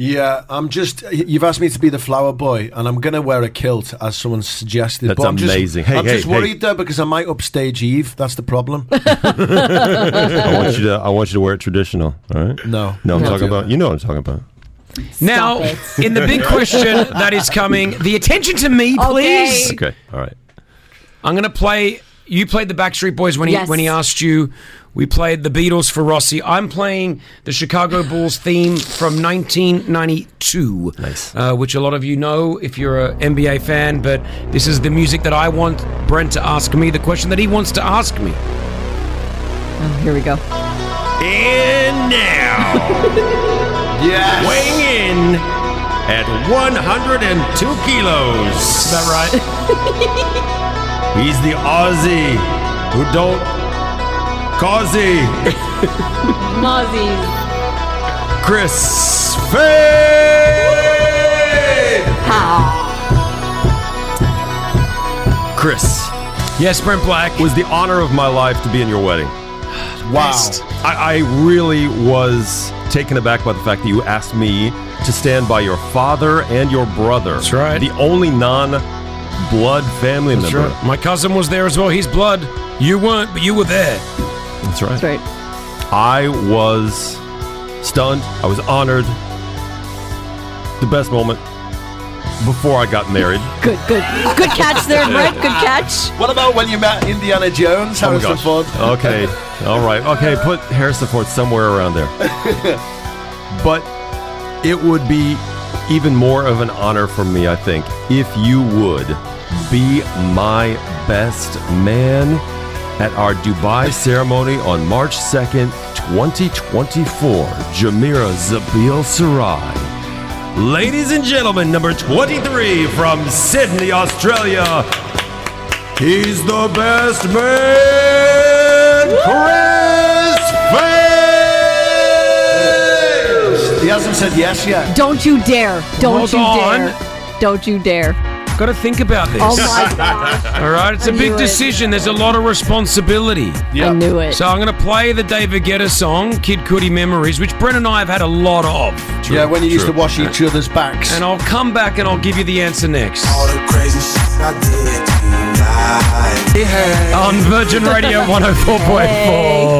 [SPEAKER 4] Yeah, I'm just. You've asked me to be the flower boy, and I'm gonna wear a kilt as someone suggested.
[SPEAKER 1] That's
[SPEAKER 4] but I'm just-
[SPEAKER 1] amazing. Hey,
[SPEAKER 4] I'm
[SPEAKER 1] hey,
[SPEAKER 4] just
[SPEAKER 1] hey.
[SPEAKER 4] worried though because I might upstage Eve. That's the
[SPEAKER 1] *laughs*
[SPEAKER 4] problem. *laughs*
[SPEAKER 1] I want you to. I want you to wear it traditional. All right.
[SPEAKER 4] No.
[SPEAKER 1] No, I'm
[SPEAKER 4] No.
[SPEAKER 1] talking about. You know what I'm talking about.
[SPEAKER 5] Now, in the
[SPEAKER 6] *laughs*
[SPEAKER 5] big question that is coming, the attention to me, please.
[SPEAKER 1] Okay. All right.
[SPEAKER 5] I'm going to play. You played the Backstreet Boys when he
[SPEAKER 6] Yes.
[SPEAKER 5] when he asked you. We played the Beatles for Rossi. I'm playing the Chicago Bulls theme from 1992, nice. uh, which a lot of you know if you're an NBA fan. But this is the music that I want Brent to ask me the question that he wants to ask me.
[SPEAKER 6] Oh, here we go.
[SPEAKER 1] And now,
[SPEAKER 4] yes,
[SPEAKER 1] weighing in at 102 kilos. Is
[SPEAKER 5] that right?
[SPEAKER 1] He's the Aussie who don't causey.
[SPEAKER 6] Mozzies.
[SPEAKER 1] Chris Fade. Chris.
[SPEAKER 5] Yes, Brent Black.
[SPEAKER 1] Was the honor of my life to be in your
[SPEAKER 5] *sighs*
[SPEAKER 1] wedding.
[SPEAKER 4] Wow.
[SPEAKER 1] I, I really was taken aback by the fact that you asked me to stand by your father and your brother. That's right. The only non blood family
[SPEAKER 5] That's
[SPEAKER 1] member.
[SPEAKER 5] right. My cousin was there as well. He's blood. You weren't, but you were there.
[SPEAKER 1] That's right.
[SPEAKER 5] That's right.
[SPEAKER 1] I was stunned. I was honored. The best moment before I got married.
[SPEAKER 6] Good, good, good catch
[SPEAKER 4] *laughs*
[SPEAKER 6] there, Brett. Good catch.
[SPEAKER 4] What about when you met Indiana Jones?
[SPEAKER 1] Oh my
[SPEAKER 4] Harrison
[SPEAKER 1] gosh.
[SPEAKER 4] Ford?
[SPEAKER 1] Okay. All right. Okay. Put Harrison Ford somewhere around there. but it would be even more of an honor for me, I think, if you would be my best man at our Dubai ceremony on March 2nd, 2024. Jamira Zabil Sarai. Ladies and gentlemen, number 23 from Sydney, Australia. He's the best man, Chris Fade.
[SPEAKER 4] He hasn't said yes yet.
[SPEAKER 6] Don't you dare. Don't
[SPEAKER 5] Hold
[SPEAKER 6] you
[SPEAKER 5] on.
[SPEAKER 6] dare. Don't you dare.
[SPEAKER 5] Got to think about this.
[SPEAKER 6] Oh
[SPEAKER 5] *laughs*
[SPEAKER 6] my
[SPEAKER 5] God. All right, it's a
[SPEAKER 6] I
[SPEAKER 5] big
[SPEAKER 6] knew it.
[SPEAKER 5] decision. There's a lot of responsibility.
[SPEAKER 6] I knew it.
[SPEAKER 5] So I'm going to play the David Guetta song, Kid Cudi Memories, which Brent and I have had a lot of.
[SPEAKER 4] yeah, when you used to wash each other's backs.
[SPEAKER 5] And I'll come back and I'll give you the answer next.
[SPEAKER 2] All the crazy shit I did to you.
[SPEAKER 5] On Virgin
[SPEAKER 6] *laughs*
[SPEAKER 5] Radio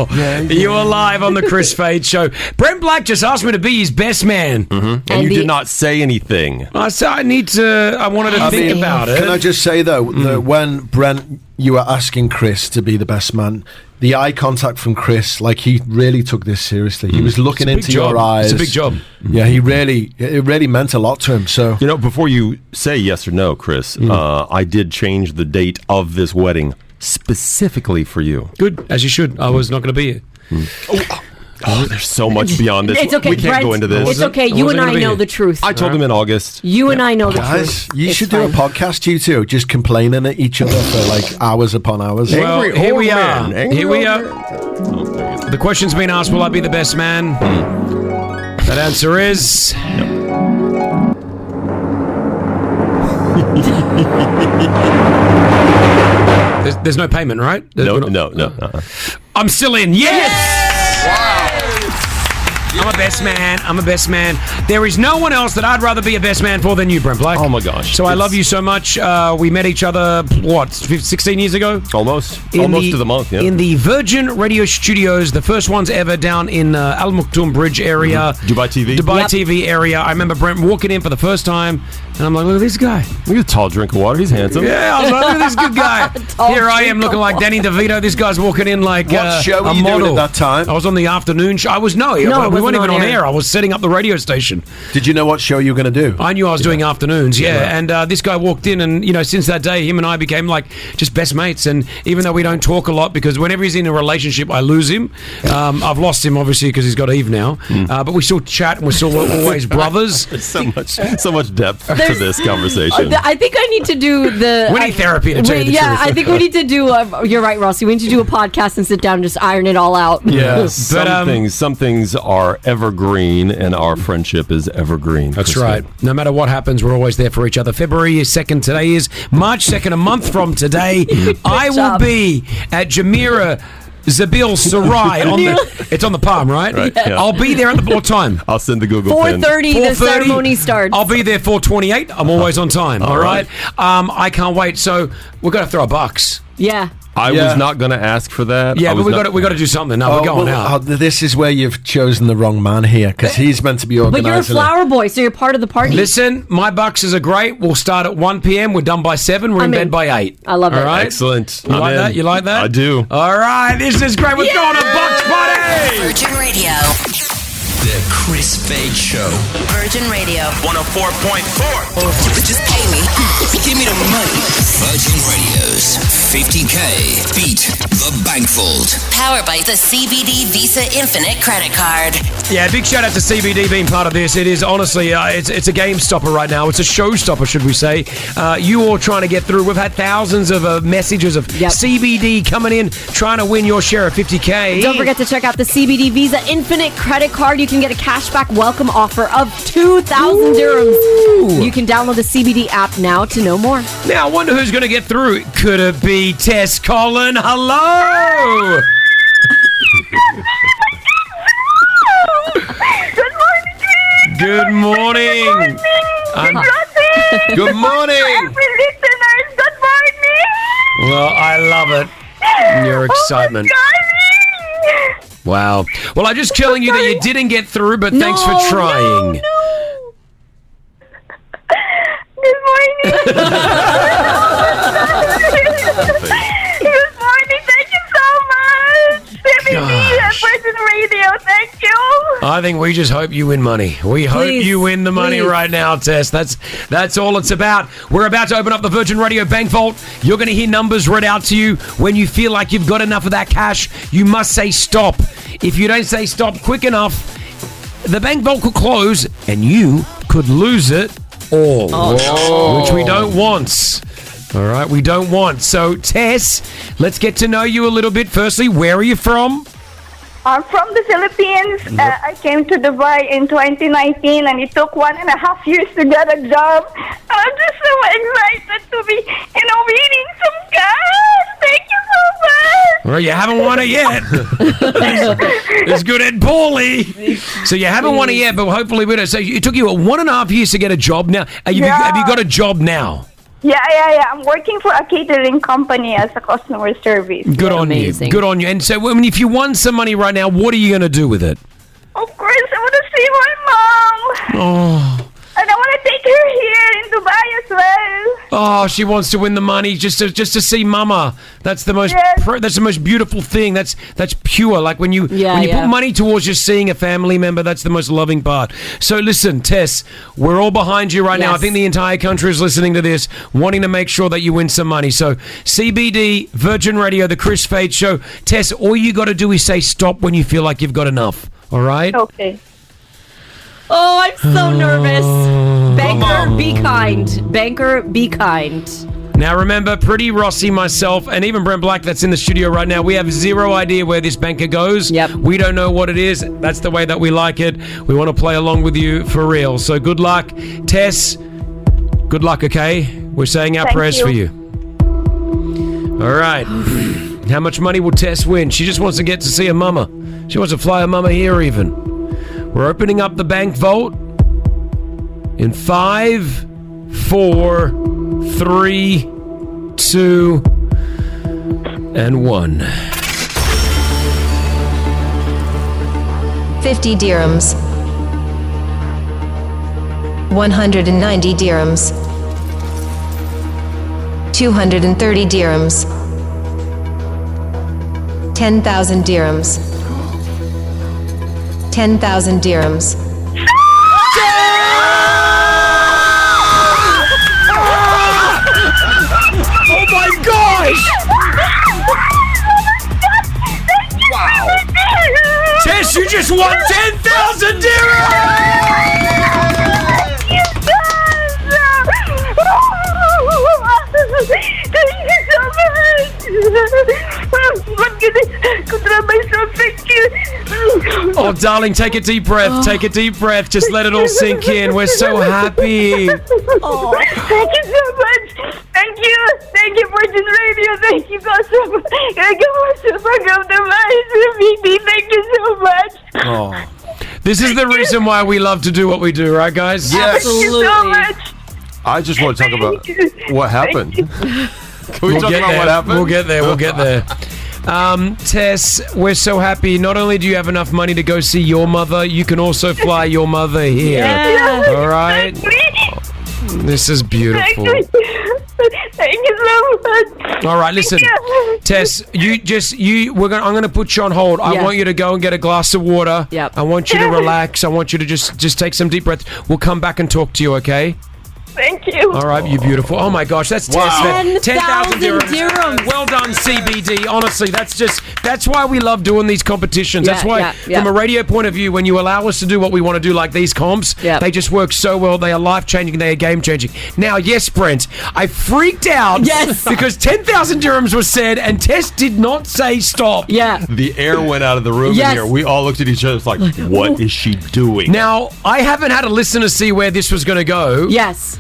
[SPEAKER 5] 104.4. You are live on the Chris Fade Show. Brent Black just asked me to be his best man.
[SPEAKER 1] And, you did not say anything.
[SPEAKER 5] I said I need to. I wanted to think about it.
[SPEAKER 4] Can I just say though
[SPEAKER 1] Hmm.
[SPEAKER 4] that when Brent, you were asking Chris to be the best man, the eye contact from Chris, like he really took this seriously. He
[SPEAKER 1] Mm.
[SPEAKER 4] was looking
[SPEAKER 1] It's a big
[SPEAKER 4] into your
[SPEAKER 1] job.
[SPEAKER 4] eyes.
[SPEAKER 1] It's a big job.
[SPEAKER 4] Yeah, he really, it really meant a lot to him. So
[SPEAKER 1] You know, before you say yes or no, Chris,
[SPEAKER 5] Mm.
[SPEAKER 1] uh, I did change the date of this wedding specifically for you.
[SPEAKER 5] Good, as you should. I was not going to be here.
[SPEAKER 1] Oh, there's so much beyond this.
[SPEAKER 6] It's okay,
[SPEAKER 1] We can't
[SPEAKER 6] Brent,
[SPEAKER 1] go into this.
[SPEAKER 6] It's okay. You and I know the truth.
[SPEAKER 1] I told him in August.
[SPEAKER 6] You and I know the
[SPEAKER 4] Guys,
[SPEAKER 6] truth.
[SPEAKER 4] you
[SPEAKER 6] Oh, It's
[SPEAKER 4] should do a
[SPEAKER 6] fine.
[SPEAKER 4] podcast, you two, just complaining at each other for like hours upon hours.
[SPEAKER 5] Well, here we are. Here we are. The question's been asked: Will I be the best man? That answer is *laughs* There's, there's no payment, right?
[SPEAKER 1] No, no, no. uh-uh.
[SPEAKER 5] I'm still in. Yes! I'm a best man. I'm a best man. There is no one else that I'd rather be a best man for than you, Brent Black. Oh my gosh! So I love you so much. Uh, we met each other what, 15, 16 years ago?
[SPEAKER 1] Almost. Almost to the month, yeah.
[SPEAKER 5] In the Virgin Radio Studios, the first ones ever down in uh, Al Maktoum Bridge area,
[SPEAKER 1] Dubai TV.
[SPEAKER 5] Dubai
[SPEAKER 1] Mm-hmm. Yep.
[SPEAKER 5] TV area. I remember Brent walking in for the first time, and I'm like, look at this guy.
[SPEAKER 1] Look at the tall drink of water. He's handsome.
[SPEAKER 5] Yeah, I love it. This good guy.
[SPEAKER 1] Tom
[SPEAKER 5] Here *laughs* I am looking like Danny DeVito. This guy's walking in like
[SPEAKER 1] What
[SPEAKER 5] uh,
[SPEAKER 1] show were
[SPEAKER 5] a
[SPEAKER 1] you doing
[SPEAKER 5] model.
[SPEAKER 1] at that
[SPEAKER 4] time?
[SPEAKER 5] I was on the afternoon show. I was
[SPEAKER 4] No,
[SPEAKER 5] no,
[SPEAKER 4] it
[SPEAKER 5] Oh, we
[SPEAKER 4] wasn't
[SPEAKER 5] weren't even
[SPEAKER 4] on
[SPEAKER 5] on
[SPEAKER 4] air.
[SPEAKER 5] air. I was setting up the radio station.
[SPEAKER 4] Did you know what show you were going to do?
[SPEAKER 5] I knew I was doing afternoons, yeah.
[SPEAKER 4] Yeah.
[SPEAKER 5] And uh, this guy walked in, and you know, since that day, him and I became like just best mates. And even though we don't talk a lot, because whenever he's in a relationship, I lose him. Um, I've lost him obviously because he's got Eve now.
[SPEAKER 1] Hmm.
[SPEAKER 5] Uh, but we still chat, and we're still
[SPEAKER 1] *laughs*
[SPEAKER 5] always brothers.
[SPEAKER 1] so much, so much depth to
[SPEAKER 6] There's-
[SPEAKER 1] this
[SPEAKER 6] *laughs*
[SPEAKER 1] conversation.
[SPEAKER 6] Uh, I think I need to do the.
[SPEAKER 5] *laughs* We need therapy to tell you
[SPEAKER 6] Wait,
[SPEAKER 5] the
[SPEAKER 6] yeah,
[SPEAKER 5] truth.
[SPEAKER 6] I think we need to do. A, you're right, Rossi. We need to do a podcast and sit down and just iron it all out.
[SPEAKER 5] um,
[SPEAKER 1] Yeah, some things some things are evergreen, and our friendship is evergreen.
[SPEAKER 5] That's right. No matter what happens, we're always there for each other. February 2nd today is March 2nd, a month from
[SPEAKER 6] *laughs*
[SPEAKER 5] today. I will be at Jamira Zabil Sarai. on
[SPEAKER 6] *laughs*
[SPEAKER 5] the, it's on the palm, right?
[SPEAKER 1] Right, yeah.
[SPEAKER 5] I'll be there at the what time?
[SPEAKER 1] I'll send the Google. pin.
[SPEAKER 6] 4:30, the
[SPEAKER 5] 4:30.
[SPEAKER 6] ceremony starts. Uh-huh.
[SPEAKER 5] I'll be there 428. I'm always on time.
[SPEAKER 1] All
[SPEAKER 5] all right. Um, I can't wait. So we're going to throw a bucks.
[SPEAKER 6] Yeah.
[SPEAKER 1] I
[SPEAKER 5] Yeah.
[SPEAKER 1] was not going to ask for that.
[SPEAKER 5] Yeah,
[SPEAKER 1] I
[SPEAKER 5] but
[SPEAKER 1] was
[SPEAKER 5] we
[SPEAKER 1] not-
[SPEAKER 5] got we got to do something. No,
[SPEAKER 4] Oh,
[SPEAKER 5] we're going
[SPEAKER 4] well,
[SPEAKER 5] out.
[SPEAKER 4] oh, th- this is where you've chosen the wrong man here because he's meant to be
[SPEAKER 6] But
[SPEAKER 4] organising.
[SPEAKER 6] you're a
[SPEAKER 4] it.
[SPEAKER 6] flower boy, so you're part of the party.
[SPEAKER 5] Listen, my boxes are great. We'll start at 1 p.m. We're done by 7. We're in
[SPEAKER 6] I'm in.
[SPEAKER 5] bed by 8.
[SPEAKER 6] I love it.
[SPEAKER 5] All right?
[SPEAKER 1] Excellent.
[SPEAKER 5] You
[SPEAKER 1] I'm
[SPEAKER 5] like
[SPEAKER 1] in.
[SPEAKER 5] that? You like that?
[SPEAKER 1] I do.
[SPEAKER 5] All *laughs* right. This is great. We're going to Bucks Party.
[SPEAKER 10] Virgin Radio.
[SPEAKER 13] The Chris Fade Show.
[SPEAKER 5] *laughs*
[SPEAKER 10] Virgin Radio.
[SPEAKER 13] 104.4.
[SPEAKER 10] Just pay me.
[SPEAKER 13] Give me the money. Virgin Radio's 50K beat the Bankfold.
[SPEAKER 10] Powered by the CBD Visa Infinite Credit Card.
[SPEAKER 5] Yeah, big shout out to CBD being part of this. It is honestly, uh, it's it's a game stopper right now. It's a showstopper, should we say? Uh, you all trying to get through. We've had thousands of uh, messages of CBD coming in, trying to win your share of 50k.
[SPEAKER 6] Don't forget to check out the CBD Visa Infinite Credit Card. You can get a cashback welcome offer of 2,000 dirhams. You can download the CBD app now to know more.
[SPEAKER 5] Now, I wonder who's going to get through. Could it be Tess Collin? Hello! Good morning, Good morning! I'm- Good *laughs* morning!
[SPEAKER 23] Happy listeners, good morning.
[SPEAKER 5] Well, I love it.
[SPEAKER 23] Oh
[SPEAKER 5] Your excitement. Wow. Well, I'm just killing you that you didn't get through, but thanks
[SPEAKER 23] No,
[SPEAKER 5] for
[SPEAKER 23] no,
[SPEAKER 5] trying.
[SPEAKER 23] Good morning.
[SPEAKER 5] *laughs*
[SPEAKER 23] good morning. Thank you so much. CBD and
[SPEAKER 5] Gosh.
[SPEAKER 23] Virgin Radio. Thank you.
[SPEAKER 5] I think we just hope you win money. We hope
[SPEAKER 23] Please,
[SPEAKER 5] you win the money
[SPEAKER 23] please.
[SPEAKER 5] right now, Tess. That's that's all it's about. We're about to open up the Virgin Radio Bank Vault. You're going to hear numbers read out to you. When you feel like you've got enough of that cash, you must say stop. If you don't say stop quick enough, the bank vault could close and you could lose it all,
[SPEAKER 23] Oh.
[SPEAKER 5] which we don't want. All right, we don't want. So, Tess, let's get to know you a little bit. Firstly, where are you from?
[SPEAKER 23] I'm from the Philippines. Uh, I came to Dubai in 2019 and it took one and a half years to get a job. I'm just so excited to be, you know, winning some cash. Thank you so much.
[SPEAKER 5] Well, you haven't won it yet. it's good at Paulie. So you haven't won it yet, but hopefully we don't. So it took you one and a half years to get a job now. Are you, Have you got a job now?
[SPEAKER 23] Yeah, yeah, yeah. I'm working for a catering company as a customer service.
[SPEAKER 5] Good on you. Good on you. And so, I mean, if you won some money right now, what are you going to do with it?
[SPEAKER 23] Of course, I want to see my mom,
[SPEAKER 5] Oh,
[SPEAKER 23] and I want to take her here in Dubai as well.
[SPEAKER 5] oh, she wants to win the money just to just to see Mama. That's the most pr- that's the most beautiful thing. That's that's pure. Like when you when you
[SPEAKER 6] yeah.
[SPEAKER 5] put money towards just seeing a family member, that's the most loving part. So listen, Tess, we're all behind you right now. I
[SPEAKER 6] Yes.
[SPEAKER 5] think the entire country is listening to this, wanting to make sure that you win some money. So CBD Virgin Radio, the Chris Fade Show, Tess. All you got to do is say stop when you feel like you've got enough. All right.
[SPEAKER 23] Okay.
[SPEAKER 6] Oh, I'm
[SPEAKER 5] *sighs*
[SPEAKER 6] so nervous. Banker, be kind. Banker, be kind.
[SPEAKER 5] Now remember, Pretty Rossi, myself, and even Brent Black that's in the studio right now, we have zero idea where this banker goes. Yep. We don't know what it is. That's the way that we like it. We want to play along with you for real. So good luck. Tess, good luck, okay? We're saying our
[SPEAKER 2] Thank
[SPEAKER 5] prayers
[SPEAKER 2] you.
[SPEAKER 5] for you. All right. How much money will Tess win? She just wants to get to see her mama. She wants to fly her mama here even. We're opening up the bank vault in five, four, three, two, and one.
[SPEAKER 7] 50 dirhams. 190 dirhams. 230 dirhams. 10,000 dirhams. 10,000 dirhams.
[SPEAKER 5] Oh my *laughs* gosh!
[SPEAKER 2] Wow.
[SPEAKER 5] Tess, you just *laughs* won 10,000 dirhams!
[SPEAKER 2] You guys! Thank you so much! I'm gonna control myself, thank you!
[SPEAKER 5] Oh, darling, take a deep breath. Take a deep breath. Just let it all sink in. We're so
[SPEAKER 23] *laughs*
[SPEAKER 5] happy.
[SPEAKER 2] Thank you so much. Thank you. Thank you, Virgin Radio. Thank you, Gossip. Thank you, Gossip. I got the mind. Thank you so much.
[SPEAKER 5] Oh. This is the reason why we love to do what we do, right, guys?
[SPEAKER 1] Yes.
[SPEAKER 2] Thank you so much.
[SPEAKER 1] I just want to talk about what happened. Can we
[SPEAKER 5] We'll
[SPEAKER 1] talk
[SPEAKER 5] get
[SPEAKER 1] about
[SPEAKER 5] there.
[SPEAKER 1] what happened?
[SPEAKER 5] We'll get there. We'll get there. Um, Tess, we're so happy. Not only do you have enough money to go see your mother, you can also fly your mother here.
[SPEAKER 2] Yeah.
[SPEAKER 5] All right. This is beautiful.
[SPEAKER 2] Thank you. Thank you so much.
[SPEAKER 5] All right, listen,
[SPEAKER 2] Thank you.
[SPEAKER 5] Tess. You just you. We're gonna. I'm gonna put you on hold. I
[SPEAKER 2] Yeah.
[SPEAKER 5] want you to go and get a glass of water. Yep. I want
[SPEAKER 2] *laughs*
[SPEAKER 5] you to relax. I want you to just just take some deep breaths. We'll come back and talk to you. Okay. *laughs*
[SPEAKER 2] Thank you.
[SPEAKER 5] All right, you beautiful. Oh my gosh, that's
[SPEAKER 2] Wow.
[SPEAKER 5] Tess.
[SPEAKER 2] 10,000 dirhams.
[SPEAKER 5] Well done, CBD. Honestly, that's just that's why we love doing these competitions. that's
[SPEAKER 2] Yeah,
[SPEAKER 5] why,
[SPEAKER 2] yeah, yeah.
[SPEAKER 5] from a radio point of view, when you allow us to do what we want to do, like these comps, they just work so well. They are life changing. They are game changing. Now, yes, Brent, I freaked out. Yes, because ten thousand dirhams was said, and Tess did not say stop. Yeah.
[SPEAKER 1] The air went out of the room
[SPEAKER 5] Yes.
[SPEAKER 1] in here. We all looked at each other. It's like, what is she doing?
[SPEAKER 5] Now, I haven't had a listen to see where this was going to go.
[SPEAKER 6] Yes.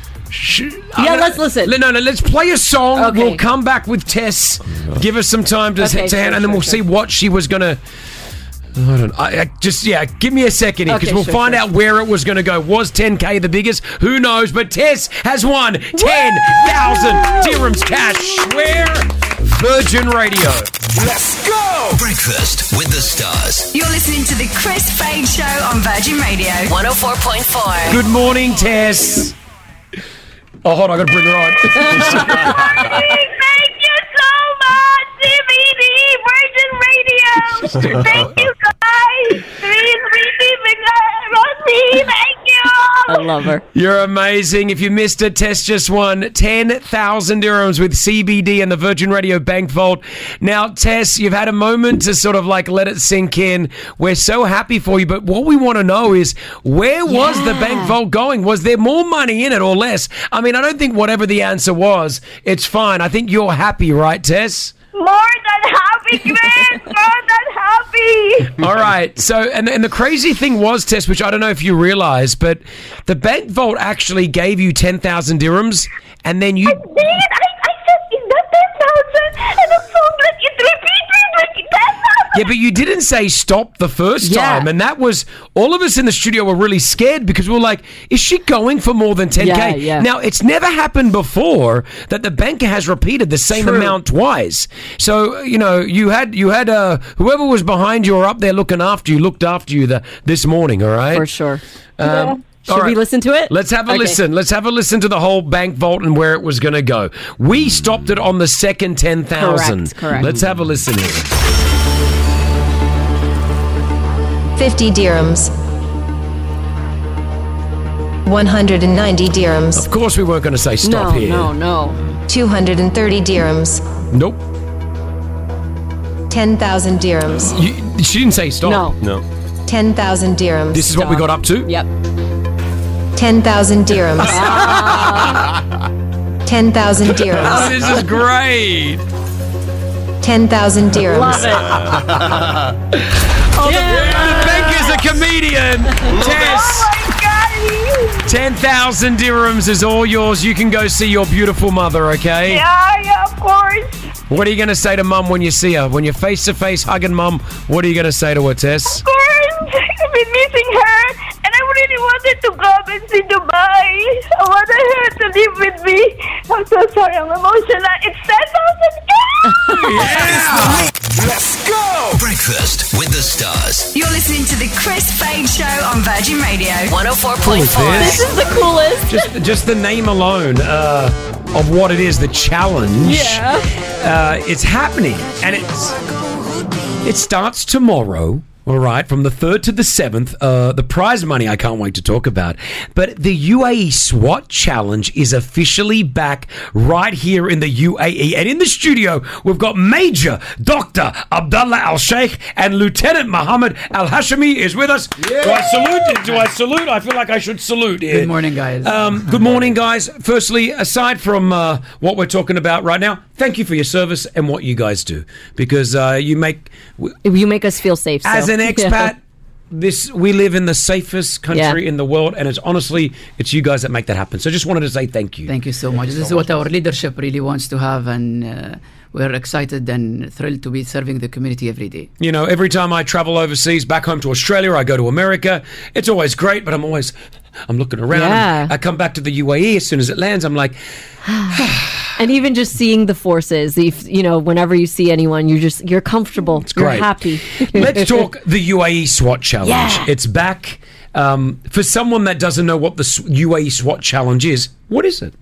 [SPEAKER 5] yeah, let's listen. No, no, let's play a song. We'll come back with Tess. Give us some time to,
[SPEAKER 6] Okay,
[SPEAKER 5] to
[SPEAKER 6] sure,
[SPEAKER 5] hand, and then
[SPEAKER 6] sure,
[SPEAKER 5] we'll
[SPEAKER 6] sure.
[SPEAKER 5] see what she was going to. I don't know. I, I just yeah. Give me a second here because
[SPEAKER 6] Okay,
[SPEAKER 5] we'll
[SPEAKER 6] sure,
[SPEAKER 5] find
[SPEAKER 6] sure.
[SPEAKER 5] out where it was going to go. Was 10k the biggest? Who knows? But Tess has won 10,000 dirhams cash. Where? Virgin Radio.
[SPEAKER 13] Let's go! Breakfast with the stars.
[SPEAKER 14] You're listening to the Chris Fade Show on Virgin Radio
[SPEAKER 7] 104.4.
[SPEAKER 5] Good morning, Tess. Oh, hold on. I got to bring her on.
[SPEAKER 2] *laughs* Thank you so much, CBD Virgin Radio. Thank you guys. Please receive me, Rosie. Thank you.
[SPEAKER 5] love her. You're amazing. If you missed it, Tess just won 10,000 dirhams with CBD and the Virgin Radio Bank Vault. Now, Tess, you've had a moment to sort of like let it sink in. We're so happy for you, but what we want to know is where was the bank vault going? Was there more money in it or less? I mean, I don't think whatever the answer was, it's fine. I think you're happy, right, Tess?
[SPEAKER 2] More than happy, Chris. More than happy.
[SPEAKER 5] *laughs* All right. So, and, and the crazy thing was, Tess, which I don't know if you realize, but the bank vault actually gave you 10,000 dirhams, and then you.
[SPEAKER 2] Did I, I said, is that 10,000? And I'm so glad it repeated.
[SPEAKER 5] Yeah, but you didn't say stop the first
[SPEAKER 6] Yeah.
[SPEAKER 5] time, and that was all of us in the studio were really scared because we were like, "Is she going for more than 10k?"
[SPEAKER 6] Yeah, yeah.
[SPEAKER 5] Now it's never happened before that the banker has repeated the same amount twice. So you know, you had you had uh, whoever was behind you or up there looking after you looked after you the, this morning. All right, for
[SPEAKER 6] sure.
[SPEAKER 5] Um,
[SPEAKER 6] Should we listen to it?
[SPEAKER 5] Let's have a
[SPEAKER 6] Okay.
[SPEAKER 5] listen. Let's have a listen to the whole bank vault and where it was going to go. We stopped it on the second 10,000.
[SPEAKER 7] Correct, correct.
[SPEAKER 5] Let's have a listen here.
[SPEAKER 7] 50 dirhams. 190 dirhams. Of
[SPEAKER 5] course, we weren't going to say stop No, here. no,
[SPEAKER 6] no.
[SPEAKER 7] 230 dirhams.
[SPEAKER 5] Nope.
[SPEAKER 7] 10,000 dirhams.
[SPEAKER 5] You, she didn't say stop.
[SPEAKER 1] No.
[SPEAKER 7] 10,000 dirhams.
[SPEAKER 5] This is what we got up to?
[SPEAKER 6] Yep.
[SPEAKER 7] 10,000
[SPEAKER 5] *laughs*
[SPEAKER 7] dirhams. 10,000 dirhams.
[SPEAKER 5] this is great.
[SPEAKER 7] 10,000 dirhams.
[SPEAKER 5] Oh, the, the banker's a comedian. Tess. 10,000 dirhams is all yours. You can go see your beautiful mother, okay?
[SPEAKER 23] Yeah, yeah, of course.
[SPEAKER 5] What are you going to say to mum when you see her? When you're face to face hugging mum, what are you going to say to her, Tess?
[SPEAKER 23] Burns. I've been missing her, and I really wanted to go and see Dubai. I wanted her to live with me. I'm so sorry, I'm emotional. It's 10,000
[SPEAKER 13] Let's go! Breakfast with the stars.
[SPEAKER 14] You're listening to the Chris Fade Show on Virgin Radio.
[SPEAKER 5] 104.4. This is
[SPEAKER 14] the coolest.
[SPEAKER 5] Just, just the name alone uh, of what it is, the challenge.
[SPEAKER 14] Yeah.
[SPEAKER 5] Uh, it's happening, and it's it starts tomorrow. All right, from the third to the seventh, uh, the prize money I can't wait to talk about. But the UAE SWAT Challenge is officially back right here in the UAE, and in the studio we've got Major Doctor Abdullah Al Sheikh and Lieutenant Mohammed Al Hashimi is with us. Do I salute? Do I salute? I feel like I should salute. here.
[SPEAKER 12] Good morning, guys.
[SPEAKER 5] Um, good morning, guys. Firstly, aside from uh, what we're talking about right now, thank you for your service and what you guys do because uh, you make w-
[SPEAKER 6] You make us feel safe. so-
[SPEAKER 5] as an
[SPEAKER 6] Yeah.
[SPEAKER 5] expat. This we live in the safest country
[SPEAKER 6] Yeah.
[SPEAKER 5] in the world, and it's honestly it's you guys that make that happen. So just wanted to say thank you.
[SPEAKER 12] Thank you so much. This is what our leadership really wants to have, and uh, we're excited and thrilled to be serving the community every day.
[SPEAKER 5] You know, every time I travel overseas, back home to Australia, I go to America. It's always great, but I'm always I'm looking around.
[SPEAKER 6] Yeah.
[SPEAKER 5] I come back to the UAE as soon as it lands. I'm like,
[SPEAKER 6] *sighs* and even just seeing the forces, if you know, whenever you see anyone, you're just you're comfortable, you're
[SPEAKER 5] great.
[SPEAKER 6] happy.
[SPEAKER 5] *laughs* Let's talk the UAE SWAT challenge.
[SPEAKER 6] Yeah.
[SPEAKER 5] It's back. Um, for someone that doesn't know what the S- UAE SWAT challenge is, what is it?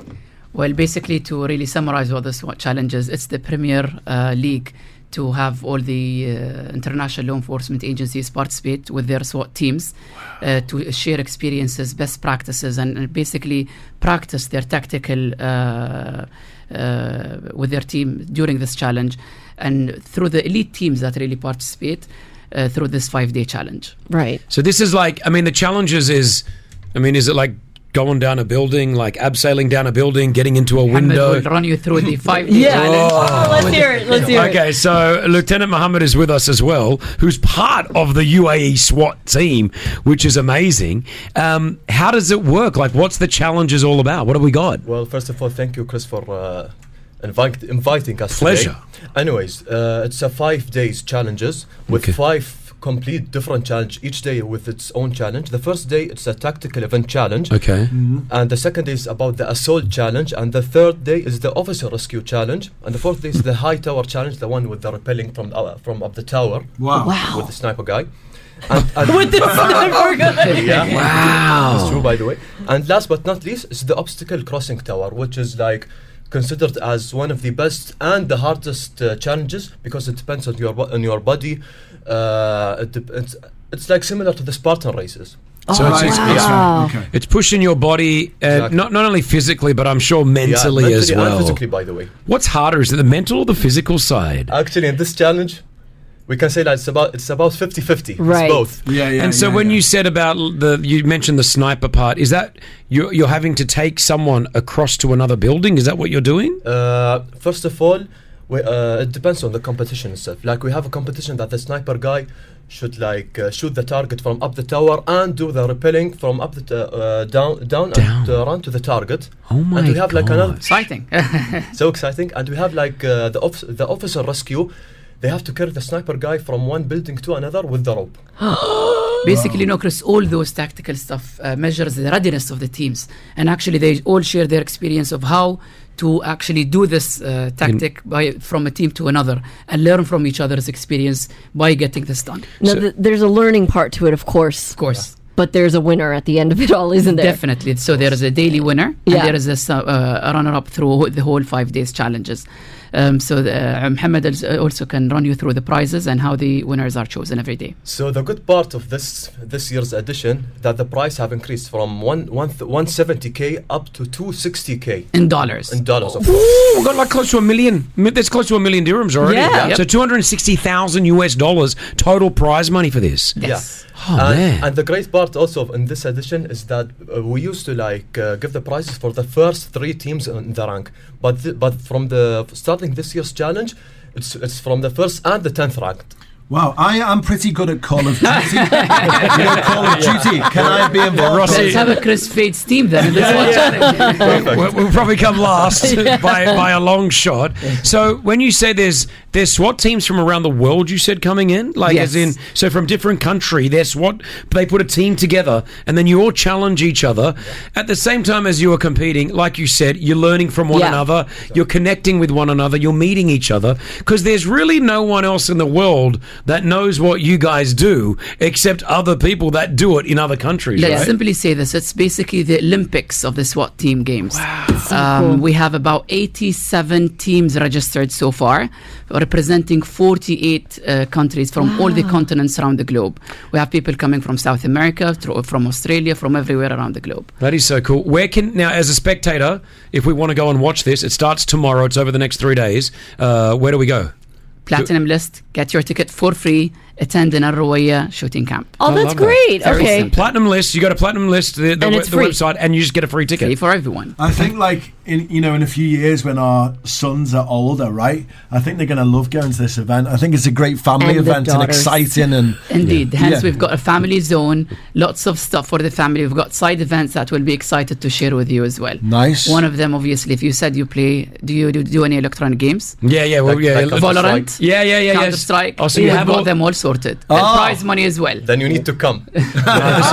[SPEAKER 12] Well, basically, to really summarize what this what challenge is, it's the premier uh, league to have all the uh, international law enforcement agencies participate with their SWAT teams uh, to share experiences, best practices, and, and basically practice their tactical uh, uh, with their team during this challenge, and through the elite teams that really participate uh, through this five-day challenge.
[SPEAKER 6] Right.
[SPEAKER 5] So this is like, I mean, the challenges is, I mean, is it like going down a building, like abseiling down a building, getting into a
[SPEAKER 12] Mohammed
[SPEAKER 5] window?
[SPEAKER 12] will run you through
[SPEAKER 5] *laughs*
[SPEAKER 12] the five-day Yeah.
[SPEAKER 5] Oh.
[SPEAKER 12] challenge. With-
[SPEAKER 5] Okay, so Lieutenant Mohammed is with us as well, who's part of the UAE SWAT team, which is amazing. Um, how does it work? Like, what's the challenges all about? What have we got?
[SPEAKER 15] Well, first of all, thank you, Chris, for uh, invite, inviting us.
[SPEAKER 5] Pleasure.
[SPEAKER 15] Today. Anyways, uh, it's a five days challenges with five complete different challenge each day with its own challenge. The first day it's a tactical event challenge. Mm-hmm.
[SPEAKER 5] Okay.
[SPEAKER 15] And the second day is about the assault challenge, and the third day is the officer rescue challenge, and the fourth day is the high tower challenge, the one with the rappelling from uh, from up the tower.
[SPEAKER 12] Wow. Wow.
[SPEAKER 15] With the sniper guy. And, and
[SPEAKER 5] *laughs*
[SPEAKER 12] With the sniper guy.
[SPEAKER 15] yeah.
[SPEAKER 12] Wow.
[SPEAKER 15] It's true, by the way. And last but not least is the obstacle crossing tower, which is like considered as one of the best and the hardest uh, challenges because it depends on your bo- on your body. Uh, it dep- it's, it's like similar to the Spartan races.
[SPEAKER 5] So it's, it's, it's, it's pushing your body, uh,
[SPEAKER 15] Exactly.
[SPEAKER 5] not not only physically, but I'm sure mentally,
[SPEAKER 15] mentally
[SPEAKER 5] as
[SPEAKER 15] and
[SPEAKER 5] well.
[SPEAKER 15] physically, by the way.
[SPEAKER 5] What's harder, is it the mental or the physical side?
[SPEAKER 15] Actually, in this challenge, we can say that it's about it's about 50-50. It's both.
[SPEAKER 5] And so when you said about l- the, you mentioned the sniper part. Is that you're, you're having to take someone across to another building? Is that what you're doing?
[SPEAKER 15] Uh, first of all, we, uh, it depends on the competition itself. Like we have a competition that the sniper guy should like uh, shoot the target from up the tower and do the repelling from up the t- uh, down down, and uh, run to the target.
[SPEAKER 12] Oh my
[SPEAKER 15] And we have like another
[SPEAKER 12] Exciting.
[SPEAKER 15] so exciting, and we have like uh, the off- the officer rescue. they have to carry the sniper guy from one building to another with the rope.
[SPEAKER 12] Basically, no, Chris, all those tactical stuff uh, measures the readiness of the teams. And actually, they all share their experience of how to actually do this uh, tactic by, from a team to another and learn from each other's experience by getting this done.
[SPEAKER 6] Now, th- there's a learning part to it, of course. Of
[SPEAKER 12] course.
[SPEAKER 6] But there's a winner at the end of it all, isn't there?
[SPEAKER 12] Definitely. So there is a daily winner,
[SPEAKER 6] Yeah.
[SPEAKER 12] and there is a, su- uh, a runner-up through the whole five days challenges. Um, so the, uh, Mohammed is- also can run you through the prizes and how the winners are chosen every day.
[SPEAKER 15] So the good part of this this year's edition that the price have increased from one one one seventy k up to two sixty k
[SPEAKER 12] in dollars.
[SPEAKER 15] In dollars, of course.
[SPEAKER 5] Ooh, we got like close to a million. Mi- That's close to a million dirhams already.
[SPEAKER 15] Yeah. Yep.
[SPEAKER 5] So 260,000 US dollars total prize money for this.
[SPEAKER 15] Yeah. Uh,
[SPEAKER 5] Oh,
[SPEAKER 15] and,
[SPEAKER 5] man.
[SPEAKER 15] and the great part also of- in this edition is that uh, we used to like uh, give the prizes for the first three teams in the rank, but th- but from the starting this year's challenge, it's it's from the first and the tenth ranked.
[SPEAKER 16] Wow, I am pretty good at Call of Duty.
[SPEAKER 15] *laughs*
[SPEAKER 16] you know, Call of Duty. Can I be involved?
[SPEAKER 12] Let's have a Chris Fates team then. in this one *laughs* challenge.
[SPEAKER 5] we'll, we'll probably come last
[SPEAKER 12] *laughs* Yeah.
[SPEAKER 5] by, by a long shot. So when you say there's there's SWAT teams from around the world, you said coming in, like as in
[SPEAKER 12] Yes.
[SPEAKER 5] so from different country, they're SWAT. They put a team together, and then you all challenge each other at the same time as you are competing. Like you said, you're learning from one
[SPEAKER 12] Yeah.
[SPEAKER 5] another, you're connecting with one another, you're meeting each other because there's really no one else in the world that knows what you guys do except other people that do it in other countries.
[SPEAKER 12] Let's
[SPEAKER 5] right?
[SPEAKER 12] simply say this: it's basically the Olympics of the SWAT team games. Um, we have about 87 teams registered so far, representing 48 uh, countries from all the
[SPEAKER 3] Wow.
[SPEAKER 12] continents around the globe. We have people coming from South America, thro- from Australia, from everywhere around the globe.
[SPEAKER 5] That is so cool. Where can now, as a spectator, if we want to go and watch this, it starts tomorrow. It's over the next three days. Uh, where do we go?
[SPEAKER 12] Platinum list. Get your ticket for free. Attend in Al Rawaya shooting camp.
[SPEAKER 5] I love that.
[SPEAKER 12] Very simple.
[SPEAKER 5] Platinum list. You go to platinum list. The, the,
[SPEAKER 12] And
[SPEAKER 5] we-
[SPEAKER 12] it's
[SPEAKER 5] the
[SPEAKER 12] free.
[SPEAKER 5] website, and you just get a free ticket. Free
[SPEAKER 12] for everyone.
[SPEAKER 16] I think like in you know in a few years when our sons are older, right? I think they're going to love going to this event. I think it's a great family
[SPEAKER 12] And the
[SPEAKER 16] event and
[SPEAKER 12] daughters.
[SPEAKER 16] exciting and
[SPEAKER 12] *laughs* Indeed.
[SPEAKER 16] Yeah.
[SPEAKER 12] Hence,
[SPEAKER 16] Yeah.
[SPEAKER 12] we've got a family zone, lots of stuff for the family. We've got side events that we'll be excited to share with you as well.
[SPEAKER 16] Nice.
[SPEAKER 12] One of them, obviously, if you said you play, do you do, do any electronic games?
[SPEAKER 5] Yeah, yeah, well, yeah, yeah.
[SPEAKER 12] Valorant.
[SPEAKER 5] Yeah, yeah, yeah,
[SPEAKER 12] Counter
[SPEAKER 5] yes.
[SPEAKER 12] Strike.
[SPEAKER 5] Oh, so you
[SPEAKER 12] We've
[SPEAKER 5] have
[SPEAKER 12] got
[SPEAKER 5] all-
[SPEAKER 12] them all sorted.
[SPEAKER 5] Ah.
[SPEAKER 12] And prize money as well.
[SPEAKER 15] Then you need to
[SPEAKER 6] *laughs*
[SPEAKER 15] come.
[SPEAKER 5] this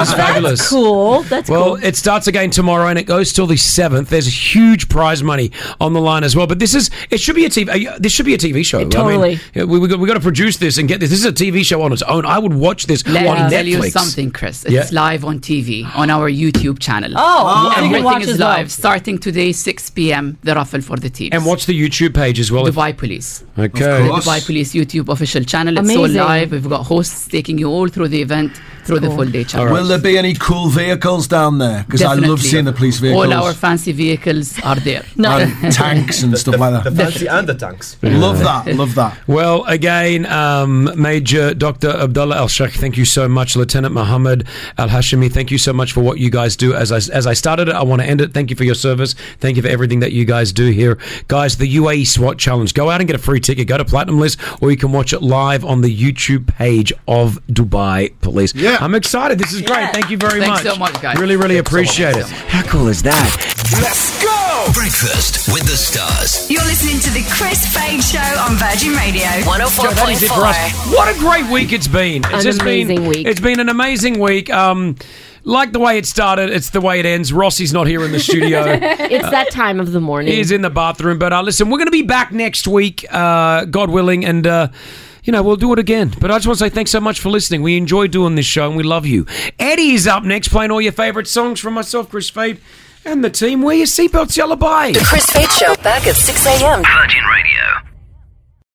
[SPEAKER 5] is fabulous.
[SPEAKER 6] Oh, cool. That's
[SPEAKER 5] well, it starts again tomorrow and it goes till the seventh. There's huge prize money on the line as well. But this is it should be a TV. uh, This should be a TV show.
[SPEAKER 12] Totally.
[SPEAKER 5] I mean, we we got, we got to produce this and get this. This is a TV show on its own. I would watch this
[SPEAKER 12] Let
[SPEAKER 5] on
[SPEAKER 12] me
[SPEAKER 5] Netflix.
[SPEAKER 12] tell you something, Chris. It's
[SPEAKER 5] Yeah.
[SPEAKER 12] live on TV on our YouTube channel.
[SPEAKER 5] Oh, and you can
[SPEAKER 12] everything
[SPEAKER 5] watch
[SPEAKER 12] is
[SPEAKER 5] as well.
[SPEAKER 12] live. Starting today, 6 p.m. The raffle for the team.
[SPEAKER 5] And watch the YouTube page as well.
[SPEAKER 12] Dubai Police.
[SPEAKER 5] Okay.
[SPEAKER 12] The Dubai Police YouTube official channel. It's
[SPEAKER 16] Amazing.
[SPEAKER 12] all live. We've got hosts taking you all through the event, through the full day challenge.
[SPEAKER 16] Will there be any cool vehicles down there? Because I love
[SPEAKER 12] Definitely.
[SPEAKER 16] seeing the police vehicles.
[SPEAKER 12] All
[SPEAKER 4] *laughs*
[SPEAKER 12] our fancy vehicles are there. *laughs*
[SPEAKER 16] and tanks and stuff like that.
[SPEAKER 12] the fancy
[SPEAKER 15] and the tanks.
[SPEAKER 16] Love that. Love that.
[SPEAKER 5] Well, again, um, Major Dr. Abdullah Al Sheikh, thank you so much. Lieutenant Mohammed Al Hashimi, thank you so much for what you guys do. As I, as I started it, I want to end it. Thank you for your service. Thank you for everything that you guys do here. Guys, the UAE SWAT Challenge. Go out and get a free ticket. Go to Platinum List, or you can watch it live on the YouTube page of Dubai Police. Yeah. I'm excited. This is great. Thank you very
[SPEAKER 12] Thanks
[SPEAKER 5] much.
[SPEAKER 12] so much, guys.
[SPEAKER 5] Really, really
[SPEAKER 12] Thanks so
[SPEAKER 5] appreciate it. How cool is that?
[SPEAKER 13] Let's go! Breakfast with the stars.
[SPEAKER 14] You're listening to the Chris Fade Show on Virgin Radio.
[SPEAKER 5] Joe, that is it for us. What a great week it's been. It's
[SPEAKER 14] An
[SPEAKER 5] just been,
[SPEAKER 14] amazing week.
[SPEAKER 5] It's been an amazing week. Um, like the way it started, it's the way it ends. Rossi's not here in the
[SPEAKER 14] *laughs*
[SPEAKER 5] studio.
[SPEAKER 6] *laughs* it's that time of the morning.
[SPEAKER 5] He is in the bathroom. But uh, listen, we're going to be back next week, uh, God willing, and. Uh, you know, we'll do it again. But I just want to say thanks so much for listening. We enjoy doing this show and we love you. Eddie is up next playing all your favorite songs from myself, Chris Fade, and the team. Wear your seatbelts, yellow bye.
[SPEAKER 14] The Chris Fade Show back at 6 a.m. Virgin Radio.